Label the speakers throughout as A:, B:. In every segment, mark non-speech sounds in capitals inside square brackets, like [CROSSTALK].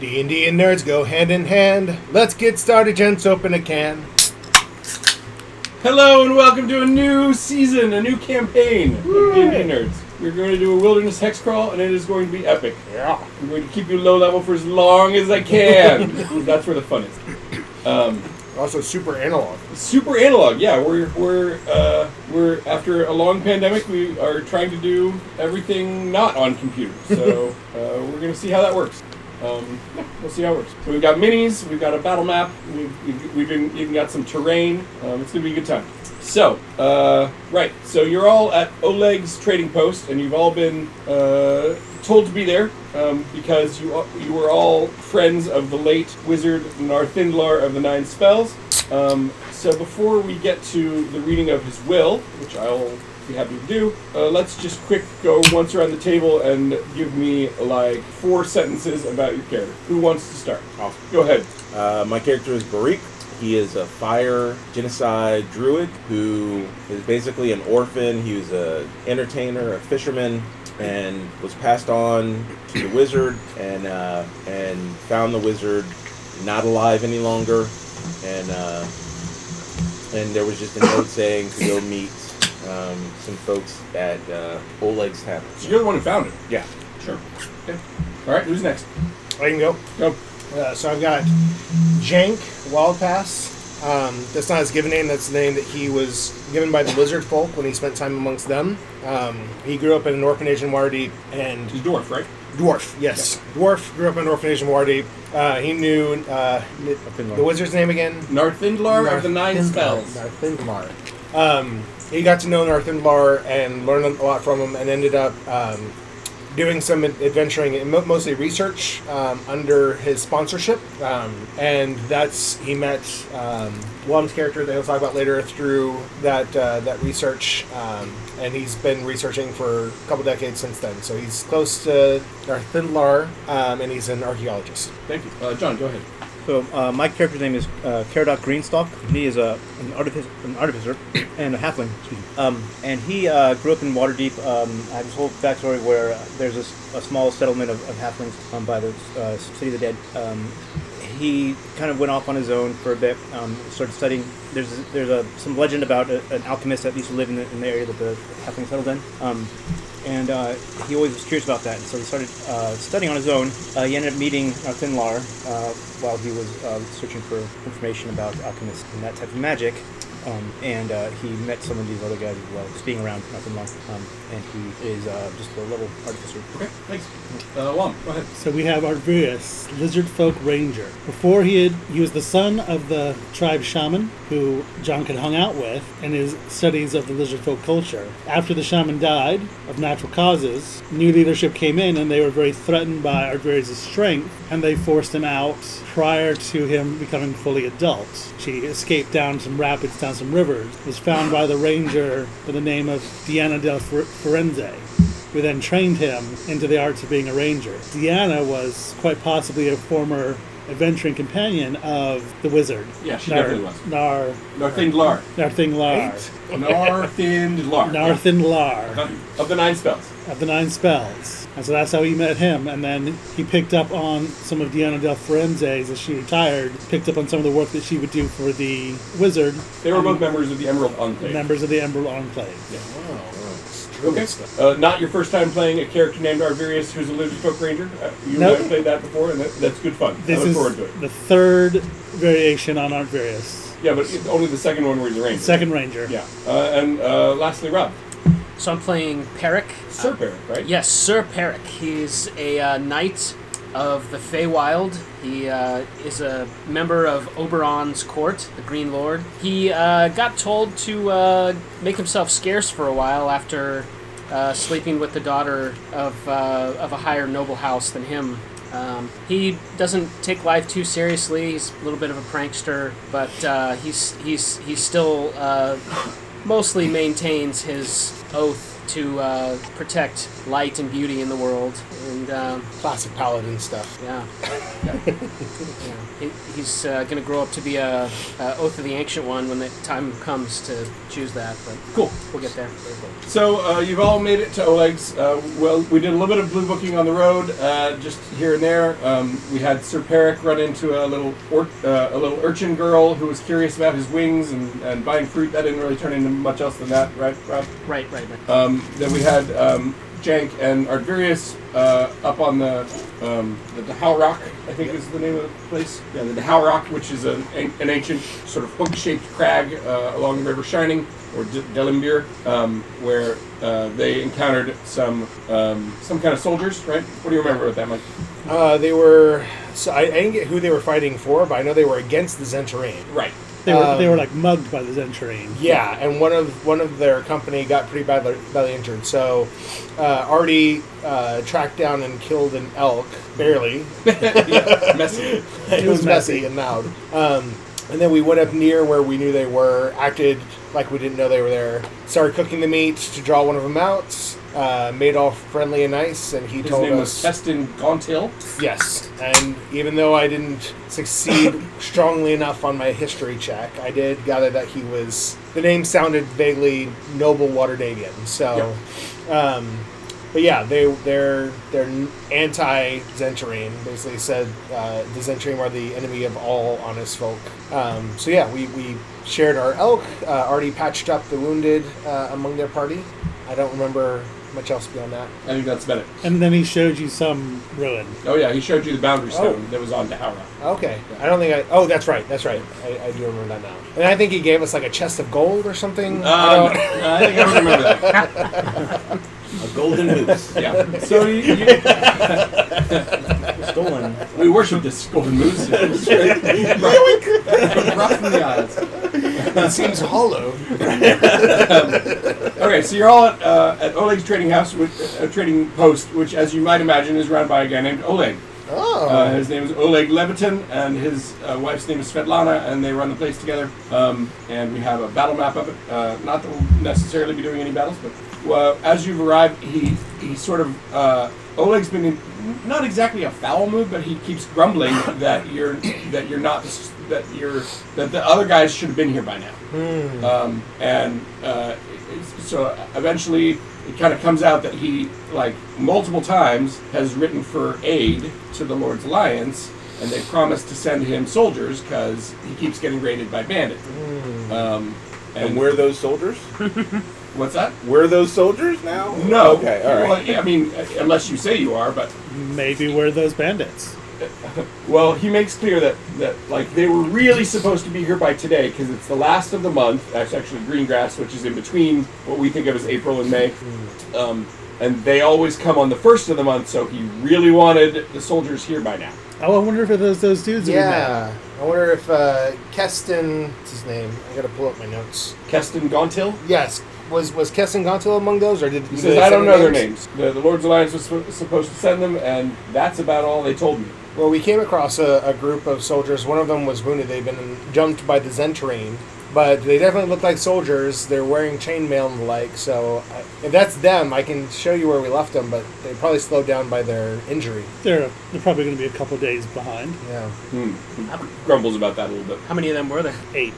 A: D&D and nerds go hand in hand. Let's get started, gents. Open a can.
B: Hello and welcome to a new season, a new campaign of D&D Nerds. We're going to do a wilderness hex crawl, and it is going to be epic. I'm going to keep you low level for as long as I can. That's where the fun is. Um,
A: Also, super analog.
B: super analog, yeah. We're we're uh, we're after a long pandemic, we are trying to do everything not on computers. So uh, we're going to see how that works. Um, yeah, we'll see how it works. So we've got minis, we've got a battle map, we've, we've, we've even, even got some terrain. Um, it's going to be a good time. So, uh, right, so you're all at Oleg's trading post, and you've all been uh, told to be there um, because you are- you were all friends of the late wizard Narthindlar of the Nine Spells. Um, so before we get to the reading of his will, which I'll be happy to do, uh, let's just quick go once around the table and give me like four sentences about your character. Who wants to start? Go ahead.
C: Uh, my character is Barik. He is a fire genocide druid who is basically an orphan. He was a entertainer, a fisherman, and was passed on to the wizard, and uh, and found the wizard not alive any longer, and uh, and there was just a note saying to go meet um, some folks at uh, Oleg's Tavern.
B: So you're the one who found it.
C: Yeah.
B: Sure. Okay. All right. Who's next?
A: I can go.
B: Go.
A: Uh, so I've got Jank Wildpass. Um, that's not his given name. That's the name that he was given by the lizard folk when he spent time amongst them. Um, he grew up in an orphanage in Waterdeep and
B: He's dwarf, right?
A: Dwarf, yes. Dwarf grew up in an orphanage in Waterdeep. Uh, he knew uh, n-
C: Narthindlar.
A: the wizard's name again.
B: Narthindlar of the Nine
A: Narthindlar.
B: Spells.
A: Narthindlar. Um, he got to know Narthindlar and learned a lot from him, and ended up um, doing some adventuring and mo- mostly research um, under his sponsorship. Um, and that's he met um, Wom's character that he'll talk about later through that uh, that research. Um, and he's been researching for a couple decades since then. So he's close to Narthindlar, um, and he's an archaeologist.
B: Thank you. Uh, John, go ahead.
D: So uh, my character's name is uh, Caradoc Greenstock. He is a an artificer, an artificer [COUGHS] and a halfling. excuse me. Um, and he uh, grew up in Waterdeep. Um, I have this whole backstory where uh, there's a, s- a small settlement of, of halflings um, by the uh, City of the Dead. Um, he kind of went off on his own for a bit. Um, started studying. There's there's a, some legend about a, an alchemist that used to live in the, in the area that the halflings settled in. Um, and uh, he always was curious about that. And so he started uh, studying on his own. Uh, he ended up meeting Narthinlar uh, while he was uh, searching for information about alchemists and that type of magic. Um, and uh, he met some of these other guys as well, just being around Narthinlar. Um, and he is uh, just a level artificer.
B: Okay. Thanks. Uh, Wom, go ahead.
E: So we have Arvurius, lizard folk ranger. Before he had, he was the son of the tribe shaman who John had hung out with in his studies of the lizard folk culture. After the shaman died of natural causes, new leadership came in and they were very threatened by Arvurius' strength and they forced him out prior to him becoming fully adult. She escaped down some rapids, down some rivers, was found by the ranger by the name of Diana del Fer- Firenze who then trained him into the arts of being a ranger. Deanna was quite possibly a former adventuring companion of the wizard.
B: Yeah, she
E: Nar,
B: definitely was.
E: Nar,
B: Narthindlar.
E: Narthinglar.
B: Narthindlar.
E: Narthinlar
B: Of the Nine Spells.
E: of the Nine Spells. And so that's how he met him. And then he picked up on some of Deanna Del Firenze's as she retired, picked up on some of the work that she would do for the wizard
B: They were both members of the Emerald Enclave.
E: Um, members of the Emerald Enclave.
B: Okay. Uh, not your first time playing a character named Arvirius, who's a lizard folk ranger. Uh, you
E: Nope.
B: have played that before, and that, that's good fun. I
E: This
B: look
E: is
B: forward to it.
E: the third variation on Artvarius.
B: Yeah, but it's only the second one where he's a ranger.
E: Second Ranger.
B: Yeah. Uh, and uh, lastly, Rob.
F: So I'm playing Peric.
B: Sir Baron, right?
F: Yes, Sir Peric. He's a uh, knight of the Feywild. He uh, is a member of Oberon's court, the Green Lord. He uh, got told to uh, make himself scarce for a while after uh, sleeping with the daughter of, uh, of a higher noble house than him. Um, he doesn't take life too seriously. He's a little bit of a prankster, but uh, he's he's he's still uh, mostly maintains his oath to uh, protect light and beauty in the world. And um,
A: Classic paladin stuff.
F: yeah. yeah. He, he's uh, going to grow up to be a, a Oath of the Ancient One when the time comes to choose that. But
B: Cool.
F: we'll get there.
B: So uh, you've all made it to Oleg's. Uh, well, we did a little bit of blue booking on the road, uh, just here and there. Um, we had Sir Peric run into a little or- uh, a little urchin girl who was curious about his wings and, and buying fruit. That didn't really turn into much else than that, right, Rob?
F: Right, right, right.
B: Um, then we had um, Jank and Artvirius uh, up on the um, the Dahau Rock, I think is the name of the place. Yeah, the Dahau Rock, which is an, an ancient sort of hook-shaped crag uh, along the River Shining, or D- Delimbir, um, where uh, they encountered some um, some kind of soldiers, right? What do you remember about that, Mike?
A: Uh, they were. So I, I didn't get who they were fighting for, but I know they were against the Zentarine.
B: Right.
E: They were,
A: Um,
E: they were like mugged by the Zentrain.
A: Yeah, and one of one of their company got pretty badly, badly injured. So, uh, Artie uh, tracked down and killed an elk, barely. [LAUGHS]
B: yeah, [LAUGHS] messy.
A: it was messy and loud. Um, and then we went up near where we knew they were, acted like we didn't know they were there, started cooking the meat to draw one of them out, uh, made all friendly and nice, and he
B: His
A: told
B: name was
A: us
B: Festin Gauntil.
A: yes. And even though I didn't succeed strongly enough on my history check, I did gather that he was the name sounded vaguely noble Waterdavian. So, um, but yeah, they they're they're anti Zentarine. Basically, said uh, the Zentarine are the enemy of all honest folk. Um, so yeah, we we shared our elk. Uh, already patched up the wounded uh, among their party. I don't remember much else beyond that.
B: I think that's about it.
E: And then he showed you some ruin.
B: Oh yeah, he showed you the boundary
A: Oh.
B: stone that was on Dahau Rock.
A: Okay. I don't think I. Oh, that's right. That's right. I, I do remember that now. And I think he gave us like a chest of gold or something. I
B: Um,
A: don't-
B: I think I remember that.
C: A [LAUGHS] golden moose.
B: Yeah. So you, you,
D: Stolen.
B: we worship this golden moose. It was straight- rough, rough from the odds.
A: [LAUGHS] it seems hollow.
B: Okay, so you're all at, uh, at Oleg's trading house, with, uh, trading post, which, as you might imagine, is run by a guy named Oleg.
A: Oh.
B: Uh, his name is Oleg Levitin, and his uh, wife's name is Svetlana, and they run the place together. Um, and we have a battle map of it. Uh, not that we'll necessarily be doing any battles, but well, as you've arrived, he he sort of uh, Oleg's been in, not exactly a foul mood, but he keeps grumbling that you're that you're not that you're that the other guys should have been here by now. Um, and uh, it's- so eventually it kind of comes out that he, like, multiple times has written for aid to the Lord's Alliance, and they promised to send him soldiers because he keeps getting raided by bandits. Um, and,
C: And where are those soldiers?
B: what's that?
C: Were those soldiers now?
B: No.
C: Okay, all right.
B: Well, I mean, unless you say you are, but
E: Maybe we're those bandits.
B: Well, he makes clear that, that like they were really supposed to be here by today because it's the last of the month. That's actually green grass, which is in between what we think of as April and May. Um, and they always come on the first of the month, so he really wanted the soldiers here by now.
E: Oh, I wonder if it was those dudes we met.
A: yeah. I wonder if uh, Keston. What's his name? I gotta pull up my notes.
B: Keston Gontil?
A: Yes. Was was Keston Gontil among those, or did
B: He
A: did
B: says,
A: they
B: I don't
A: send
B: know their names. The, the Lord's Alliance was sp- supposed to send them, and that's about all they told me.
A: Well, we came across a, a group of soldiers. One of them was wounded. They'd been jumped by the Zentarine, but they definitely looked like soldiers. They're wearing chainmail and the like. So, I, if that's them, I can show you where we left them. But they probably slowed down by their injury.
E: They're, they're probably going to be a couple days behind.
A: Yeah.
C: Hmm.
B: Grumbles about that a little bit.
F: How many of them were there?
E: Eight.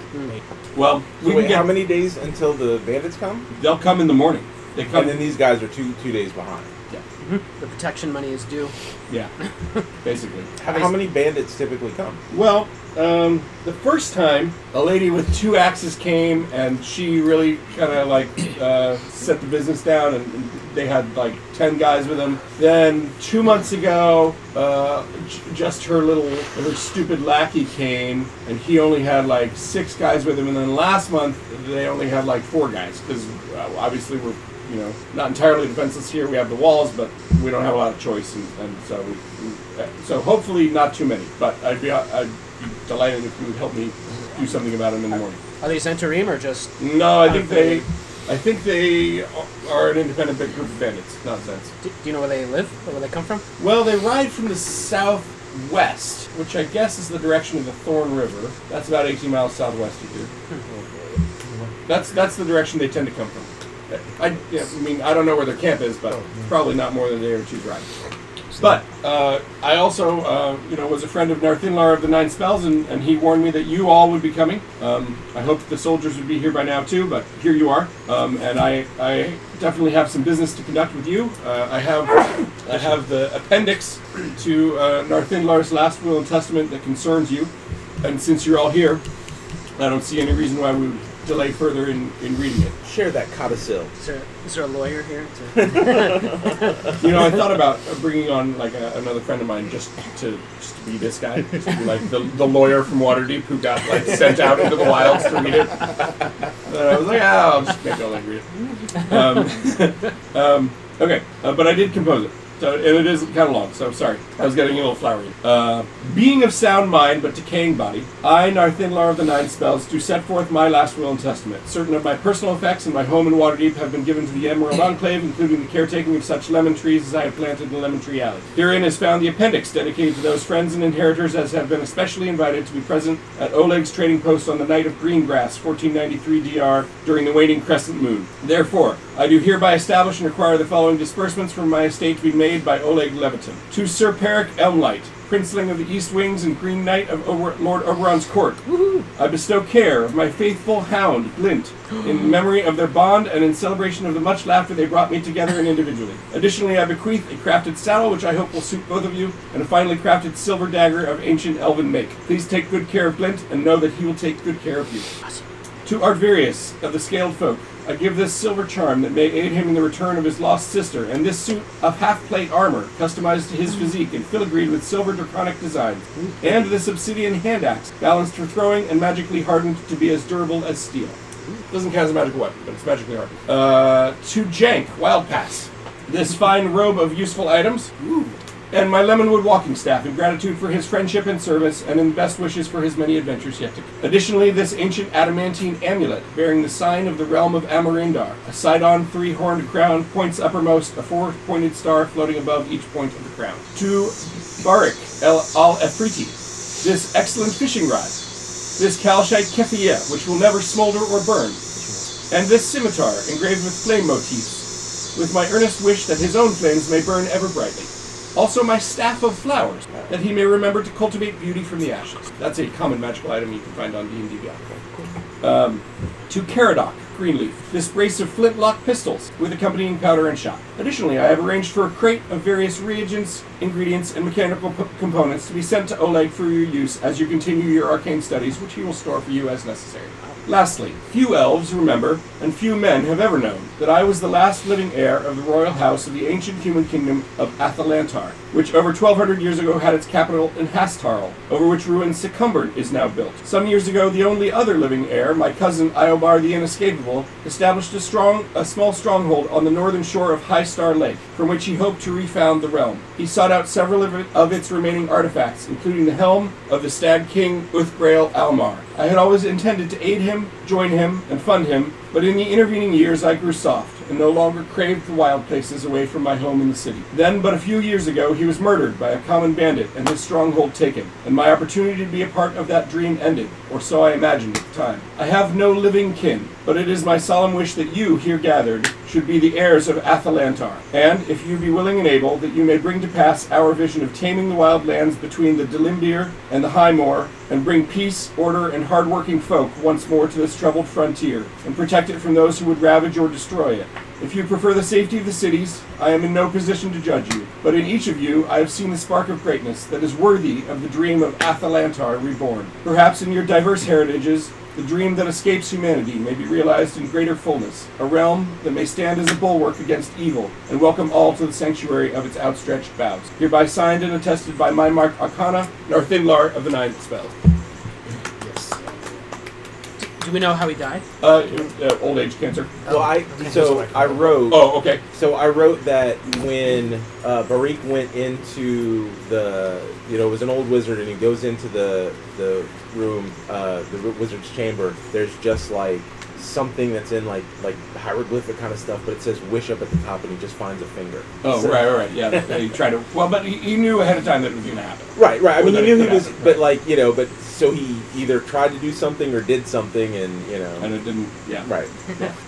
B: Well, we
C: So
B: can
C: wait,
B: get,
C: how many days until the bandits come?
B: they'll come in the morning. They come
C: And then these guys are two two days behind.
B: Yeah.
F: The protection money is due.
B: yeah.
C: [LAUGHS]
B: Basically.
C: How, how many bandits typically come?
B: Well, um, the first time, a lady with two axes came, and she really kind of like uh, set the business down, and and they had like ten guys with them. Then two months ago, uh, j- just her little her stupid lackey came, and he only had like six guys with him. And then last month, they only had like four guys because uh, obviously we're you know not entirely defenseless here. We have the walls, but we don't have a lot of choice, and, and so we, we- uh, so hopefully not too many. But I'd be I'd be delighted if you would help me do something about them in the morning.
F: Are they Zentarim or just
B: No, I think they I think they are an independent big group of bandits. Nonsense.
F: Do, do you know where they live or where they come from?
B: Well, they ride from the southwest, which I guess is the direction of the Thorn River. That's about 18 miles southwest of here. That's that's the direction they tend to come from. I, yeah, I mean, I don't know where their camp is, but probably not more than a day or two's ride. But uh, I also, uh, you know, was a friend of Narthinlar of the Nine Spells, and, and he warned me that you all would be coming. Um, I hoped the soldiers would be here by now too, but here you are, um, and I, I definitely have some business to conduct with you. Uh, I have, I have the appendix to uh, Narthinlar's last will and testament that concerns you, and since you're all here, I don't see any reason why we would delay further in, in reading it.
C: Share that codicil.
F: Is there, is there a lawyer here? To...
B: You know, I thought about bringing on like a, another friend of mine just to just to be this guy, just to be like the, the lawyer from Waterdeep who got like sent out into the wilds to read it. But I was like, ah, I'll just make it like read it. Um, um, okay, uh, but I did compose it. So and it is kind of long, so sorry. I was getting a little flowery. Uh, being of sound mind but decaying body, I, Narthinlar of the Nine Spells, do set forth my last will and testament. Certain of my personal effects and my home in Waterdeep have been given to the Emerald Enclave, including the caretaking of such lemon trees as I have planted in Lemon Tree Alley. Herein is found the appendix dedicated to those friends and inheritors as have been especially invited to be present at Oleg's trading post on the night of Greengrass, 1493 DR, during the waning crescent moon. Therefore, I do hereby establish and require the following disbursements from my estate to be made by Oleg Levitin. To Sir Peric Elmlight, Princeling of the East Wings and Green Knight of Ober- Lord Oberon's Court, I bestow care of my faithful hound, Glint, in memory of their bond and in celebration of the much laughter they brought me together and individually. Additionally, I bequeath a crafted saddle, which I hope will suit both of you, and a finely crafted silver dagger of ancient elven make. Please take good care of Glint and know that he will take good care of you. To Artvirius of the Scaled Folk, I give this silver charm that may aid him in the return of his lost sister, and this suit of half plate armor, customized to his physique and filigreed with silver draconic designs, and this obsidian hand axe, balanced for throwing and magically hardened to be as durable as steel. Doesn't count as a magical weapon, but it's magically hardened. Uh, to Jank, Wild Pass, this fine robe of useful items, and my Lemonwood walking staff in gratitude for his friendship and service, and in best wishes for his many adventures yet to come. Additionally, this ancient adamantine amulet, bearing the sign of the realm of Amarindar, a Sidon three horned crown, points uppermost, a four pointed star floating above each point of the crown. To Barak El Al Efriti, this excellent fishing rod, this calcite kefiyeh, which will never smolder or burn, and this scimitar engraved with flame motifs, with my earnest wish that his own flames may burn ever brightly. Also, my staff of flowers, that he may remember to cultivate beauty from the ashes. That's a common magical item you can find on D&D Beyond. Um, to Caradoc, Greenleaf, this brace of flintlock pistols with accompanying powder and shot. Additionally, I have arranged for a crate of various reagents, ingredients, and mechanical p- components to be sent to Oleg for your use as you continue your arcane studies, which he will store for you as necessary. Lastly, few elves remember, and few men have ever known, that I was the last living heir of the royal house of the ancient human kingdom of Athalantar, which over 1200 years ago had its capital in Hastarl, over which ruins Sicumber is now built. Some years ago, the only other living heir, my cousin Iobar the Inescapable, established a strong, a small stronghold on the northern shore of High Star Lake, from which he hoped to refound the realm. He sought out several of, it, of its remaining artifacts, including the helm of the Stag King Uthgrail Almar. I had always intended to aid him, join him, and fund him, but in the intervening years I grew soft and no longer craved the wild places away from my home in the city. Then, but a few years ago, he was murdered by a common bandit and his stronghold taken, and my opportunity to be a part of that dream ended, or so I imagined at the time. I have no living kin, but it is my solemn wish that you, here gathered, should be the heirs of Athalantar, and, if you be willing and able, that you may bring to pass our vision of taming the wild lands between the Delimdir and the High Moor, and bring peace, order, and hard-working folk once more to this troubled frontier, and protect it from those who would ravage or destroy it. If you prefer the safety of the cities, I am in no position to judge you, but in each of you I have seen the spark of greatness that is worthy of the dream of Athalantar reborn. Perhaps in your diverse heritages, the dream that escapes humanity may be realized in greater fullness, a realm that may stand as a bulwark against evil and welcome all to the sanctuary of its outstretched boughs. Hereby signed and attested by my mark Arcana, Narthinlar of the Ninth Spell.
F: Do we know how he died?
B: Uh, uh, old age cancer.
C: Well, I so I wrote.
B: Oh, okay.
C: So I wrote that when uh, Barik went into the, you know, it was an old wizard, and he goes into the the room, uh, the wi- wizard's chamber. There's just like something that's in like like hieroglyphic kind of stuff, but it says wish up at the top, and he just finds a finger.
B: Oh,
C: So-
B: right, right, right. Yeah, they tried to. Well, but he, he knew ahead of time that it was going to happen.
C: Right, right. I mean,
B: Well,
C: you
B: that
C: knew
B: could
C: he was,
B: happen,
C: but
B: right.
C: like you know, but so he either tried to do something or did something, and you know,
B: And it didn't. Yeah.
C: right?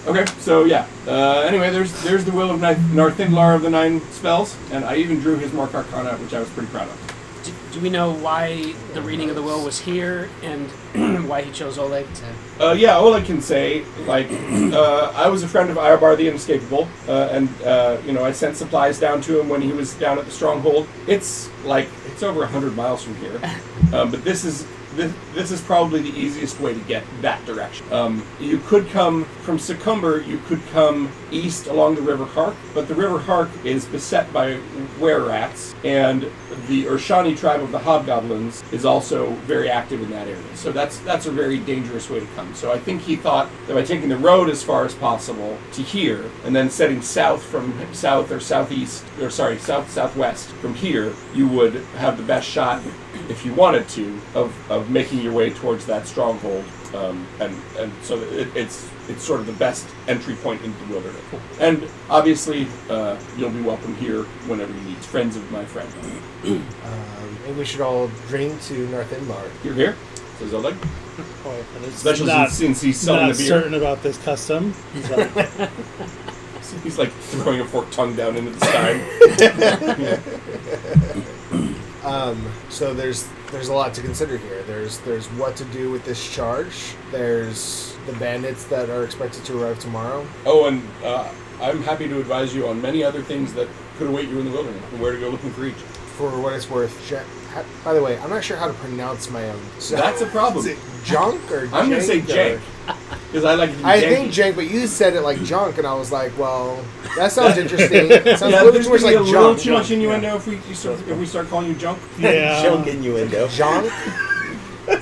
B: Okay, so yeah. Uh, anyway, there's there's the will of Ni- Narthindlar of the Nine Spells, and I even drew his Mark Arcana, which I was pretty proud of.
F: Do, do we know why the reading of the will was here and [CLEARS THROAT] why he chose Oleg to?
B: Uh, yeah, all I can say, like, uh, I was a friend of Irobar the Inescapable, uh, and uh, you know I sent supplies down to him when he was down at the stronghold. It's like it's over hundred miles from here, uh, but this is. This, this is probably the easiest way to get that direction. Um, you could come from Succumber, you could come east along the River Hark, but the River Hark is beset by were rats, and the Urshani tribe of the Hobgoblins is also very active in that area. So that's that's a very dangerous way to come. So I think he thought that by taking the road as far as possible to here, and then setting south from south or southeast, or sorry, south southwest from here, you would have the best shot, if you wanted to, of, of making your way towards that stronghold. Um, and, and so it, it's it's sort of the best entry point into the wilderness. And obviously, uh, you'll be welcome here whenever you need. Friends of my friend.
G: Um, and we should all drink to Narthindlar.
B: You're here? Says Oleg.
E: Boy, but it's
B: Especially
E: not,
B: since, since he's selling
E: not
B: the beer.
E: certain about this custom. So,
B: He's like throwing a forked tongue down into the sky.
G: [LAUGHS] Um, so there's there's a lot to consider here. There's there's what to do with this charge. There's the bandits that are expected to arrive tomorrow.
B: oh, and uh, I'm happy to advise you on many other things that could await you in the wilderness and where to go looking for each.
G: For what it's worth, Ja- ha- by the way, I'm not sure how to pronounce my own. So
B: That's a
G: Is
B: problem.
G: it junk or?
B: Hmm. I'm going to say
G: or-
B: jank. Because I like to be
G: I
B: janky.
G: think jank, but you said it like junk, and I was like, well,
B: [LAUGHS]
G: that sounds interesting. It sounds
B: Yeah,
G: a little bit
B: there's
G: too
B: going
G: much
B: to be a
G: like
B: little
G: junk.
B: too much innuendo if, we, you start, if we start calling you junk.
E: yeah.
C: Joke innuendo.
G: Junk.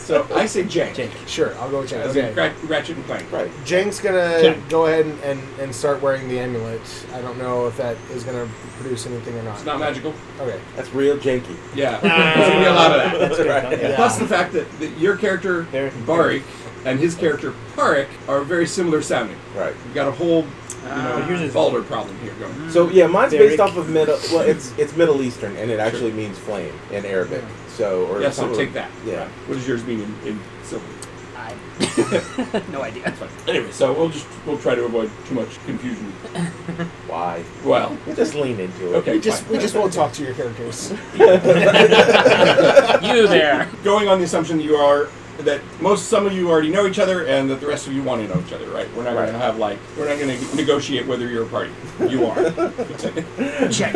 B: So I say jank.
G: Sure, I'll go with jank.
B: As in
G: Okay.
B: Rat- Ratchet and Clank.
C: Right.
G: Jank's gonna
E: Jank.
G: go ahead and, and, and start wearing the amulet. I don't know if that is gonna produce anything or not.
B: It's not magical.
G: Okay.
C: That's real janky.
B: Yeah. There's going to be a lot of that.
C: right.
E: Yeah.
B: Plus the fact that, that your character
D: There.
B: Barik and his character Parik are very similar sounding.
C: Right.
B: We've got a whole you know,
C: Ah.
D: here's his-
B: Baldur problem here going.
C: So yeah, mine's
D: Very
C: based off of middle. Well, it's it's Middle Eastern, and it actually means flame in Arabic. So or
B: Yeah, so
C: something-
B: take that.
C: Yeah.
B: What does yours mean in, in Silver?
F: I [LAUGHS] no idea.
B: Fine. Anyway, so we'll just we'll try to avoid too much confusion.
C: Why?
B: Well,
C: Just lean into it.
B: okay.
G: We just
B: fine.
G: we just won't talk to your characters.
F: You there?
B: going on the assumption that you are that most some of you already know each other and that the rest of you want to know each other, right? We're not going to
C: Right.
B: have like we're not going to negotiate whether you're a party. You are.
F: Check.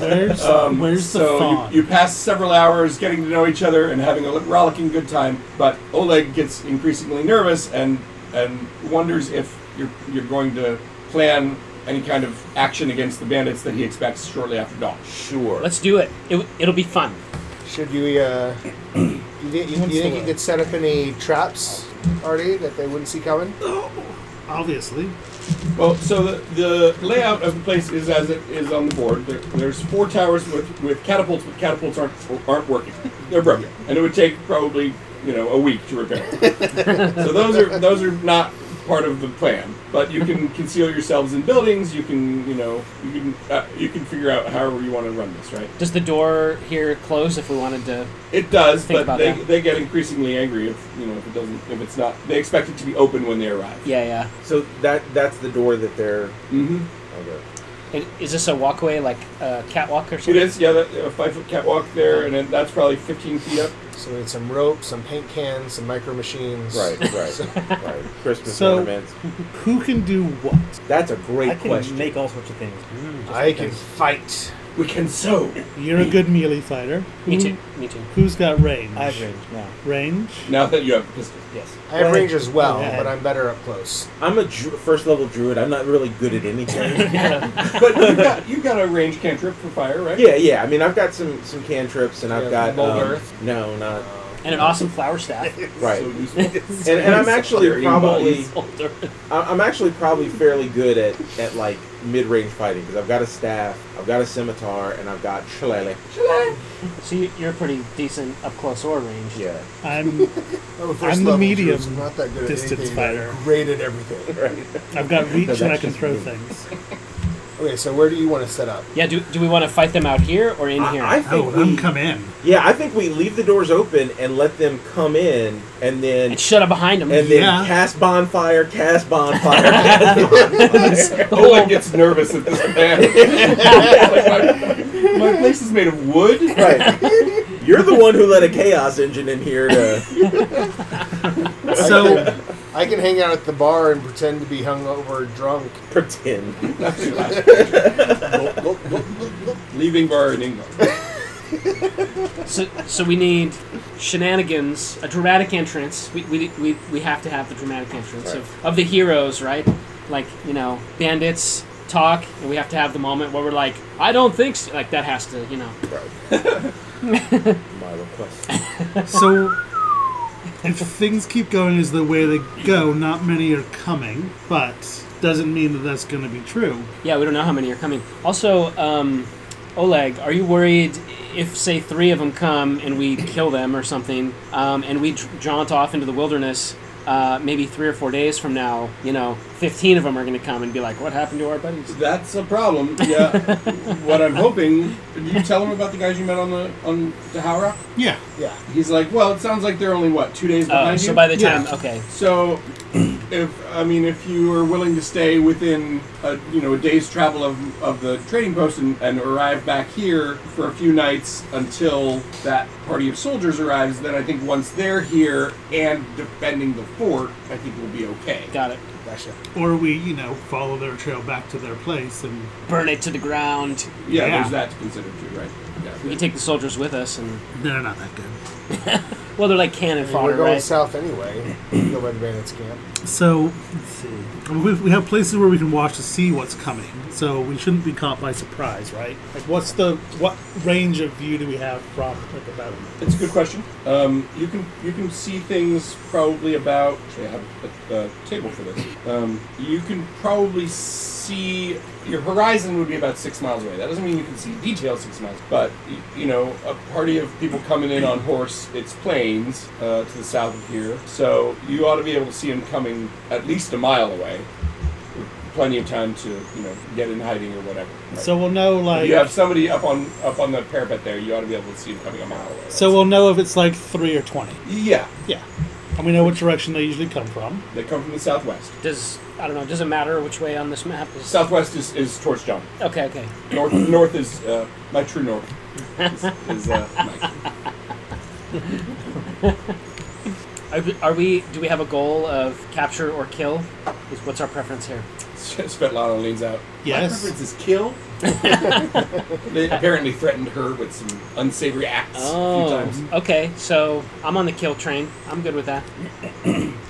E: Where's, Um, where's the
B: Um, so
E: fawn?
B: you, you pass several hours getting to know each other and having a rollicking good time, but Oleg gets increasingly nervous and and wonders if you're you're going to plan any kind of action against the bandits that he expects shortly after dawn.
C: Sure.
F: Let's do it. it. It'll be fun.
G: Should we? Uh, you think you, you, think you could set up any traps, Artie, that they wouldn't see coming?
E: Obviously.
B: Well, so the, the layout of the place is as it is on the board. There, there's four towers with, with catapults, but catapults aren't aren't working. They're broken, and it would take probably you know a week to repair.
F: [LAUGHS]
B: them. so those are those are not part of the plan. But you can conceal yourselves in buildings. You can you know you can uh, you can figure out however you want to run this, right?
F: Does the door here close if we wanted to?
B: It does,
F: Think
B: but
F: about
B: they,
F: that.
B: they get increasingly angry if you know if it doesn't if it's not they expect it to be open when they arrive.
F: Yeah, yeah.
C: So that that's the door that they're.
B: Mm-hmm.
C: Okay.
F: It, is this a walkway, like a catwalk or
B: It
F: something?
B: is, yeah, that, a five foot catwalk there, and then that's probably 15 feet up.
G: So we need some rope, some paint cans, some micro machines.
B: [LAUGHS]
C: Right. Right. right. Christmas
E: So-
C: ornaments.
E: Who can do what?
C: That's a
D: I
C: great
D: can
C: question.
D: make all sorts of things.
A: Mm.
G: I can fight.
B: We can sew.
E: You're a good melee fighter.
F: Me
E: Who-
F: too. Me too.
E: Who's got range?
D: I have range now.
E: range.
B: Now that you have a [LAUGHS] pistol.
D: Yes.
G: I have
E: Well,
G: range as well,
E: yeah.
G: but I'm better up close.
C: I'm a dru- first level druid. I'm not really good
B: [LAUGHS]
C: at anything.
B: But you've got, you've got a range cantrip for fire, right?
C: yeah, yeah. I mean, I've got some some cantrips, and I've
G: Yeah,
C: got
B: Mold
C: um,
B: Earth.
C: no, not
F: And an awesome flower
C: [LAUGHS]
F: staff.
C: right.
B: So useful.
C: and, and I'm actually
B: Carrying
C: probably
F: [LAUGHS]
B: bodies.
C: I- I'm actually probably fairly good at at like mid range fighting because I've got a staff, I've got a scimitar, and I've got shillelagh.
F: so you, you're pretty decent up close or range.
C: Yeah,
E: I'm.
G: I'm,
E: Oh, I'm the medium
G: not that good
E: distance
G: anything.
E: fighter.
G: Great at everything.
C: right.
E: I've got reach
C: No,
E: and I
C: that's
E: can
C: just
E: throw
C: me.
E: things.
G: Okay, so where do you want to set up?
F: Yeah, do, do we want to fight them out here or in
C: I,
F: here?
C: I think
E: Oh,
C: we,
E: them come in.
C: yeah, I think we leave the doors open and let them come in, and then
F: and shut up behind them.
C: and then
E: Yeah.
C: cast bonfire, cast bonfire, [LAUGHS] cast
B: Oleg gets nervous at this
C: [LAUGHS]
B: man. It's like, my, my place is made of wood.
C: Right. You're the one who let a chaos engine in here to.
E: So
G: I can hang out at the bar and pretend to be hungover drunk.
C: Pretend.
B: Leaving bar in England.
F: So, so we need shenanigans, a dramatic entrance. We, we, we, we have to have the dramatic entrance of, of the heroes, right? Like, you know, bandits talk, and we have to have the moment where we're like, I don't think so. Like, that has to, you know.
C: My request.
E: so if things keep going as the way they go, not many are coming, but doesn't mean that that's going to be true.
F: Yeah, we don't know how many are coming. Also, um, Oleg, are you worried if, say, three of them come and we kill them or something, um, and we dr- jaunt off into the wilderness? Uh, maybe three or four days from now, you know, fifteen of them are going to come and be like, "What happened to our buddies?"
B: That's a problem. Yeah. what I'm hoping. Did you tell him about the guys you met on the on the Howrah?
E: Yeah.
G: Yeah.
B: He's like, well, it sounds like they're only what two days behind
F: Oh,
B: you.
F: so by the time,
E: Yeah.
F: okay,
B: So, if I mean, if you are willing to stay within a you know a day's travel of, of the trading post and, and arrive back here for a few nights until that party of soldiers arrives, then I think once they're here and defending the fort, I think we'll be okay.
F: got it.
G: Gotcha.
E: Or we, you know, follow their trail back to their place and
F: Burn it to the ground.
B: Yeah,
E: Yeah.
B: there's that to consider too, right?
F: We
B: Yeah.
F: can take the soldiers with us, and
E: they're not that good.
F: well, they're like cannon
G: I mean, we're
F: fodder,
G: going
F: right?
G: south
E: [CLEARS THROAT]
G: anyway. Go by the bandits camp.
E: So, let's see. We, we have places where we can watch to see what's coming, so we shouldn't be caught by surprise, right? Like, what's the what range of view do we have from like the battle?
B: It's a good question. Um, you can you can see things probably about. Actually, I have a, a table for this. Um, you can probably see your horizon would be about six miles away. That doesn't mean you can see details six miles, but y- you know a party of people coming in on horse. It's plains uh, to the south of here, so you ought to be able to see them coming at least a mile away. with Plenty of time to you know get in hiding or whatever.
E: So we'll know
B: If
E: like
B: you have somebody up on up on the parapet there. You ought to be able to see them coming a mile away.
E: so we'll know if it's like three or twenty.
B: Yeah,
E: Yeah, and we know what direction they usually come from.
B: they come from the southwest.
F: Does I don't know? Does it matter which way on this map? Is,
B: Southwest is, is towards John.
F: Okay, okay.
B: North north is uh, my true north. Is, is, uh, Mike. [LAUGHS]
F: Are we, are we? Do we have a goal of capture or kill? Is what's our preference here?
B: Svetlana leans out.
E: Yes.
B: My preference is kill. they apparently threatened her with some unsavory acts a
F: Oh.
B: few times.
F: okay. So I'm on the kill train. I'm good with that.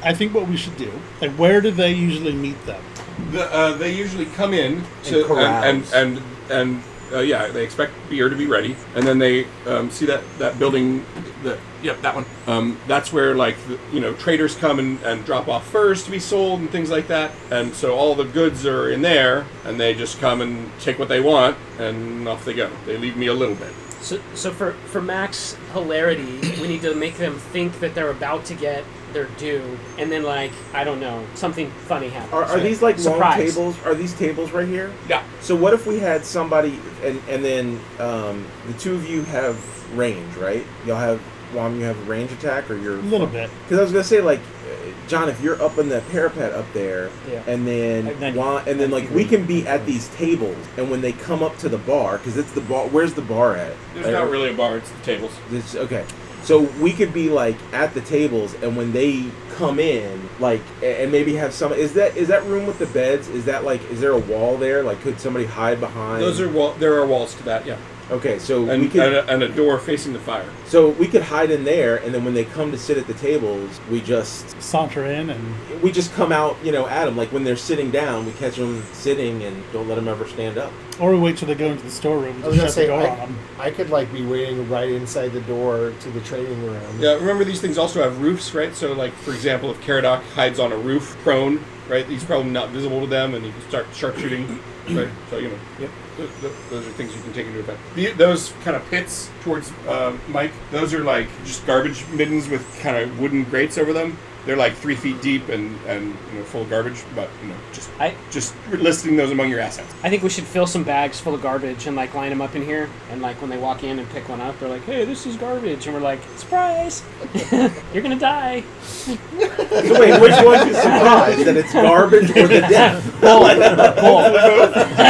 E: I think what we should do, like, where do they usually meet them?
B: The, uh, they usually come in to
C: And corrals.
B: and and and, and, uh, yeah, they expect beer to be ready, and then they um, see that that building, the yep that one. Um, that's where like the, you know traders come and, and drop off furs to be sold and things like that, and so all the goods are in there, and they just come and take what they want, and off they go. They leave me a little bit.
F: So, so for for max hilarity, we need to make them think that they're about to get their due, and then like I don't know, something funny happens.
C: Are, are these like long
F: Surprise.
C: tables? Are these tables right here?
B: Yeah.
C: So what if we had somebody, and and then um, the two of you have range, right? Y'all have Wam, you have a range attack, or you're
E: A little bit.
C: Because I was gonna say, like, uh, John, if you're up in the parapet up there,
F: Yeah.
C: and then
D: Like 90
C: Juan- and then like we can be at these tables, and when they come up to the bar, because it's the bar. Where's the bar at?
B: There's
C: Like,
B: not really a bar. It's the tables.
C: it's- okay. So we could be like at the tables, and when they come in, like, a- and maybe have some. Is that is that room with the beds? Is that like? Is there a wall there? Like, could somebody hide behind?
B: Those are wall. There are walls to that. Yeah.
C: okay. So we
B: And,
C: could
B: and, a, and a door facing the fire.
C: so we could hide in there, and then when they come to sit at the tables, we just
E: Saunter in and
C: we just come out, you know, at them. Like when they're sitting down, we catch them sitting and don't let them ever
B: [LAUGHS]
C: stand up.
E: or we wait till they go into the storeroom and
G: I was gonna
E: shut the
G: say
E: door on
G: I,
E: them.
G: I could like be waiting right inside the door to the trading room.
B: Yeah, remember these things also have roofs, right? So, like for example, if Caradoc hides on a roof, prone, right? He's probably not visible to them, and he can start sharpshooting, right? So you know, yep. Those, those are things you can take into effect. The, those kind of pits uh, towards um Mike, those are like just garbage middens with kind of wooden grates over them. They're like three feet deep and and you know full of garbage, but you know just
F: I,
B: just listing those among your assets.
F: I think we should fill some bags full of garbage and like line them up in here. And like when they walk in and pick one up, they're like, "Hey, this is garbage," and we're like, "Surprise! [LAUGHS] You're gonna die."
C: So wait, which one is surprised that it's garbage or the death?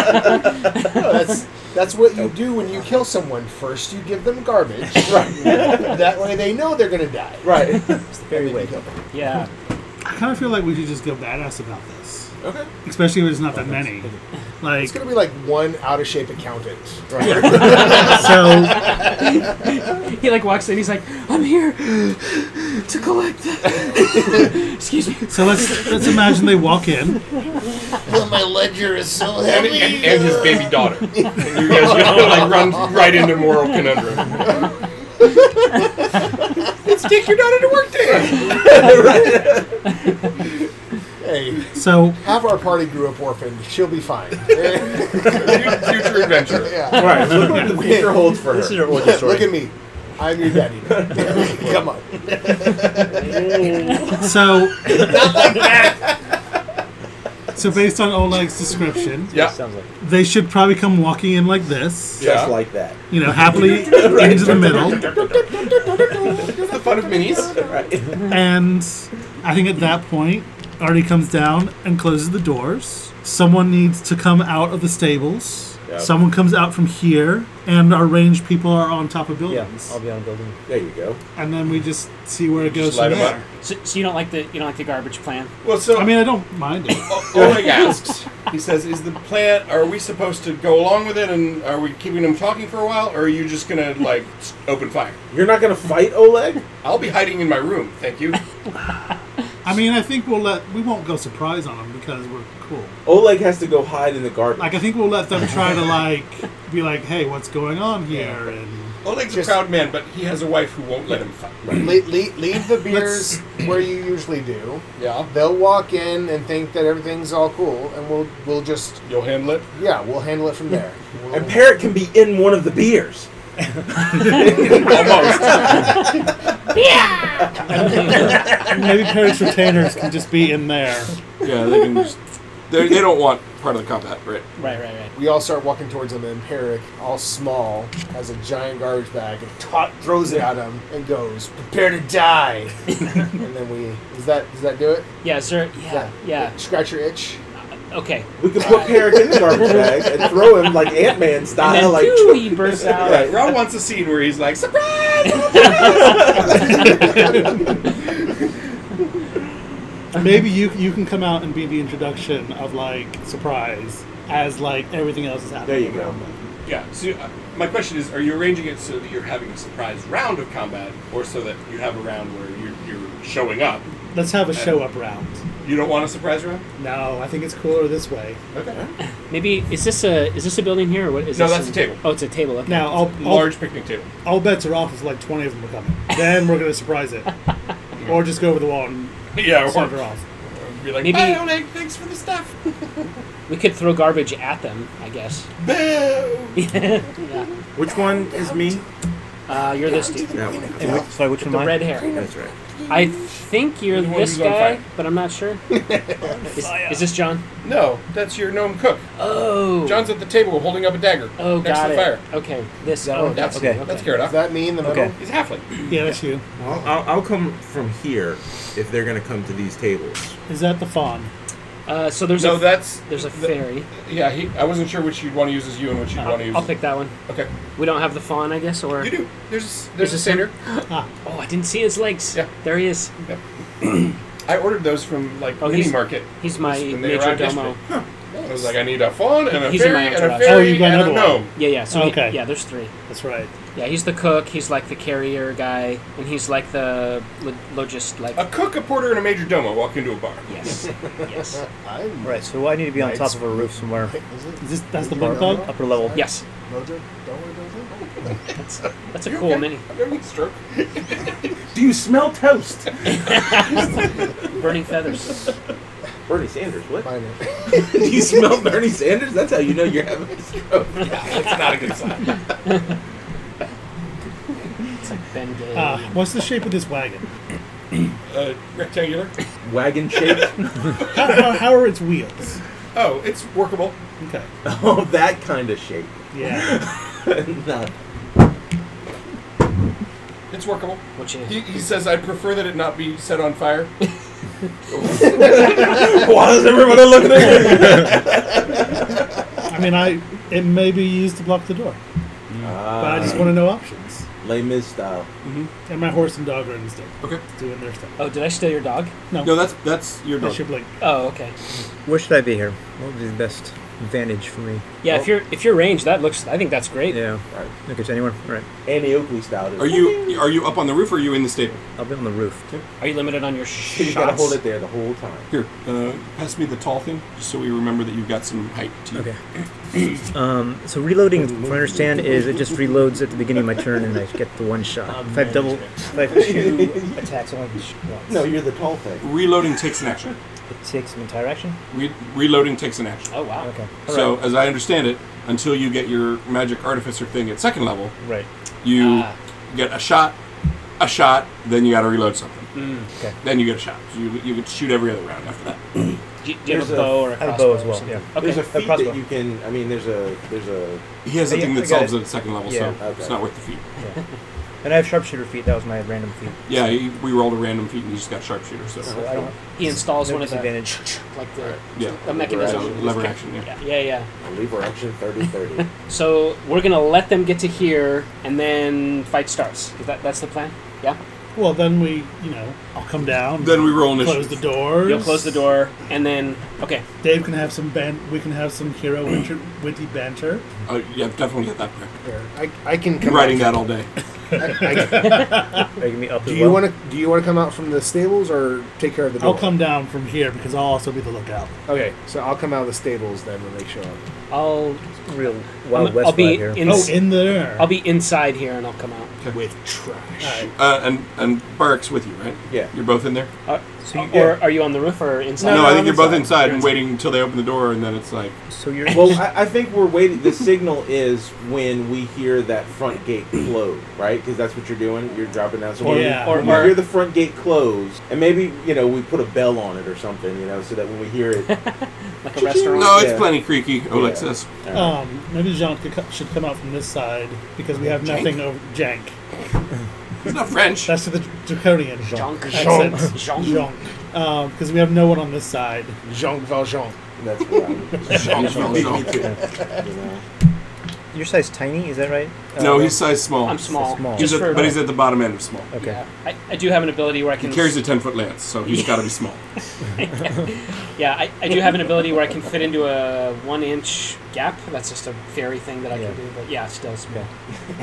G: that's that's what you do when you kill someone. First, you give them
E: [LAUGHS]
G: garbage. right. that way, they know they're gonna die. [LAUGHS]
C: Right.
G: Very way.
F: Yeah.
E: I kind of feel like we should just go badass about this,
G: Okay.
E: especially if there's not that many. Like,
G: It's gonna be like one out of shape accountant. Right.
E: so
F: He like walks in. He's like, "I'm here to collect." [LAUGHS] Excuse me.
E: So let's let's imagine they walk in.
G: my ledger is so
B: And, and, and his baby
G: [LAUGHS]
B: daughter. and you guys are gonna like run right into moral conundrum. Let's take your daughter to work today.
G: [LAUGHS] Hey,
E: So
G: half our party grew up orphaned. She'll be
C: [LAUGHS]
G: fine.
B: Future adventure.
G: yeah.
C: Right. Look what the future holds for
D: This is
C: her.
D: your origin story.
G: Look at me. I'm your daddy.
C: [LAUGHS]
G: now. Come on.
E: so So based on Oleg's description,
B: Yeah.
D: Sounds like
E: they should probably come walking in like this.
B: Yeah.
C: Just like that.
E: You know,
G: [LAUGHS]
E: happily into the middle.
B: That's the fun of minis.
C: [LAUGHS] Right.
E: And I think at that point, Artie comes down and closes the doors. Someone needs to come out of the stables.
C: Yep.
E: Someone comes out from here, and our ranged people are on top of
D: yeah.
E: buildings.
D: I'll be on a building.
C: There you go.
E: and then we just see where it goes
B: light
E: from
B: 'em up.
E: there.
F: So, so you don't like the you don't like the garbage plan?
B: Well, so oh,
E: I mean, I don't mind it.
B: Oleg asks. He says, "Is the plan? Are we supposed to go along with it, and are we keeping them talking for a while, or are you just gonna like s- open fire?"
C: You're not gonna fight Oleg?
B: I'll be hiding in my room.
G: [LAUGHS]
B: Thank you.
E: I mean, I think we'll let we won't go surprise on them because we're cool.
C: Oleg has to go hide in the garbage.
E: Like I think we'll let them try to like be like, hey, what's going on here? And
B: Oleg's
G: Just-
B: a proud man, but he has a wife who won't let him fight.
G: Le- le- leave the beers where you usually do.
B: Yeah.
G: They'll walk in and think that everything's all cool, and we'll we'll just
B: You'll handle it.
G: yeah we'll handle it from there. We'll-
C: [LAUGHS] And Parrot can be in one of the beers.
E: maybe Parrot's retainers can just be in there.
B: Yeah, they can just. They don't want part of the combat, right?
F: Right, right, right.
G: we all start walking towards him, and Peric, all small, has a giant garbage bag and tot throws it at him and goes, "Prepare to die."
C: [LAUGHS]
G: and then we is that does that do it?
F: Yeah, sir. Yeah, yeah.
G: Scratch your itch.
F: Okay.
C: We could put Parrot in the garbage bag and throw him like Ant Man
F: And
C: style,
F: then
C: like
F: phew, he bursts out.
B: Right. Rob wants a scene where he's like, "Surprise!"
E: Maybe you you can come out and be the introduction of like surprise as like everything else is
C: There
E: happening.
C: you go.
B: [LAUGHS] Yeah. So uh, my question is, are you arranging it so that you're having a surprise round of combat, or so that you have a round where you're, you're showing up?
E: Let's have a show up round.
B: You don't want a surprise round?
E: No, I think it's cooler this way.
B: Okay.
F: Maybe is this a is this a building here or what is
B: No,
F: this?
B: that's
F: an-
B: a table.
F: Oh, it's a table. Okay.
E: Now all, all,
B: Large picnic table.
E: all bets are off if like twenty of them are coming. Then we're gonna
C: [LAUGHS]
E: surprise it, or just go over the wall and
B: [LAUGHS] Yeah. Or,
E: send her off.
B: be like,
F: Maybe-
B: "Hi, Oleg, thanks for the stuff."
F: We could throw garbage at them, I guess.
B: [LAUGHS]
F: [LAUGHS]
B: Boo!
C: Which one is me?
F: Uh, you're this dude.
C: That one.
D: And which, sorry, which one?
F: The
D: am I?
F: red hair.
C: That's right.
F: I think you're
B: The one
F: this
B: who's on
F: guy,
B: fire.
F: but I'm
G: [LAUGHS]
F: not sure. is, is this John?
B: No, that's your gnome cook.
F: Oh.
B: John's at the table holding up a dagger
F: Oh,
B: next
F: got
B: to the
F: it.
B: fire.
F: Okay. This.
G: that
F: Oh,
G: one?
B: That's
D: Okay.
B: that's
F: okay.
B: Carrot.
G: Is that me in the middle?
D: Okay.
B: He's a halfling.
E: Yeah, that's you.
C: Well, I'll, I'll come from here if they're gonna come to these tables.
E: Is that the fawn?
F: Uh, so [LAUGHS] there's
B: No,
F: a
B: that's
F: there's a
B: the-
F: fairy.
B: Yeah, he, I wasn't sure which you'd want to use as you and which you'd
F: I'll,
B: want to use.
F: I'll pick that one.
B: Okay,
F: We don't have the fawn, I guess, or
B: you do. There's there's
F: Is
B: a satyr.
F: this oh, I didn't see his legs.
B: Yeah.
F: There he is.
B: I ordered those from like
F: Oh,
B: mini
F: he's-
B: market.
F: He's my
B: When they
F: major
B: arrived
F: domo.
B: yesterday. I was like, I need a fawn and a
F: He's in my
B: fairy and a
F: entourage.
E: Oh,
B: fairy
E: you got
B: and a
E: another one.
B: gnome.
F: Yeah, yeah. So we-
E: Okay.
F: yeah, there's three.
E: That's right.
F: Yeah, he's the cook. He's like the carrier guy, and he's like the lo- logist. Like
B: A cook, a porter, and a major domo walk into a bar.
F: yes, yes,
G: I'm
D: Right. So I need to be on top of a roof somewhere,
G: Is it?
E: Is this that's the
G: Or-
E: big dog?
D: upper level.
F: yes.
G: Mojo? Don't worry about it.
F: That's that's a
B: You
F: cool
B: okay?
F: mini.
B: I'm having a stroke.
C: Do you smell toast?
F: Burning feathers.
C: Bernie Sanders, what?
G: Mine is.
C: [LAUGHS] Do you smell Bernie Sanders? That's how you know you're having a stroke.
B: That's not a good sign.
F: It's like Ben Gay.
E: Ah. Uh, what's the shape of this wagon?
B: uh, rectangular.
H: Wagon shaped.
E: How, how, how are its wheels?
B: [LAUGHS] Oh, it's workable.
E: Okay.
C: oh, that kind of shape. [LAUGHS]
E: Yeah.
C: Nah.
B: It's workable.
F: Which
B: He,
F: is
B: he says, "I prefer that it not be set on fire."
C: Why does everybody look at me?
E: I mean, I it may be used to block the door, but I
C: Uh,
E: just want to know options.
C: Les Mis style.
E: And my horse and dog are in the stick,
B: Okay.
E: doing their stuff.
F: Oh, did I steal your dog?
E: No,
B: No, that's that's your
E: I
B: dog.
E: should blink.
F: Oh, okay.
H: Where should I be here? What would be the best vantage for me?
F: Yeah, if you're if you're ranged, that looks. I think that's great.
H: Oh. Yeah.
C: Right.
H: Okay, so anywhere? All right.
C: Annie Oakley style.
B: Are you are you up on the roof or are you in the stable?
H: I'll be on the roof.
F: Are you limited on your
C: You gotta
F: shots?
C: hold it there the whole time.
B: Here, uh, pass me the tall thing, just so we remember that you've got some height. To you.
H: Okay. [CLEARS THROAT] Um, so reloading, from what I understand, is it just reloads at the beginning of my turn and I get the one
F: Um,
H: shot. If I have double, if I have
F: [LAUGHS]
H: two attacks on each once,
C: No, you're the tall thing.
B: Reloading takes an action.
H: it takes an entire action.
B: Re- reloading takes an action.
F: Oh wow.
H: Okay.
B: So, as I understand it, until you get your magic artificer thing at second level,
H: Right.
B: you
F: Ah.
B: get a shot, a shot, then you got to reload something.
H: Okay.
B: Then you get a shot. So you you could shoot every other round after that.
F: Do you, do you have
C: There's
F: a
C: a-
F: bow or a
H: I have a
F: crossbow?
H: bow as
F: or
H: well,
F: something?
H: yeah.
F: Okay.
C: There's a feat
H: crossbow.
C: that you can. I mean, there's a there's a
B: [LAUGHS] He has a
H: Yeah,
B: thing
H: I
B: that
H: got
B: solves
H: it.
B: at second level,
H: Yeah,
B: so
C: okay.
B: it's not worth the feat.
H: And I have sharpshooter feet. That was my random feet.
B: Yeah, he, we rolled a random feat and he just got sharpshooter. So
D: Oh,
H: So I don't.
F: He installs
H: No
F: one of the
H: disadvantage.
F: like the
B: yeah,
F: a mechanism.
B: action, lever action. Yeah.
F: Yeah, yeah, yeah.
C: lever action 30-30.
F: So we're gonna let them get to here, and then fight starts. Is that that's the plan? Yeah.
E: Well, then we, you know, I'll come down.
B: Then we roll
E: close
B: initiative.
E: the doors.
F: You'll close the door, and then okay.
E: Dave can have some ban. We can have some hero winter- witty banter.
B: Oh, yeah, definitely get that correct.
G: I, I can
B: I'm
G: come
B: writing
G: out.
B: that all day.
G: I,
B: [LAUGHS]
G: I,
H: Are you gonna be up
G: do
H: as
G: you
H: well?
G: want to do you want to come out from the stables or take care of the door?
E: I'll come down from here because I'll also be the lookout.
G: Okay, so I'll come out of the stables then when they show up.
F: I'll
H: real Wild
F: I'm-
H: West
F: I'll be
H: vibe here?
F: in.
E: Oh, in there.
F: I'll be inside here, and I'll come out.
G: With trash.
B: Uh, and and Barrick's with you, right?
C: Yeah.
B: You're both in there.
F: Uh,
H: So you-
F: or are you on the roof or inside?
B: No, I think
G: I'm
B: you're both
G: inside.
B: inside, and waiting until they open the door, and then it's like
H: So you're.
C: well, I, I think we're waiting. The signal is when we hear that front gate close, right? Because that's what you're doing. You're dropping down. So when we-
E: Yeah.
F: Or,
C: when we hear
F: or
C: the front gate close, and maybe you know we put a bell on it or something, you know, so that when we hear it,
F: like a restaurant?
B: no, it's
C: Yeah.
B: plenty creaky, Alexis.
E: Um, maybe Jean could co- should come out from this side because we have nothing over jank.
B: It's not French.
E: That's the draconian
F: Junk.
E: accent.
F: Junk.
E: Jean, because we have no one on this side.
G: Jean Valjean.
C: that's what I'm. Me too, you know.
H: Your size tiny, is that right? Uh,
B: no, he's size small.
F: I'm small.
H: Small.
B: He's
F: Just
B: at,
F: for,
B: but he's at the bottom end of small.
H: Okay.
F: yeah. I, I do have an ability where I
B: He
F: can.
B: carries a ten foot lance, so he's got to be
F: [LAUGHS]
B: small.
F: Yeah, I, I do have an ability where I can fit into a one inch gap. That's just a fairy thing that I
H: Yeah.
F: can do. But yeah, it's still small.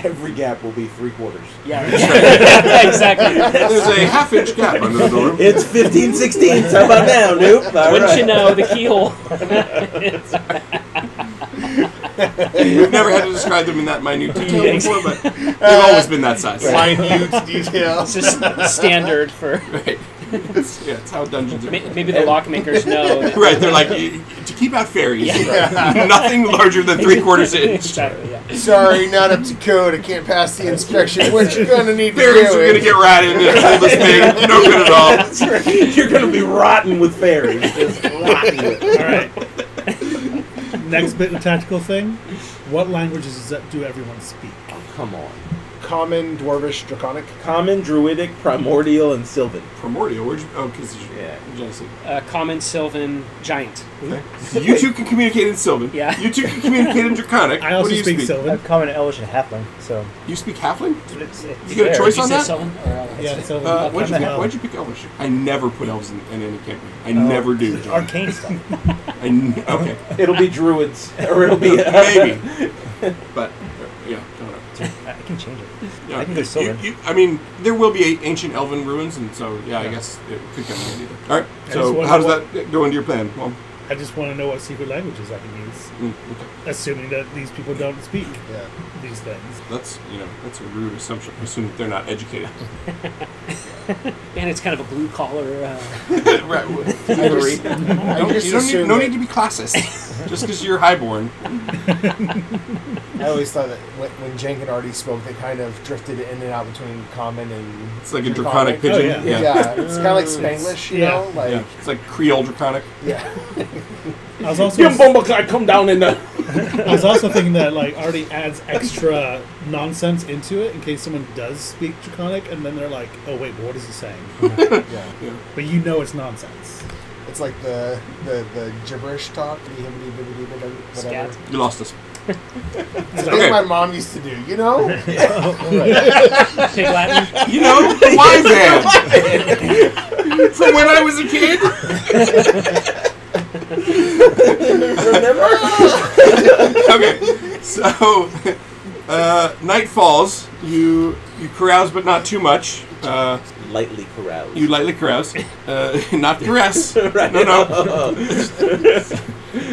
C: Every gap will be three quarters. [LAUGHS]
F: Yeah, [LAUGHS] yeah, exactly.
B: There's a half inch gap under the door.
C: [LAUGHS] It's 15, 16. How about now, Noop? All
F: Wouldn't
C: right.
F: you know, the keyhole. [LAUGHS]
B: We've never had to describe them in that minute detail before,
F: [LAUGHS]
B: but they've always been that size.
G: Minute details. [LAUGHS]
F: It's just standard for.
B: [LAUGHS] Right. It's, yeah, it's how dungeons are.
F: may- Maybe the lockmakers know. That,
B: Right, they're like "Y- to keep out fairies. [LAUGHS] Nothing larger than three quarters inch.
F: Exactly. [LAUGHS] Yeah.
G: Sorry, not up to code. I can't pass the
B: [LAUGHS]
G: inspection. What you gonna need to
B: Fairies
G: do
B: are gonna
G: is
B: get ratted and
F: [LAUGHS]
B: hold this thing. No good at all.
C: You're going to be rotten with
B: [LAUGHS]
C: fairies. Just rotten with
E: All right. [LAUGHS] Next bit of tactical thing. What languages does that, do everyone speak?
H: Oh,
C: Come on.
G: common dwarvish draconic.
C: Common, Druidic, Primordial, and Sylvan.
B: Primordial, where'd you? Oh, because
C: Yeah.
B: Genesis.
F: Uh, common Sylvan Giant.
B: You two can communicate in Sylvan.
F: Yeah.
B: You two can communicate in [LAUGHS] Draconic.
E: I
B: what
E: also
B: do you
E: speak,
H: I'm
E: Sylvan.
H: common Elvish and Halfling, so
B: You speak Halfling?
H: it's, it's
B: You get a
H: there.
B: choice
F: Did you
B: on
F: say
B: that?
F: Sylvan? Or, uh,
E: Yeah, Sylvan.
B: Uh, why'd, you
E: Okay.
B: pick, why'd you pick Elvish? I never put elves in, in any campaign. I never [LAUGHS] do, John.
H: Arcane stuff.
B: I n- okay, [LAUGHS]
C: It'll be Druids. Or
H: [LAUGHS]
C: it'll be.
B: maybe. but, uh, yeah, I don't know.
H: [LAUGHS] I can change it.
B: Yeah,
H: I can go
B: you-
H: Sylvan.
B: you- I mean, there will be a- ancient elven ruins, and so yeah, I guess it could come in handy. All right.
E: just
B: So
E: wonder
B: how does
E: what-
B: that go into your plan? Well,
E: I just want to know what secret languages I can use,
B: mm, okay.
E: assuming that these people don't speak
G: Yeah.
E: these things.
B: that's you know that's a rude assumption. Assume that they're not educated.
F: and it's kind of a blue collar. Uh,
B: [LAUGHS] [LAUGHS] right. well,
G: I
B: you
G: just
B: Oh, don't need,
G: assume
B: no
G: that-
B: need to be classist. [LAUGHS] Just because you're highborn.
G: I always thought that when, when Jenk and Artie spoke, they kind of drifted in and out between common and.
B: It's like a draconic pigeon.
E: yeah.
C: Oh,
G: Yeah. it's kind of
B: [LAUGHS]
G: like Spanglish, you
E: Yeah.
G: know? Like,
B: Yeah. It's like Creole draconic.
G: yeah. [LAUGHS]
E: I was also
C: Bumbleclad, come down in the.
E: I was also thinking that like already adds extra nonsense into it in case someone does speak Draconic and then they're like, oh wait, but what is he
H: [LAUGHS]
E: saying?
G: yeah.
E: but you know it's nonsense.
G: It's like the the, the gibberish talk, the hibbity bibbity bibbity, whatever.
F: Scat.
B: You
C: [LAUGHS]
B: lost us.
G: It's
B: Okay.
G: like my mom used to do, you know?
F: Pig Latin.
B: You know, why band [LAUGHS] from when I was a kid. [LAUGHS] okay, so uh, night falls. You you carouse, but not too much. Uh,
C: Lightly caroused.
B: you lightly carouse, uh, [LAUGHS] not caress. No, no.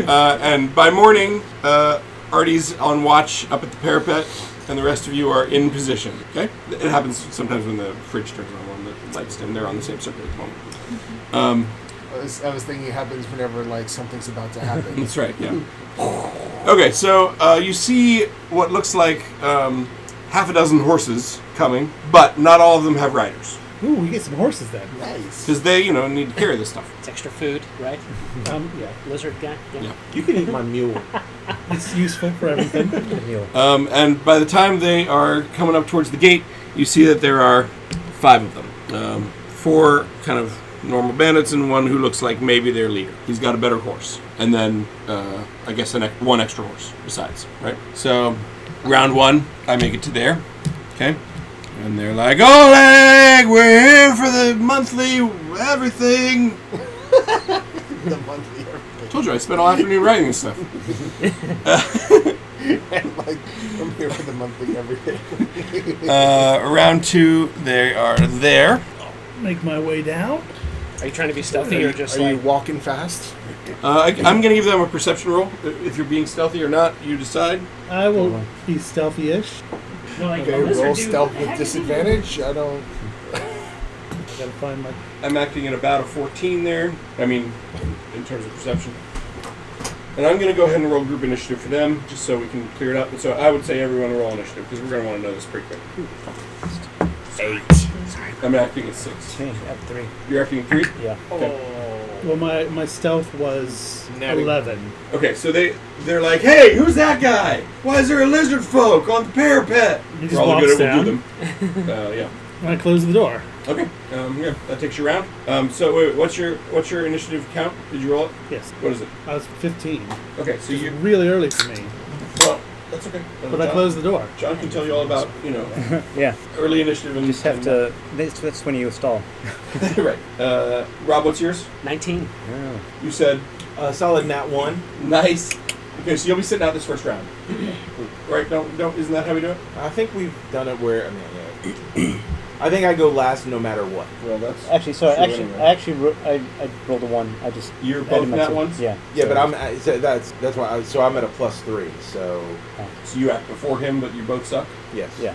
B: Uh, and by morning, uh, Artie's on watch up at the parapet, and the rest of you are in position. Okay, it happens sometimes when the fridge turns on on the lights dim. They're on the same circuit at the moment.
G: I was, I was thinking it happens whenever like something's about to
B: [LAUGHS]
G: happen.
B: That's right. Yeah. Okay, so uh, you see what looks like um, half a dozen horses coming, but not all of them have riders
E: Ooh, we get some horses then.
G: nice.
B: because they, you know, need to carry this stuff.
F: It's extra food, right?
E: Um, yeah,
F: Lizard guy.
B: Yeah.
C: You can eat my mule.
E: it's useful for everything.
B: Um, and by the time they are coming up towards the gate, you see that there are five of them. Um, four kind of normal bandits and one who looks like maybe their leader. He's got a better horse. And then, uh, I guess, an, ex- one extra horse besides, right? So, round one, I make it to there. Okay? And they're like, Oleg, we're here for the monthly everything.
G: [LAUGHS] The monthly everything.
B: Told you, I spent all afternoon writing this stuff.
G: like I'm here for the monthly everything.
B: Uh, round two, they are there.
E: Make my way down.
F: Are you trying to be stealthy or just
G: Are you
F: like
G: walking fast?
B: Uh, I, I'm going to give them a perception roll. I- If you're being stealthy or not, you decide.
E: I will be stealthy-ish.
G: Okay, roll stealth with disadvantage. I don't.
E: I gotta find my.
B: I'm acting at about a 14 there. I mean, in terms of perception. And I'm going to go ahead and roll group initiative for them, just so we can clear it up. So I would say everyone roll initiative because we're going to want to know this pretty quick. Eight. I'm acting at six.
H: Change at three. Oh.
B: You're acting at three.
H: Yeah.
E: Well, my my stealth was
G: Natty.
E: eleven.
B: Okay, so they they're like, "Hey, who's that guy? Why is there a lizard folk on the parapet?"
E: He
B: We're
E: just
B: all
E: walks
B: good at
E: down
B: them.
E: [LAUGHS]
B: Uh, yeah.
E: and I close the door.
B: Okay. Um, yeah, that takes you round. Um, so wait, what's your what's your initiative count? Did you roll it?
E: Yes,
B: What is it?
E: I was fifteen.
B: Okay, so
E: It's
B: you.
E: really early for me,
B: Well, that's okay. Uh,
E: but I closed the door.
B: John can tell you all about you know
H: Yeah.
B: early initiative and
H: Just have to. That's, that's when you stall.
B: to [LAUGHS] right. Uh, Rob, what's yours?
F: 19?
H: Yeah.
B: You said
C: Uh, solid nat one.
B: nice. Okay, so you'll be sitting out this first
H: [CLEARS THROAT]
B: round, right? Don't don't. Isn't that how we do it?
C: I think we've done it where. I mean, yeah. I think I go last no matter what.
B: Well, that's
H: Actually, sorry.
B: Sure,
H: Actually,
B: anyway.
H: I actually ro- I, I rolled a one. I just
B: You're
H: added
B: both
H: my
B: nat
H: two.
B: ones?
H: Yeah.
C: Yeah, but
H: So-
C: I'm I- so that's that's why. I, so I'm at a plus three. So
B: so you act before him, but you both suck.
C: yes.
H: Yeah.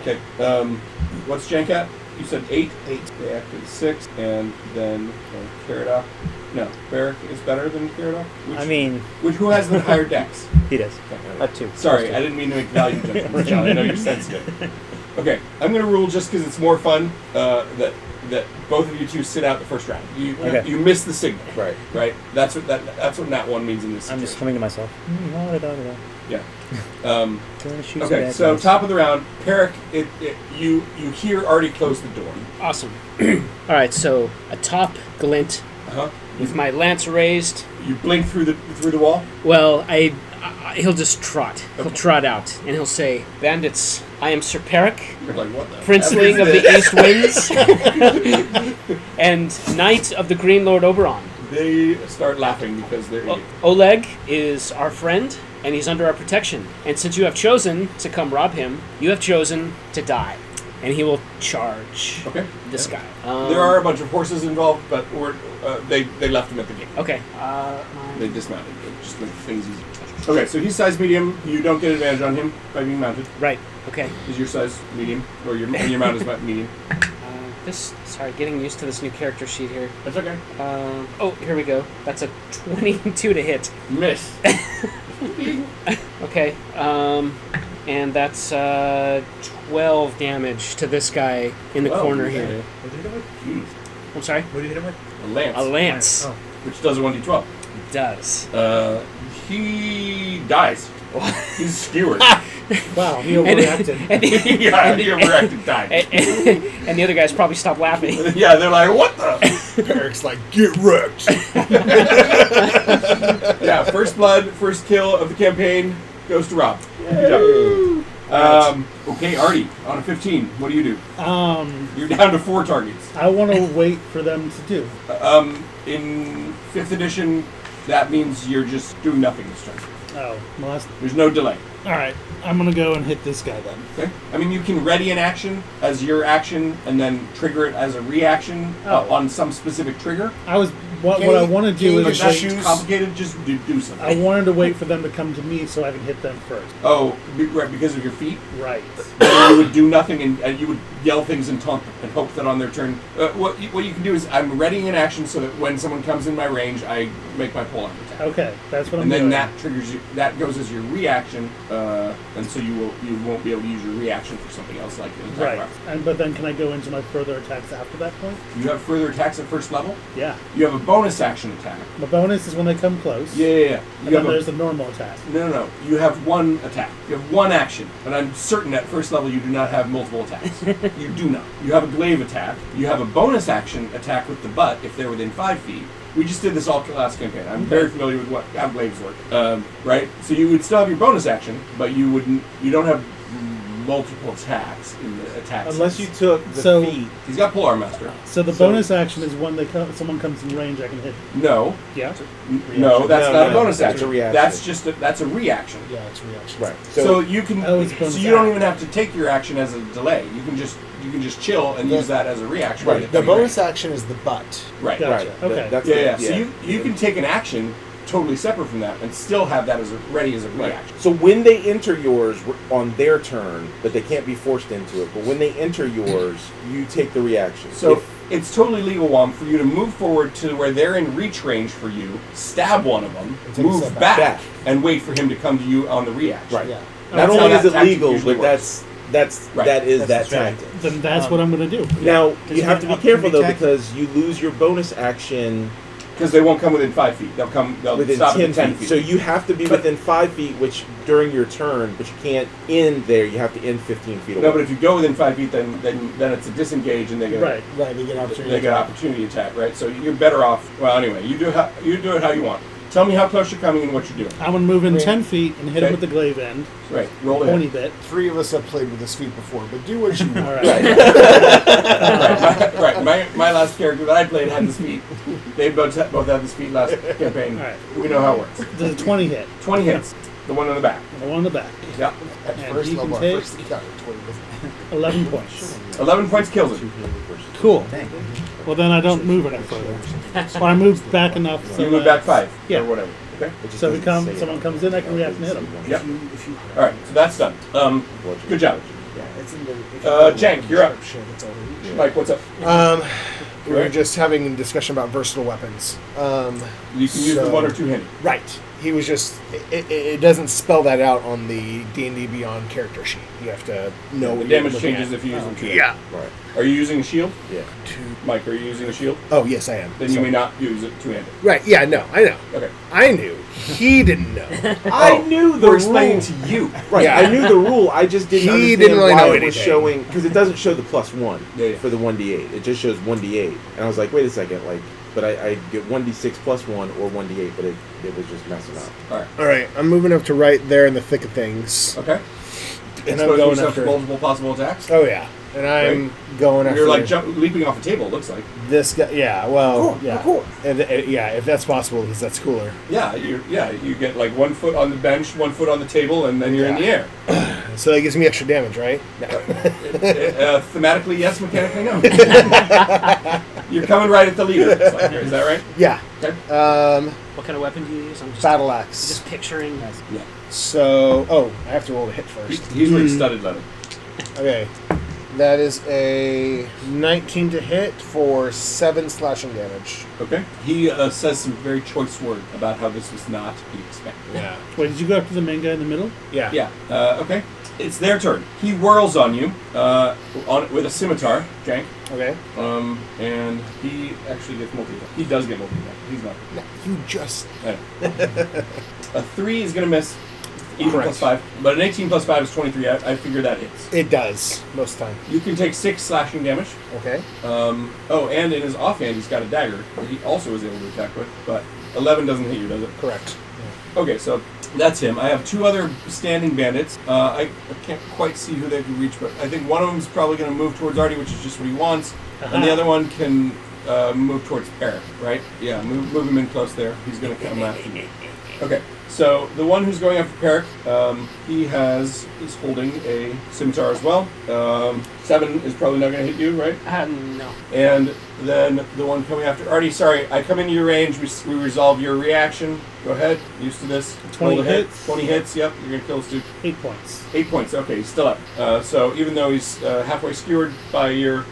B: Okay. Um, what's Jank at? You said eight. Eight. They acted six, and then uh, Caradoc. No, Barrack is better than Caradoc. Which,
H: I mean,
B: which who has the higher
H: [LAUGHS]
B: dex?
H: he does. At two.
B: Sorry, I didn't mean to make value
H: [LAUGHS]
B: judgments. John. I know you're sensitive. Okay, I'm gonna rule just because it's more fun uh, that that both of you two sit out the first round. You
H: Okay.
B: you miss the signal,
C: Right.
B: right? That's what that that's what that one means in this.
H: I'm just
B: situation.
H: humming to myself. Mm, la da da da da.
B: yeah. Um,
H: Gonna shoot some
B: okay,
H: bad
B: so
H: guys.
B: top of the round, Peric, it, it, you you hear Artie close the door.
F: Awesome. [CLEARS THROAT] All right, so a top glint
B: Uh huh.
F: with my lance raised.
B: You blink through the through the wall.
F: Well, I, I he'll just trot. He'll trot out and he'll say, "Bandits, I am Sir Peric,
B: You're like what the?
F: princeling of the East Winds,
B: [LAUGHS]
F: and knight of the Green Lord Oberon."
B: They start laughing because they're
F: O-
B: idiots.
F: Oleg is our friend, and he's under our protection. And since you have chosen to come rob him, you have chosen to die. And he will charge
B: Okay.
F: this
B: Yeah.
F: guy. Um,
B: There are a bunch of horses involved, but we're, uh, they they left him at the gate.
F: Okay. uh,
B: They dismounted. It just makes things easy. Okay, so he's size medium. You don't get advantage on him by being mounted.
F: Right. Okay. [LAUGHS]
B: Is your size medium or your your mount is mi- medium?
F: Uh, This sorry, getting used to this new character sheet here.
B: That's okay.
F: Um, oh, here we go. That's a twenty-two to hit.
B: Miss.
F: Okay, um, and that's uh, twelve damage to this guy in the
B: Well,
F: corner
B: okay.
F: here.
H: What did you hit him with?
B: Jeez.
F: I'm sorry.
H: What did you hit him with?
B: A lance,
F: A lance
H: Oh.
B: which does a 1d12.
F: Oh. does. [LAUGHS]
B: Uh, he dies. He's skewered.
G: Wow, he
F: And-
G: overreacted.
F: And the,
B: [LAUGHS] yeah, he overacted, died.
F: and the other guys probably stop laughing.
B: Yeah, they're like, what the?
G: Eric's like, get wrecked.
B: [LAUGHS] yeah, first blood, first kill of the campaign goes to Rob. Good job. Um, okay, Artie, on a 15, what do you do?
E: Um,
B: You're down to four targets.
E: I want to [LAUGHS] wait for them to do.
B: Um, in 5th edition, that means you're just doing nothing this turn.
E: Oh, well, that's-
B: There's no delay.
E: all right. I'm gonna go and hit this guy then.
B: Okay? I mean, you can ready an action as your action and then trigger it as a reaction uh,
E: Oh.
B: on some specific trigger.
E: I was what,
G: Can
E: what I
G: you-
E: want to
G: can
E: do
G: you
B: But
E: is
G: just
E: wait-
B: that's
G: Issues.
B: complicated. Just do, do something.
E: I wanted to wait for them to come to me so I can hit them first.
B: Oh, be- right, because of your feet?
E: Right.
B: Then you would do nothing and, and you would yell things and taunt them and hope that on their turn. Uh, what, you, what you can do is I'm readying an action so that when someone comes in my range, I make my pull arm attack.
E: Okay, that's what I'm
B: And then
E: doing.
B: that triggers you. That goes as your reaction, uh, and so you will you won't be able to use your reaction for something else like an attack.
E: right. And but then can I go into my further attacks after that point?
B: round. You have further attacks at first level.
E: Yeah.
B: You have a bonus action attack.
E: The bonus is when they come close.
B: Yeah, yeah, yeah.
E: And
B: You
E: then
B: have a
E: there's the normal attack.
B: No, no, no. You have one attack. You have one action. And I'm certain at first level you do not have multiple
C: [LAUGHS]
B: attacks. you do not. You have a glaive attack. You have a bonus action attack with the butt if they're within five feet. We just did this all last campaign. I'm very familiar with what how glaives work. Um, right. So you would still have your bonus action, but you wouldn't. You don't have multiple attacks in the attacks.
C: Unless you took the
E: So-
C: feet.
B: He's got polearm master.
E: So the
B: So-
E: bonus action is when they come, someone comes in range, I can hit.
B: No.
E: Yeah.
B: N- No, that's
C: No,
B: not
C: no,
B: a bonus
C: that's
B: action.
C: a reaction.
B: That's just a, that's a reaction.
G: [LAUGHS] yeah, it's reaction.
C: Right.
B: So,
C: So,
B: you can.
E: Oh, it's
B: so
E: bonus
B: you don't
E: action.
B: even have to take your action as a delay. You can just you can just chill and
G: The-
B: use that as a reaction. when
G: Right.
B: you-
G: The
B: when you're
G: bonus
B: ready.
G: action is the butt.
B: Right.
E: Yeah.
B: right.
C: right.
E: Gotcha.
C: th-
E: Okay.
C: that's
B: Yeah,
C: the-
B: yeah. So you you can take an action totally separate from that and still have that as a, ready as a reaction.
C: So when they enter yours r- on their turn, but they can't be forced into it. But when they enter yours, you take the reaction.
B: So
C: If-
B: it's totally legal, Wom, for you to move forward to where they're in reach range for you, stab one of them,
G: And take a
B: move
G: step
B: back,
G: back.
C: Back.
B: and wait for him to come to you on the reaction.
C: right.
G: Yeah.
C: Not
B: That's how
C: only
B: that
C: is it
B: tactic
C: legal,
B: usually
C: but
B: works.
C: that's that's
B: Right.
C: that is
H: That's the
C: that
H: strategy.
C: tacking.
E: Then that's what I'm gonna do.
C: Now
H: you
C: you have
H: have
C: to be
H: up-
C: careful
H: can
C: though
H: attack?
C: because you lose your bonus action
B: Because they won't come within five feet. They'll come. They'll
C: within
B: Oh, stop
C: ten,
B: at ten
C: feet. So you have to be
B: But-
C: within five feet, which during your turn, but you can't end there. You have to end fifteen feet away.
B: no, but if you go within five feet, then then then it's a disengage, and they get
E: Right.
G: Right, we get an opportunity.
B: They get opportunity attack, right? So you're better off. Well, anyway, you do how, you do it how you want. Tell me how close you're coming and what you're doing.
E: I'm gonna move in
G: Right.
E: ten feet and hit
B: Okay.
E: him with the glaive end,
B: Right, roll
E: pony
B: it. [LAUGHS]
E: bit.
G: Three of us have played with this feat before, but do what you
E: All
G: want.
E: right.
B: right, my, right. My, my last character that I played had this feat. They both had, both had this feat last campaign.
E: All right.
B: We know how it works.
E: Does a twenty hit?
B: Twenty hits. The one on the back.
E: The one in the back.
B: Yeah.
G: At
E: And
G: first
E: you can
G: level, at
E: take-
G: first encounter, 20 was-
E: Eleven points.
B: Eleven points kills him.
E: Cool. Well then I don't move any further. Or I move back enough so
B: You move
E: that-
B: back five
E: yeah.
B: or whatever. Okay.
C: It just
E: So
C: doesn't
E: if come-
C: say it
E: someone
C: on
E: comes
C: there.
E: in, I can react and hit 'em.
C: If
B: Yep.
C: you-
G: If you-
B: All right. So that's done. Um, good job.
G: Yeah, it's in the. if you-
B: Uh, Jank, you're up.
G: Oh, Shit, it's all-
B: Mike, what's up?
G: Um, we were
B: Right.
G: just having a discussion about versatile weapons. Um,
B: You can use the
G: So-
B: one or two handed.
G: right. He was just. It, it, it doesn't spell that out on the D and D Beyond character sheet. You have to know
B: The
G: what you're
B: damage
G: looking
B: changes
G: at.
B: if you use them. two-handed.
G: Yeah.
C: Right.
B: Are you using a shield,
C: Yeah.
G: Two-
B: Mike? Are you using a shield?
G: Oh yes, I am.
B: Then you may not use it two handed.
G: Right. Yeah. No. I know.
B: Okay. Oh,
G: I knew. He didn't know.
C: I knew the
B: We're
C: rule.
B: explaining to
C: [LAUGHS]
B: you.
C: Right,
G: Yeah.
C: I knew the rule. I just didn't
G: He
C: understand
G: didn't really
C: why
G: know
C: it was
G: anything.
C: showing because it doesn't show the plus one
B: Yeah, yeah.
C: for the one d eight. It just shows one d eight, and I was like, wait a second, like, but I, I get one d six plus one or one d eight, but it, it was just messing up.
B: All right.
G: [LAUGHS] All right. I'm moving up to right there in the thick of things,
B: Okay.
G: and I'm
B: Exposing
G: going
B: yourself to
G: after.
B: multiple possible attacks.
G: Oh yeah. And I'm going after.
B: You're like jump, leaping off a table. It looks like.
G: This guy, yeah, well,
B: Cool,
G: yeah,
B: cool.
G: And, uh, yeah, if that's possible, because that's cooler.
B: Yeah. You yeah. You get like one foot on the bench, one foot on the table, and then you're in the air.
G: So that gives me extra damage, right?
B: uh, thematically, yes. Mechanically, [LAUGHS] no. you're coming right at the leader. It looks like here. Is that right?
G: Yeah.
B: Okay.
G: Um,
F: What kind of weapon do you use? I'm just
G: battle axe.
F: just picturing.
B: Yeah.
G: So, oh, I have to roll the hit
B: He-
G: first.
B: Hmm. He's like studded leather.
G: Okay. That is a 19 to hit for 7 slashing damage.
B: Okay. He uh, says some very choice words about how this was not to be expected.
G: Yeah.
E: Wait, did you go after the main guy in the middle?
G: Yeah.
B: Yeah. Uh, okay. It's their turn. He whirls on you uh, on with a scimitar, Jank,
G: Okay.
B: um, and he actually gets multi. He does get multi. He's not.
G: You just.
B: I know. a three is gonna miss. Even
G: Correct.
B: plus five, but an 18 plus five is 23. I, I figure that hits.
G: It does, most of the time.
B: You can take six slashing damage.
G: Okay.
B: Um, oh, and in his offhand, he's got a dagger that he also is able to attack with, but 11 doesn't hit you, does it?
G: Correct.
B: Okay, so that's him. I have two other standing bandits. Uh, I, I can't quite see who they can reach, but I think one of them's probably going to move towards Artie, which is just what he wants, and the other one can uh, move towards Eric, right? Yeah, move, move him in close there. He's going to come after you. Okay, so the one who's going after Peric, um, he has is holding a scimitar as well. Um, seven is probably not going to hit you, right?
F: Uh, no.
B: And then the one coming after Artie. Sorry, I come into your range. We, s- we resolve your reaction. Go ahead. Used to this.
E: 20
B: Roll to hit.
E: hits.
B: Twenty hits. Yep. You're gonna kill this dude.
E: Eight points.
B: Eight points. Okay, he's still up. Uh, so even though he's uh, halfway skewered by your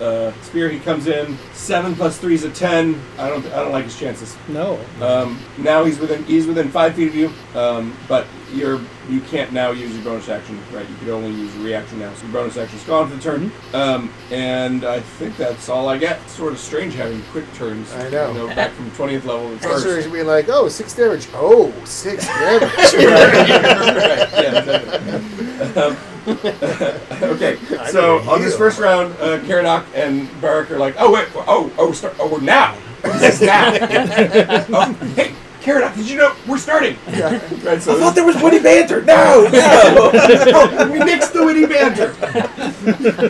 B: uh, spear, he comes in. Seven plus three is a ten. I don't. I don't like his chances.
E: No.
B: Um, now he's within. He's within five feet of you. Um, but you're. You can't now use your bonus action. Right. You could only use your reaction now. So your bonus action's gone for the turn.
G: Mm-hmm.
B: Um, and I think that's all I get. Sort of strange having quick turns.
G: I know.
B: You know back from twentieth level to
G: First.
B: first.
G: we like, oh, six damage. Oh, [LAUGHS] six damage.
B: yeah, exactly. Um, [LAUGHS] okay, so
G: I
B: on this
G: heal.
B: first round, uh, Karadoc and Barak are like, oh wait, oh oh, start, oh we're now. This is now. oh, hey, Karadoc, did you know we're starting? Right, so
C: there was witty banter. No, no.
B: [LAUGHS] oh, we mixed the witty banter.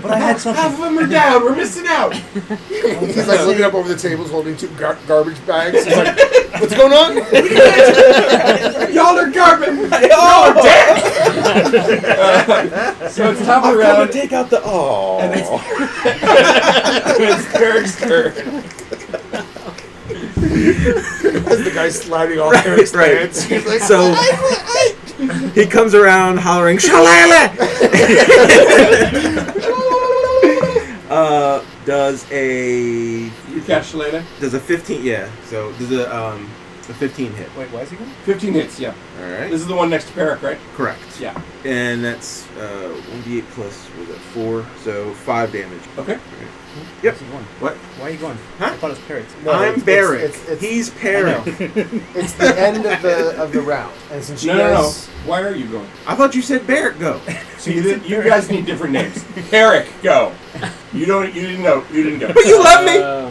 H: But I had something.
B: Half of them are down. We're missing out.
G: He's like looking up over the tables holding two gar- garbage bags. He's like, what's going on?
B: Y'all are garbage. Y'all are dead. [LAUGHS] Uh, so it's top of
C: I'm
B: the
C: going to
B: round.
C: take out the. Oh.
B: It's Beric's turn.
G: As the guy's sliding off
C: Right,
G: Eric's
C: right.
G: pants. He's like,
C: [LAUGHS] [LAUGHS] So he comes around hollering, Shalala! [LAUGHS] uh, does a
B: You catch Shalana.
C: does a fifteen? Yeah. So does a um a fifteen hit?
D: Wait, why is he going?
B: Fifteen hits. Yeah.
C: All right.
B: This is the one next to Peric, right?
C: Correct.
B: Yeah.
C: And that's uh one d eight plus was that four? So five damage.
B: Okay.
C: Yep.
D: Where's he going?
C: What?
D: Why are you going?
C: Huh?
D: I thought it was parrots.
G: No,
C: I'm
G: it's- it's-
C: Barrick.
G: it's- it's-
C: He's Peril.
G: it's the end of the of the round. [LAUGHS] And since
B: No,
G: you
B: no, no.
G: guys.
B: Why are you going?
C: I thought you said Barrett [LAUGHS] go.
B: So you, did, you guys need different
C: [LAUGHS]
B: names. Eric, go. You don't. You didn't know. You didn't go.
C: you love me.
F: Uh,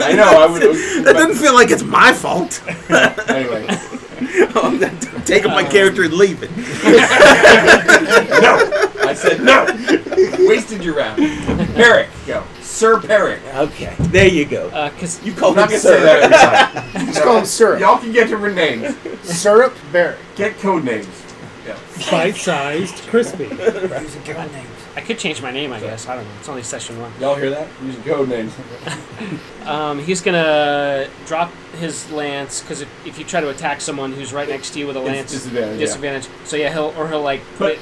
B: I know. I would.
C: [LAUGHS] that doesn't feel like it's my fault. [LAUGHS]
B: but anyway,
C: I'm not taking my character and leaving.
B: I said no. Wasted your round. Eric, go. Sir Eric.
C: Okay. There you go.
F: uh, 'cause-
C: you call
B: I'm not gonna
C: him
B: say
C: sir.
B: that
G: Just
C: [LAUGHS]
G: call him
B: every time.
G: syrup.
B: Y'all can get different names.
G: Syrup Barrick.
B: Get code names. Yeah.
E: Bite-sized, crispy.
F: I could change my name, I guess. I don't know. It's only session one.
B: Y'all hear that? Using code names.
F: Um, he's gonna drop his lance because if, if you try to attack someone who's right next to you with a
B: It's
F: lance,
B: disadvantage, yeah.
F: disadvantage. So yeah, he'll or he'll like put
B: But
F: it.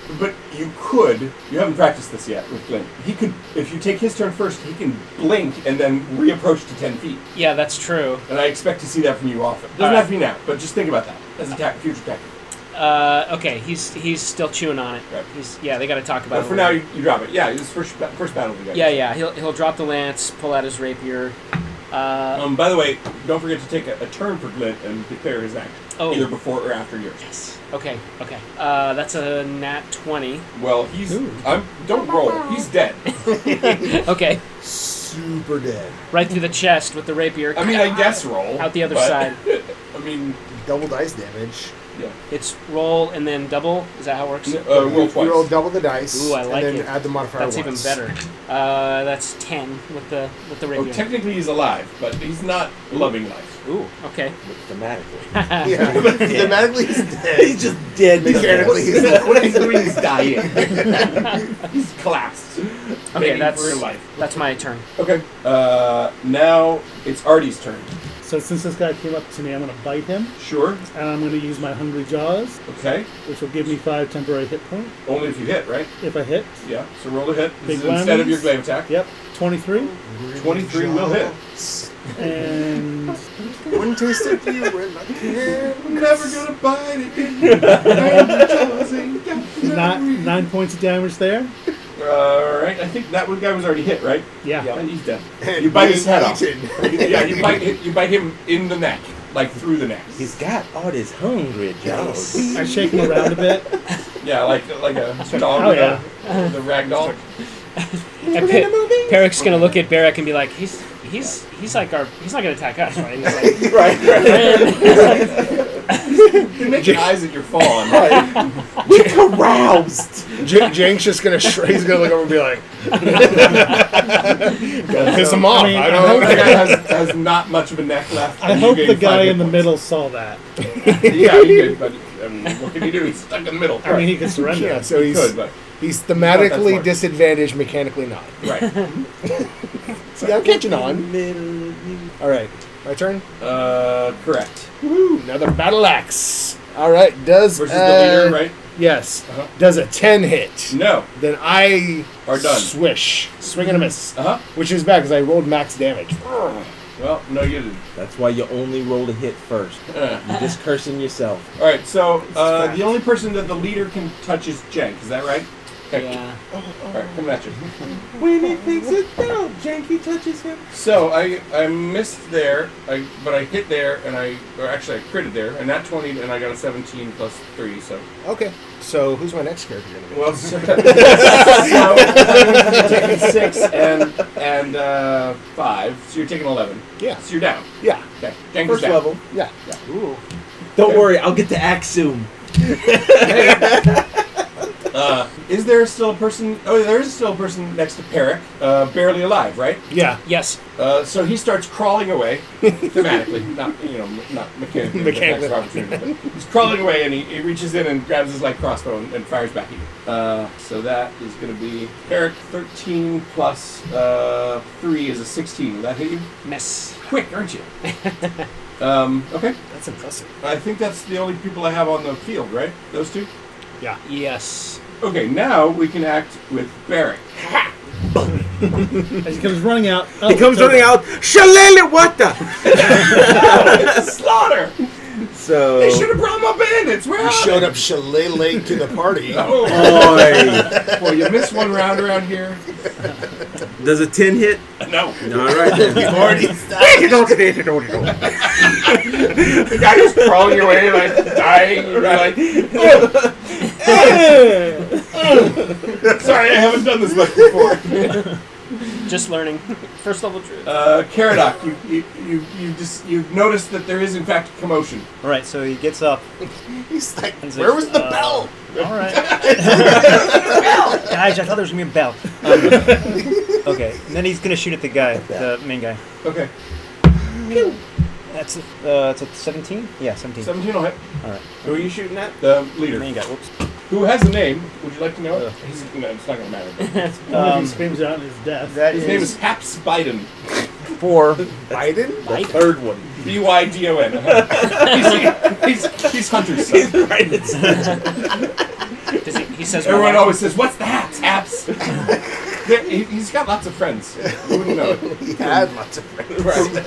B: but you could. You haven't practiced this yet with Blink. He could. If you take his turn first, he can blink and then reapproach to ten feet.
F: Yeah, that's true.
B: And I expect to see that from you often. Doesn't
F: All right.
B: have to be now, but just think about that as a tac- future tactic.
F: Uh, okay, he's he's still chewing on it.
B: Right.
F: He's yeah, they got to talk about
B: But
F: it.
B: for now, you, you drop it. Yeah, it's first ba- first battle we got.
F: yeah, yeah, he'll he'll drop the lance, pull out his rapier. Uh,
B: Um, by the way, don't forget to take a, a turn for Glint and declare his action,
F: Oh.
B: either before or after yours.
F: yes. Okay. Okay. Uh, that's a nat twenty. [LAUGHS]
B: Well, he's I'm don't roll. He's dead.
F: Okay,
G: Super dead.
F: right through the chest with the rapier.
B: I mean, I guess roll
F: Out the other
B: but-
F: side.
B: [LAUGHS] I mean,
G: Double dice damage.
B: yeah.
F: [COUGHS] It's roll and then double. Is that how it works?
B: Uh, roll
G: You-
B: twice.
G: You roll double the dice.
F: Ooh, I like
G: and then
F: it.
G: add the modifier
F: That's even
G: once.
F: better. Uh, that's ten with the with the
B: Oh,
F: rapier.
B: technically he's alive, but he's not loving life. [LAUGHS]
F: Ooh, okay.
C: Thematically.
G: Yeah. Thematically, he's dead.
C: He's just dead.
G: Mechanically, he's dead.
B: what he's doing is dying. he's collapsed.
F: Okay,
B: Begging
F: that's
B: for your life.
F: that's my turn.
B: Okay. Uh, now it's Artie's turn.
E: So since this guy came up to me, I'm going to bite him,
B: Sure.
E: and I'm going to use my hungry jaws,
B: Okay.
E: which will give me five temporary hit points
B: Only if you hit, right?
E: if I hit.
B: Yeah. So roll to hit.
E: Big
B: This is instead of
E: whammies.
B: your glaive attack.
E: Yep, 23,
B: 23 will hit.
E: and
I: One taste of you and I can't.
B: I'm never gonna bite it. [LAUGHS] it.
E: nine, nine points of damage there.
B: All right. I think that one guy was already hit, right?
E: Yeah.
B: And he's dead.
I: And
B: you bite his head off.
I: eaten.
B: yeah, you bite him, you bite him in the neck, like through the neck.
C: He's got all his hungry jaws.
E: I shake him around a bit.
B: Yeah, like like
E: [LAUGHS]
B: a dog.
E: Oh, yeah.
B: uh, The rag doll.
F: And Pe- Peric's gonna look at Barrack and be like, he's he's he's like our he's not gonna attack us, right? He's like,
C: right, right.
B: You're making eyes at your
E: [LAUGHS]
B: fawn. Right.
C: Aroused.
G: [LAUGHS] J- Jank's just gonna sh- he's gonna look over and be like, don't piss him off. I,
E: mean,
B: I hope
G: don't.
B: the guy has, has not much of a neck left.
E: I
B: You
E: hope
B: gain
E: the
B: five
E: guy
B: hit
E: in the
B: points.
E: middle saw that.
B: yeah, you good, but I mean, what can you do? He's stuck in the middle.
E: I mean, he could surrender.
G: yeah, so
B: He
G: he's
B: could, but
G: he's
B: Not that
G: thematically
B: smart.
G: disadvantaged, mechanically not.
B: right.
G: See, I'm catching on. All right, my turn.
B: Uh, correct.
G: Woo, another battle axe. All right, does
B: Versus
G: uh,
B: the leader, right?
G: Yes,
B: Uh-huh.
G: does a ten hit?
B: No.
G: Then I
B: Are done.
G: Swish, swing and a miss,
B: Uh huh.
G: which is bad because I rolled max damage.
B: Well, no, you didn't.
C: That's why you only roll to hit first.
B: Uh.
C: You're just cursing yourself.
B: All right. So uh, the only person that the leader can touch is Jenk. Is that right? Okay.
F: [LAUGHS] yeah.
B: All right. Coming at you.
C: When he thinks it's down, Janky touches him.
B: So I I missed there, I but I hit there, and I or actually I critted there, and that twenty, and I got a seventeen plus three. So
G: Okay, so who's my next character gonna be?
B: [LAUGHS] well, so, so you're taking six and and uh, five, so you're taking eleven.
G: Yeah.
B: So you're down.
G: Yeah, Oh,
B: Okay. Jenk is
C: First
B: down.
C: level.
G: yeah.
C: Don't worry, I'll get the axe soon.
B: Uh, is there still a person? Oh, there is still a person next to Peric, uh, barely alive, right?
G: Yeah.
F: Yes.
B: Uh, so he starts crawling away, thematically, [LAUGHS] not you know, not mechanically. but
G: Mechanically.
B: that's an opportunity. But he's crawling away, and he, he reaches in and grabs his light crossbow and, and fires back at you. Uh, so that is going to be Eric. Thirteen plus uh, three is a sixteen. Will that hit you?
F: Miss.
B: Quick, aren't you? [LAUGHS] um, okay.
G: That's impressive.
B: I think that's the only people I have on the field, right? Those two.
F: Yes.
B: Okay, now we can act with Barrick.
E: As he comes running out. Oh,
I: He comes
E: so-
I: running out. Shalele, what the?
B: [LAUGHS] Slaughter!
C: So.
B: They
C: [LAUGHS]
B: should have brought my bandits. Where
G: You
B: are
G: showed
B: they?
G: up shillelagh to the [LAUGHS] party.
B: [LAUGHS] Oh,
C: Boy.
B: well, you missed one round around here.
C: Does a 10 hit?
B: No.
C: All right.
B: [LAUGHS]
C: then.
B: The guy just crawling away, like dying. You're like, [LAUGHS] sorry, I haven't done this much before.
F: Just learning. [LAUGHS] First level druid.
B: Uh, Caradoc, you, you, you, you just you've noticed that there is in fact commotion.
D: All right, so he gets up.
I: [LAUGHS] He's like,
D: He's
I: where
D: like,
I: was the
D: uh,
I: bell?
D: All right. Guys, I thought there was gonna be a bell. Um, okay, and then he's gonna shoot at the guy, the main guy.
B: Okay,
D: That's a, uh, that's a 17. Yeah, 17.
B: seventeen will hit
C: Who are you shooting at?
B: the
D: The
B: leader,
D: main guy. Whoops.
B: who has a name. Would you like to know it? He's, no, it's not gonna matter.
E: Only if
D: Um,
E: he screams out in his death.
D: That
B: His name is Haps Biden.
D: four.
G: Biden?
C: The third one.
B: B Y D [LAUGHS] O N. He's, he's, he's Hunter's son.
F: Does he, he says.
B: Everyone
F: "Well,
B: always says, "What's the hat? Taps." There- he- he's got lots of friends. You wouldn't know it.
I: [LAUGHS] He had lots of friends. [LAUGHS]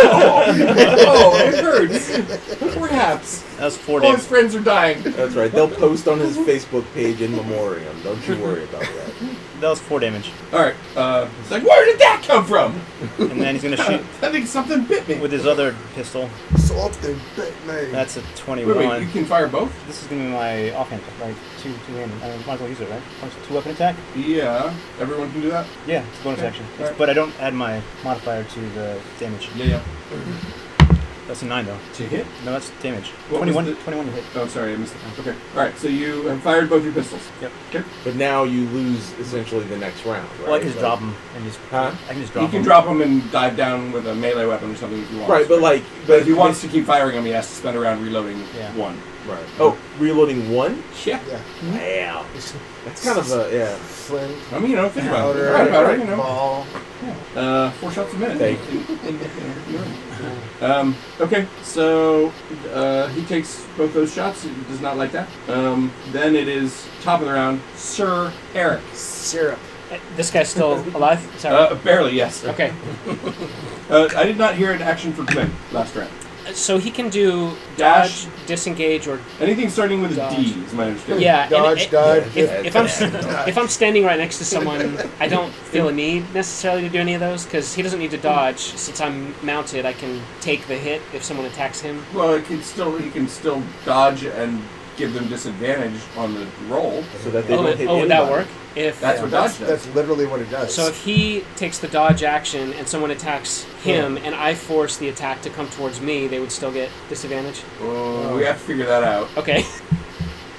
B: Oh, it hurts. Perhaps.
D: That was four
B: All his
D: damage.
B: friends are dying.
C: That's right. They'll post on his Facebook page in memoriam. Don't you worry about that.
D: That was four damage.
B: All right. Uh, it's like, where did that come from? Uh,
D: And then he's
I: [LAUGHS]
D: gonna shoot
B: I think something bit me.
D: with his other pistol.
I: Something bit me.
D: That's a
B: Wait,
D: 21.
B: wait. You can fire both.
D: This is gonna be my offhand, right? Two, two handed. I might as well use it, right? Plus Two weapon attack.
B: Yeah. Everyone can do that.
D: Yeah, it's a bonus
B: Okay.
D: action.
B: All right.
D: But I don't add my modifier to the damage.
B: Yeah, yeah.
D: That's a nine though.
B: To hit.
D: No, that's damage.
B: What was
D: 21,
B: the-
D: 21 to hit.
B: Oh, sorry, I missed that. Okay. All right. So you have fired both your pistols.
D: Yep.
B: Okay.
C: But now you lose essentially the next round, right?
D: Well, I can just
C: Like-
B: Hmm.
D: drop him and just.
C: Huh?
D: I can just drop
B: You can
D: him.
B: drop him and dive down with a melee weapon or something if you want.
C: Right, but like,
B: But if he wants to keep firing him, he has to spend a round reloading
D: Yeah.
B: one.
C: Right. Oh, reloading one?
B: Yeah.
I: Yeah.
C: Wow. That's kind of a yeah.
I: Flint,
B: I mean, you know, think about it.
I: powder,
B: Right, powder, you know.
I: ball.
B: Uh, four shots a minute. [LAUGHS]
C: Thank
B: um, okay, so uh, he takes both those shots. He does not like that. Um, then it is top of the round, Sir Eric.
I: Syrup.
F: Uh, This
B: [LAUGHS]
F: guy's still alive? Is that right?
B: Uh, barely, yes.
F: okay.
B: Uh, I did not hear an action for Glenn last round.
F: So he can do
B: Dash.
F: dodge, disengage, or
B: Anything starting with a
F: Dodge.
B: D is my understanding.
F: yeah. and
I: Dodge,
F: it-
I: dodge.
F: If, if I'm if I'm standing right next to someone, I don't feel a need necessarily to do any of those because he doesn't need to dodge. Since I'm mounted, I can take the hit if someone attacks him.
B: Well, it can still he can still dodge and give them disadvantage on the roll.
C: So that they
F: oh,
C: don't
F: would-
C: hit
F: oh, would that
C: anybody.
F: work? If
B: That's
I: Yeah,
B: what
I: that's,
B: dodge does.
I: that's literally what it does.
F: so, if he takes the dodge action and someone attacks him, and I force the attack to come towards me, they would still get disadvantage.
B: Oh, we have to figure that out.
F: Okay. [LAUGHS]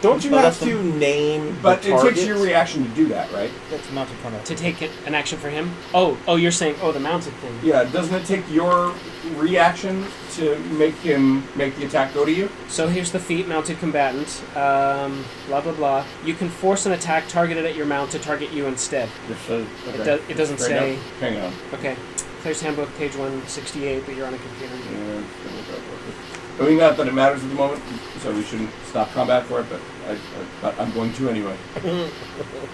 C: Don't you
D: But
C: have
D: that's
C: to name
B: But
C: the
B: it takes your
C: targets?
B: reaction to do that, right?
D: That's mounted combat.
F: to take it, an action for him. Oh, oh, you're saying oh the mounted thing.
B: Yeah, doesn't it take your reaction to make him make the attack go to you?
F: So here's the feat, mounted combatant. Um, blah blah blah. You can force an attack targeted at your mount to target you instead. It, do- it doesn't say.
B: Hang on.
F: Okay. Player's Handbook, page 168, but you're on a computer.
B: I mean, not that it matters at the moment, so we shouldn't stop combat for it, but, I, I, but I'm going to anyway.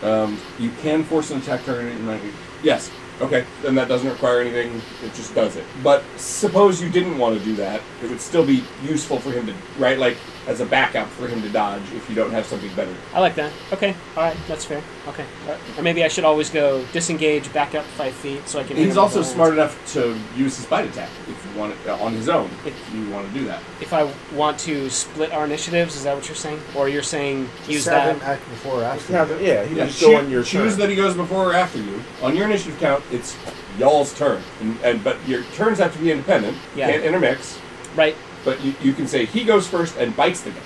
B: um, you can force an attack target. at your mount. Yes. Okay, then that doesn't require anything, it just does it. But suppose you didn't want to do that, it would still be useful for him to, right? Like, as a backup for him to dodge if you don't have something better.
F: I like that. Okay. All right. That's fair. Okay. All right. Or maybe I should always go disengage, back up five feet, so I can.
B: He's
F: hit him with
B: also
F: the lance.
B: smart enough to use his bite attack if you want it uh, on his own. If you want to do that,
F: If I want to split our initiatives, is that what you're saying? Or you're saying use
I: Just have
F: that?
I: him act before or after.
C: Yeah, but- yeah, he
B: Yeah,
C: just
B: choo-
C: go on your
B: choose
C: turn.
B: that he goes before or after you. On your initiative count, it's y'all's turn, and, and but your turns have to be independent.
F: Yeah.
B: Can't intermix.
F: Right.
B: But you, you can say he goes first and bites the guy.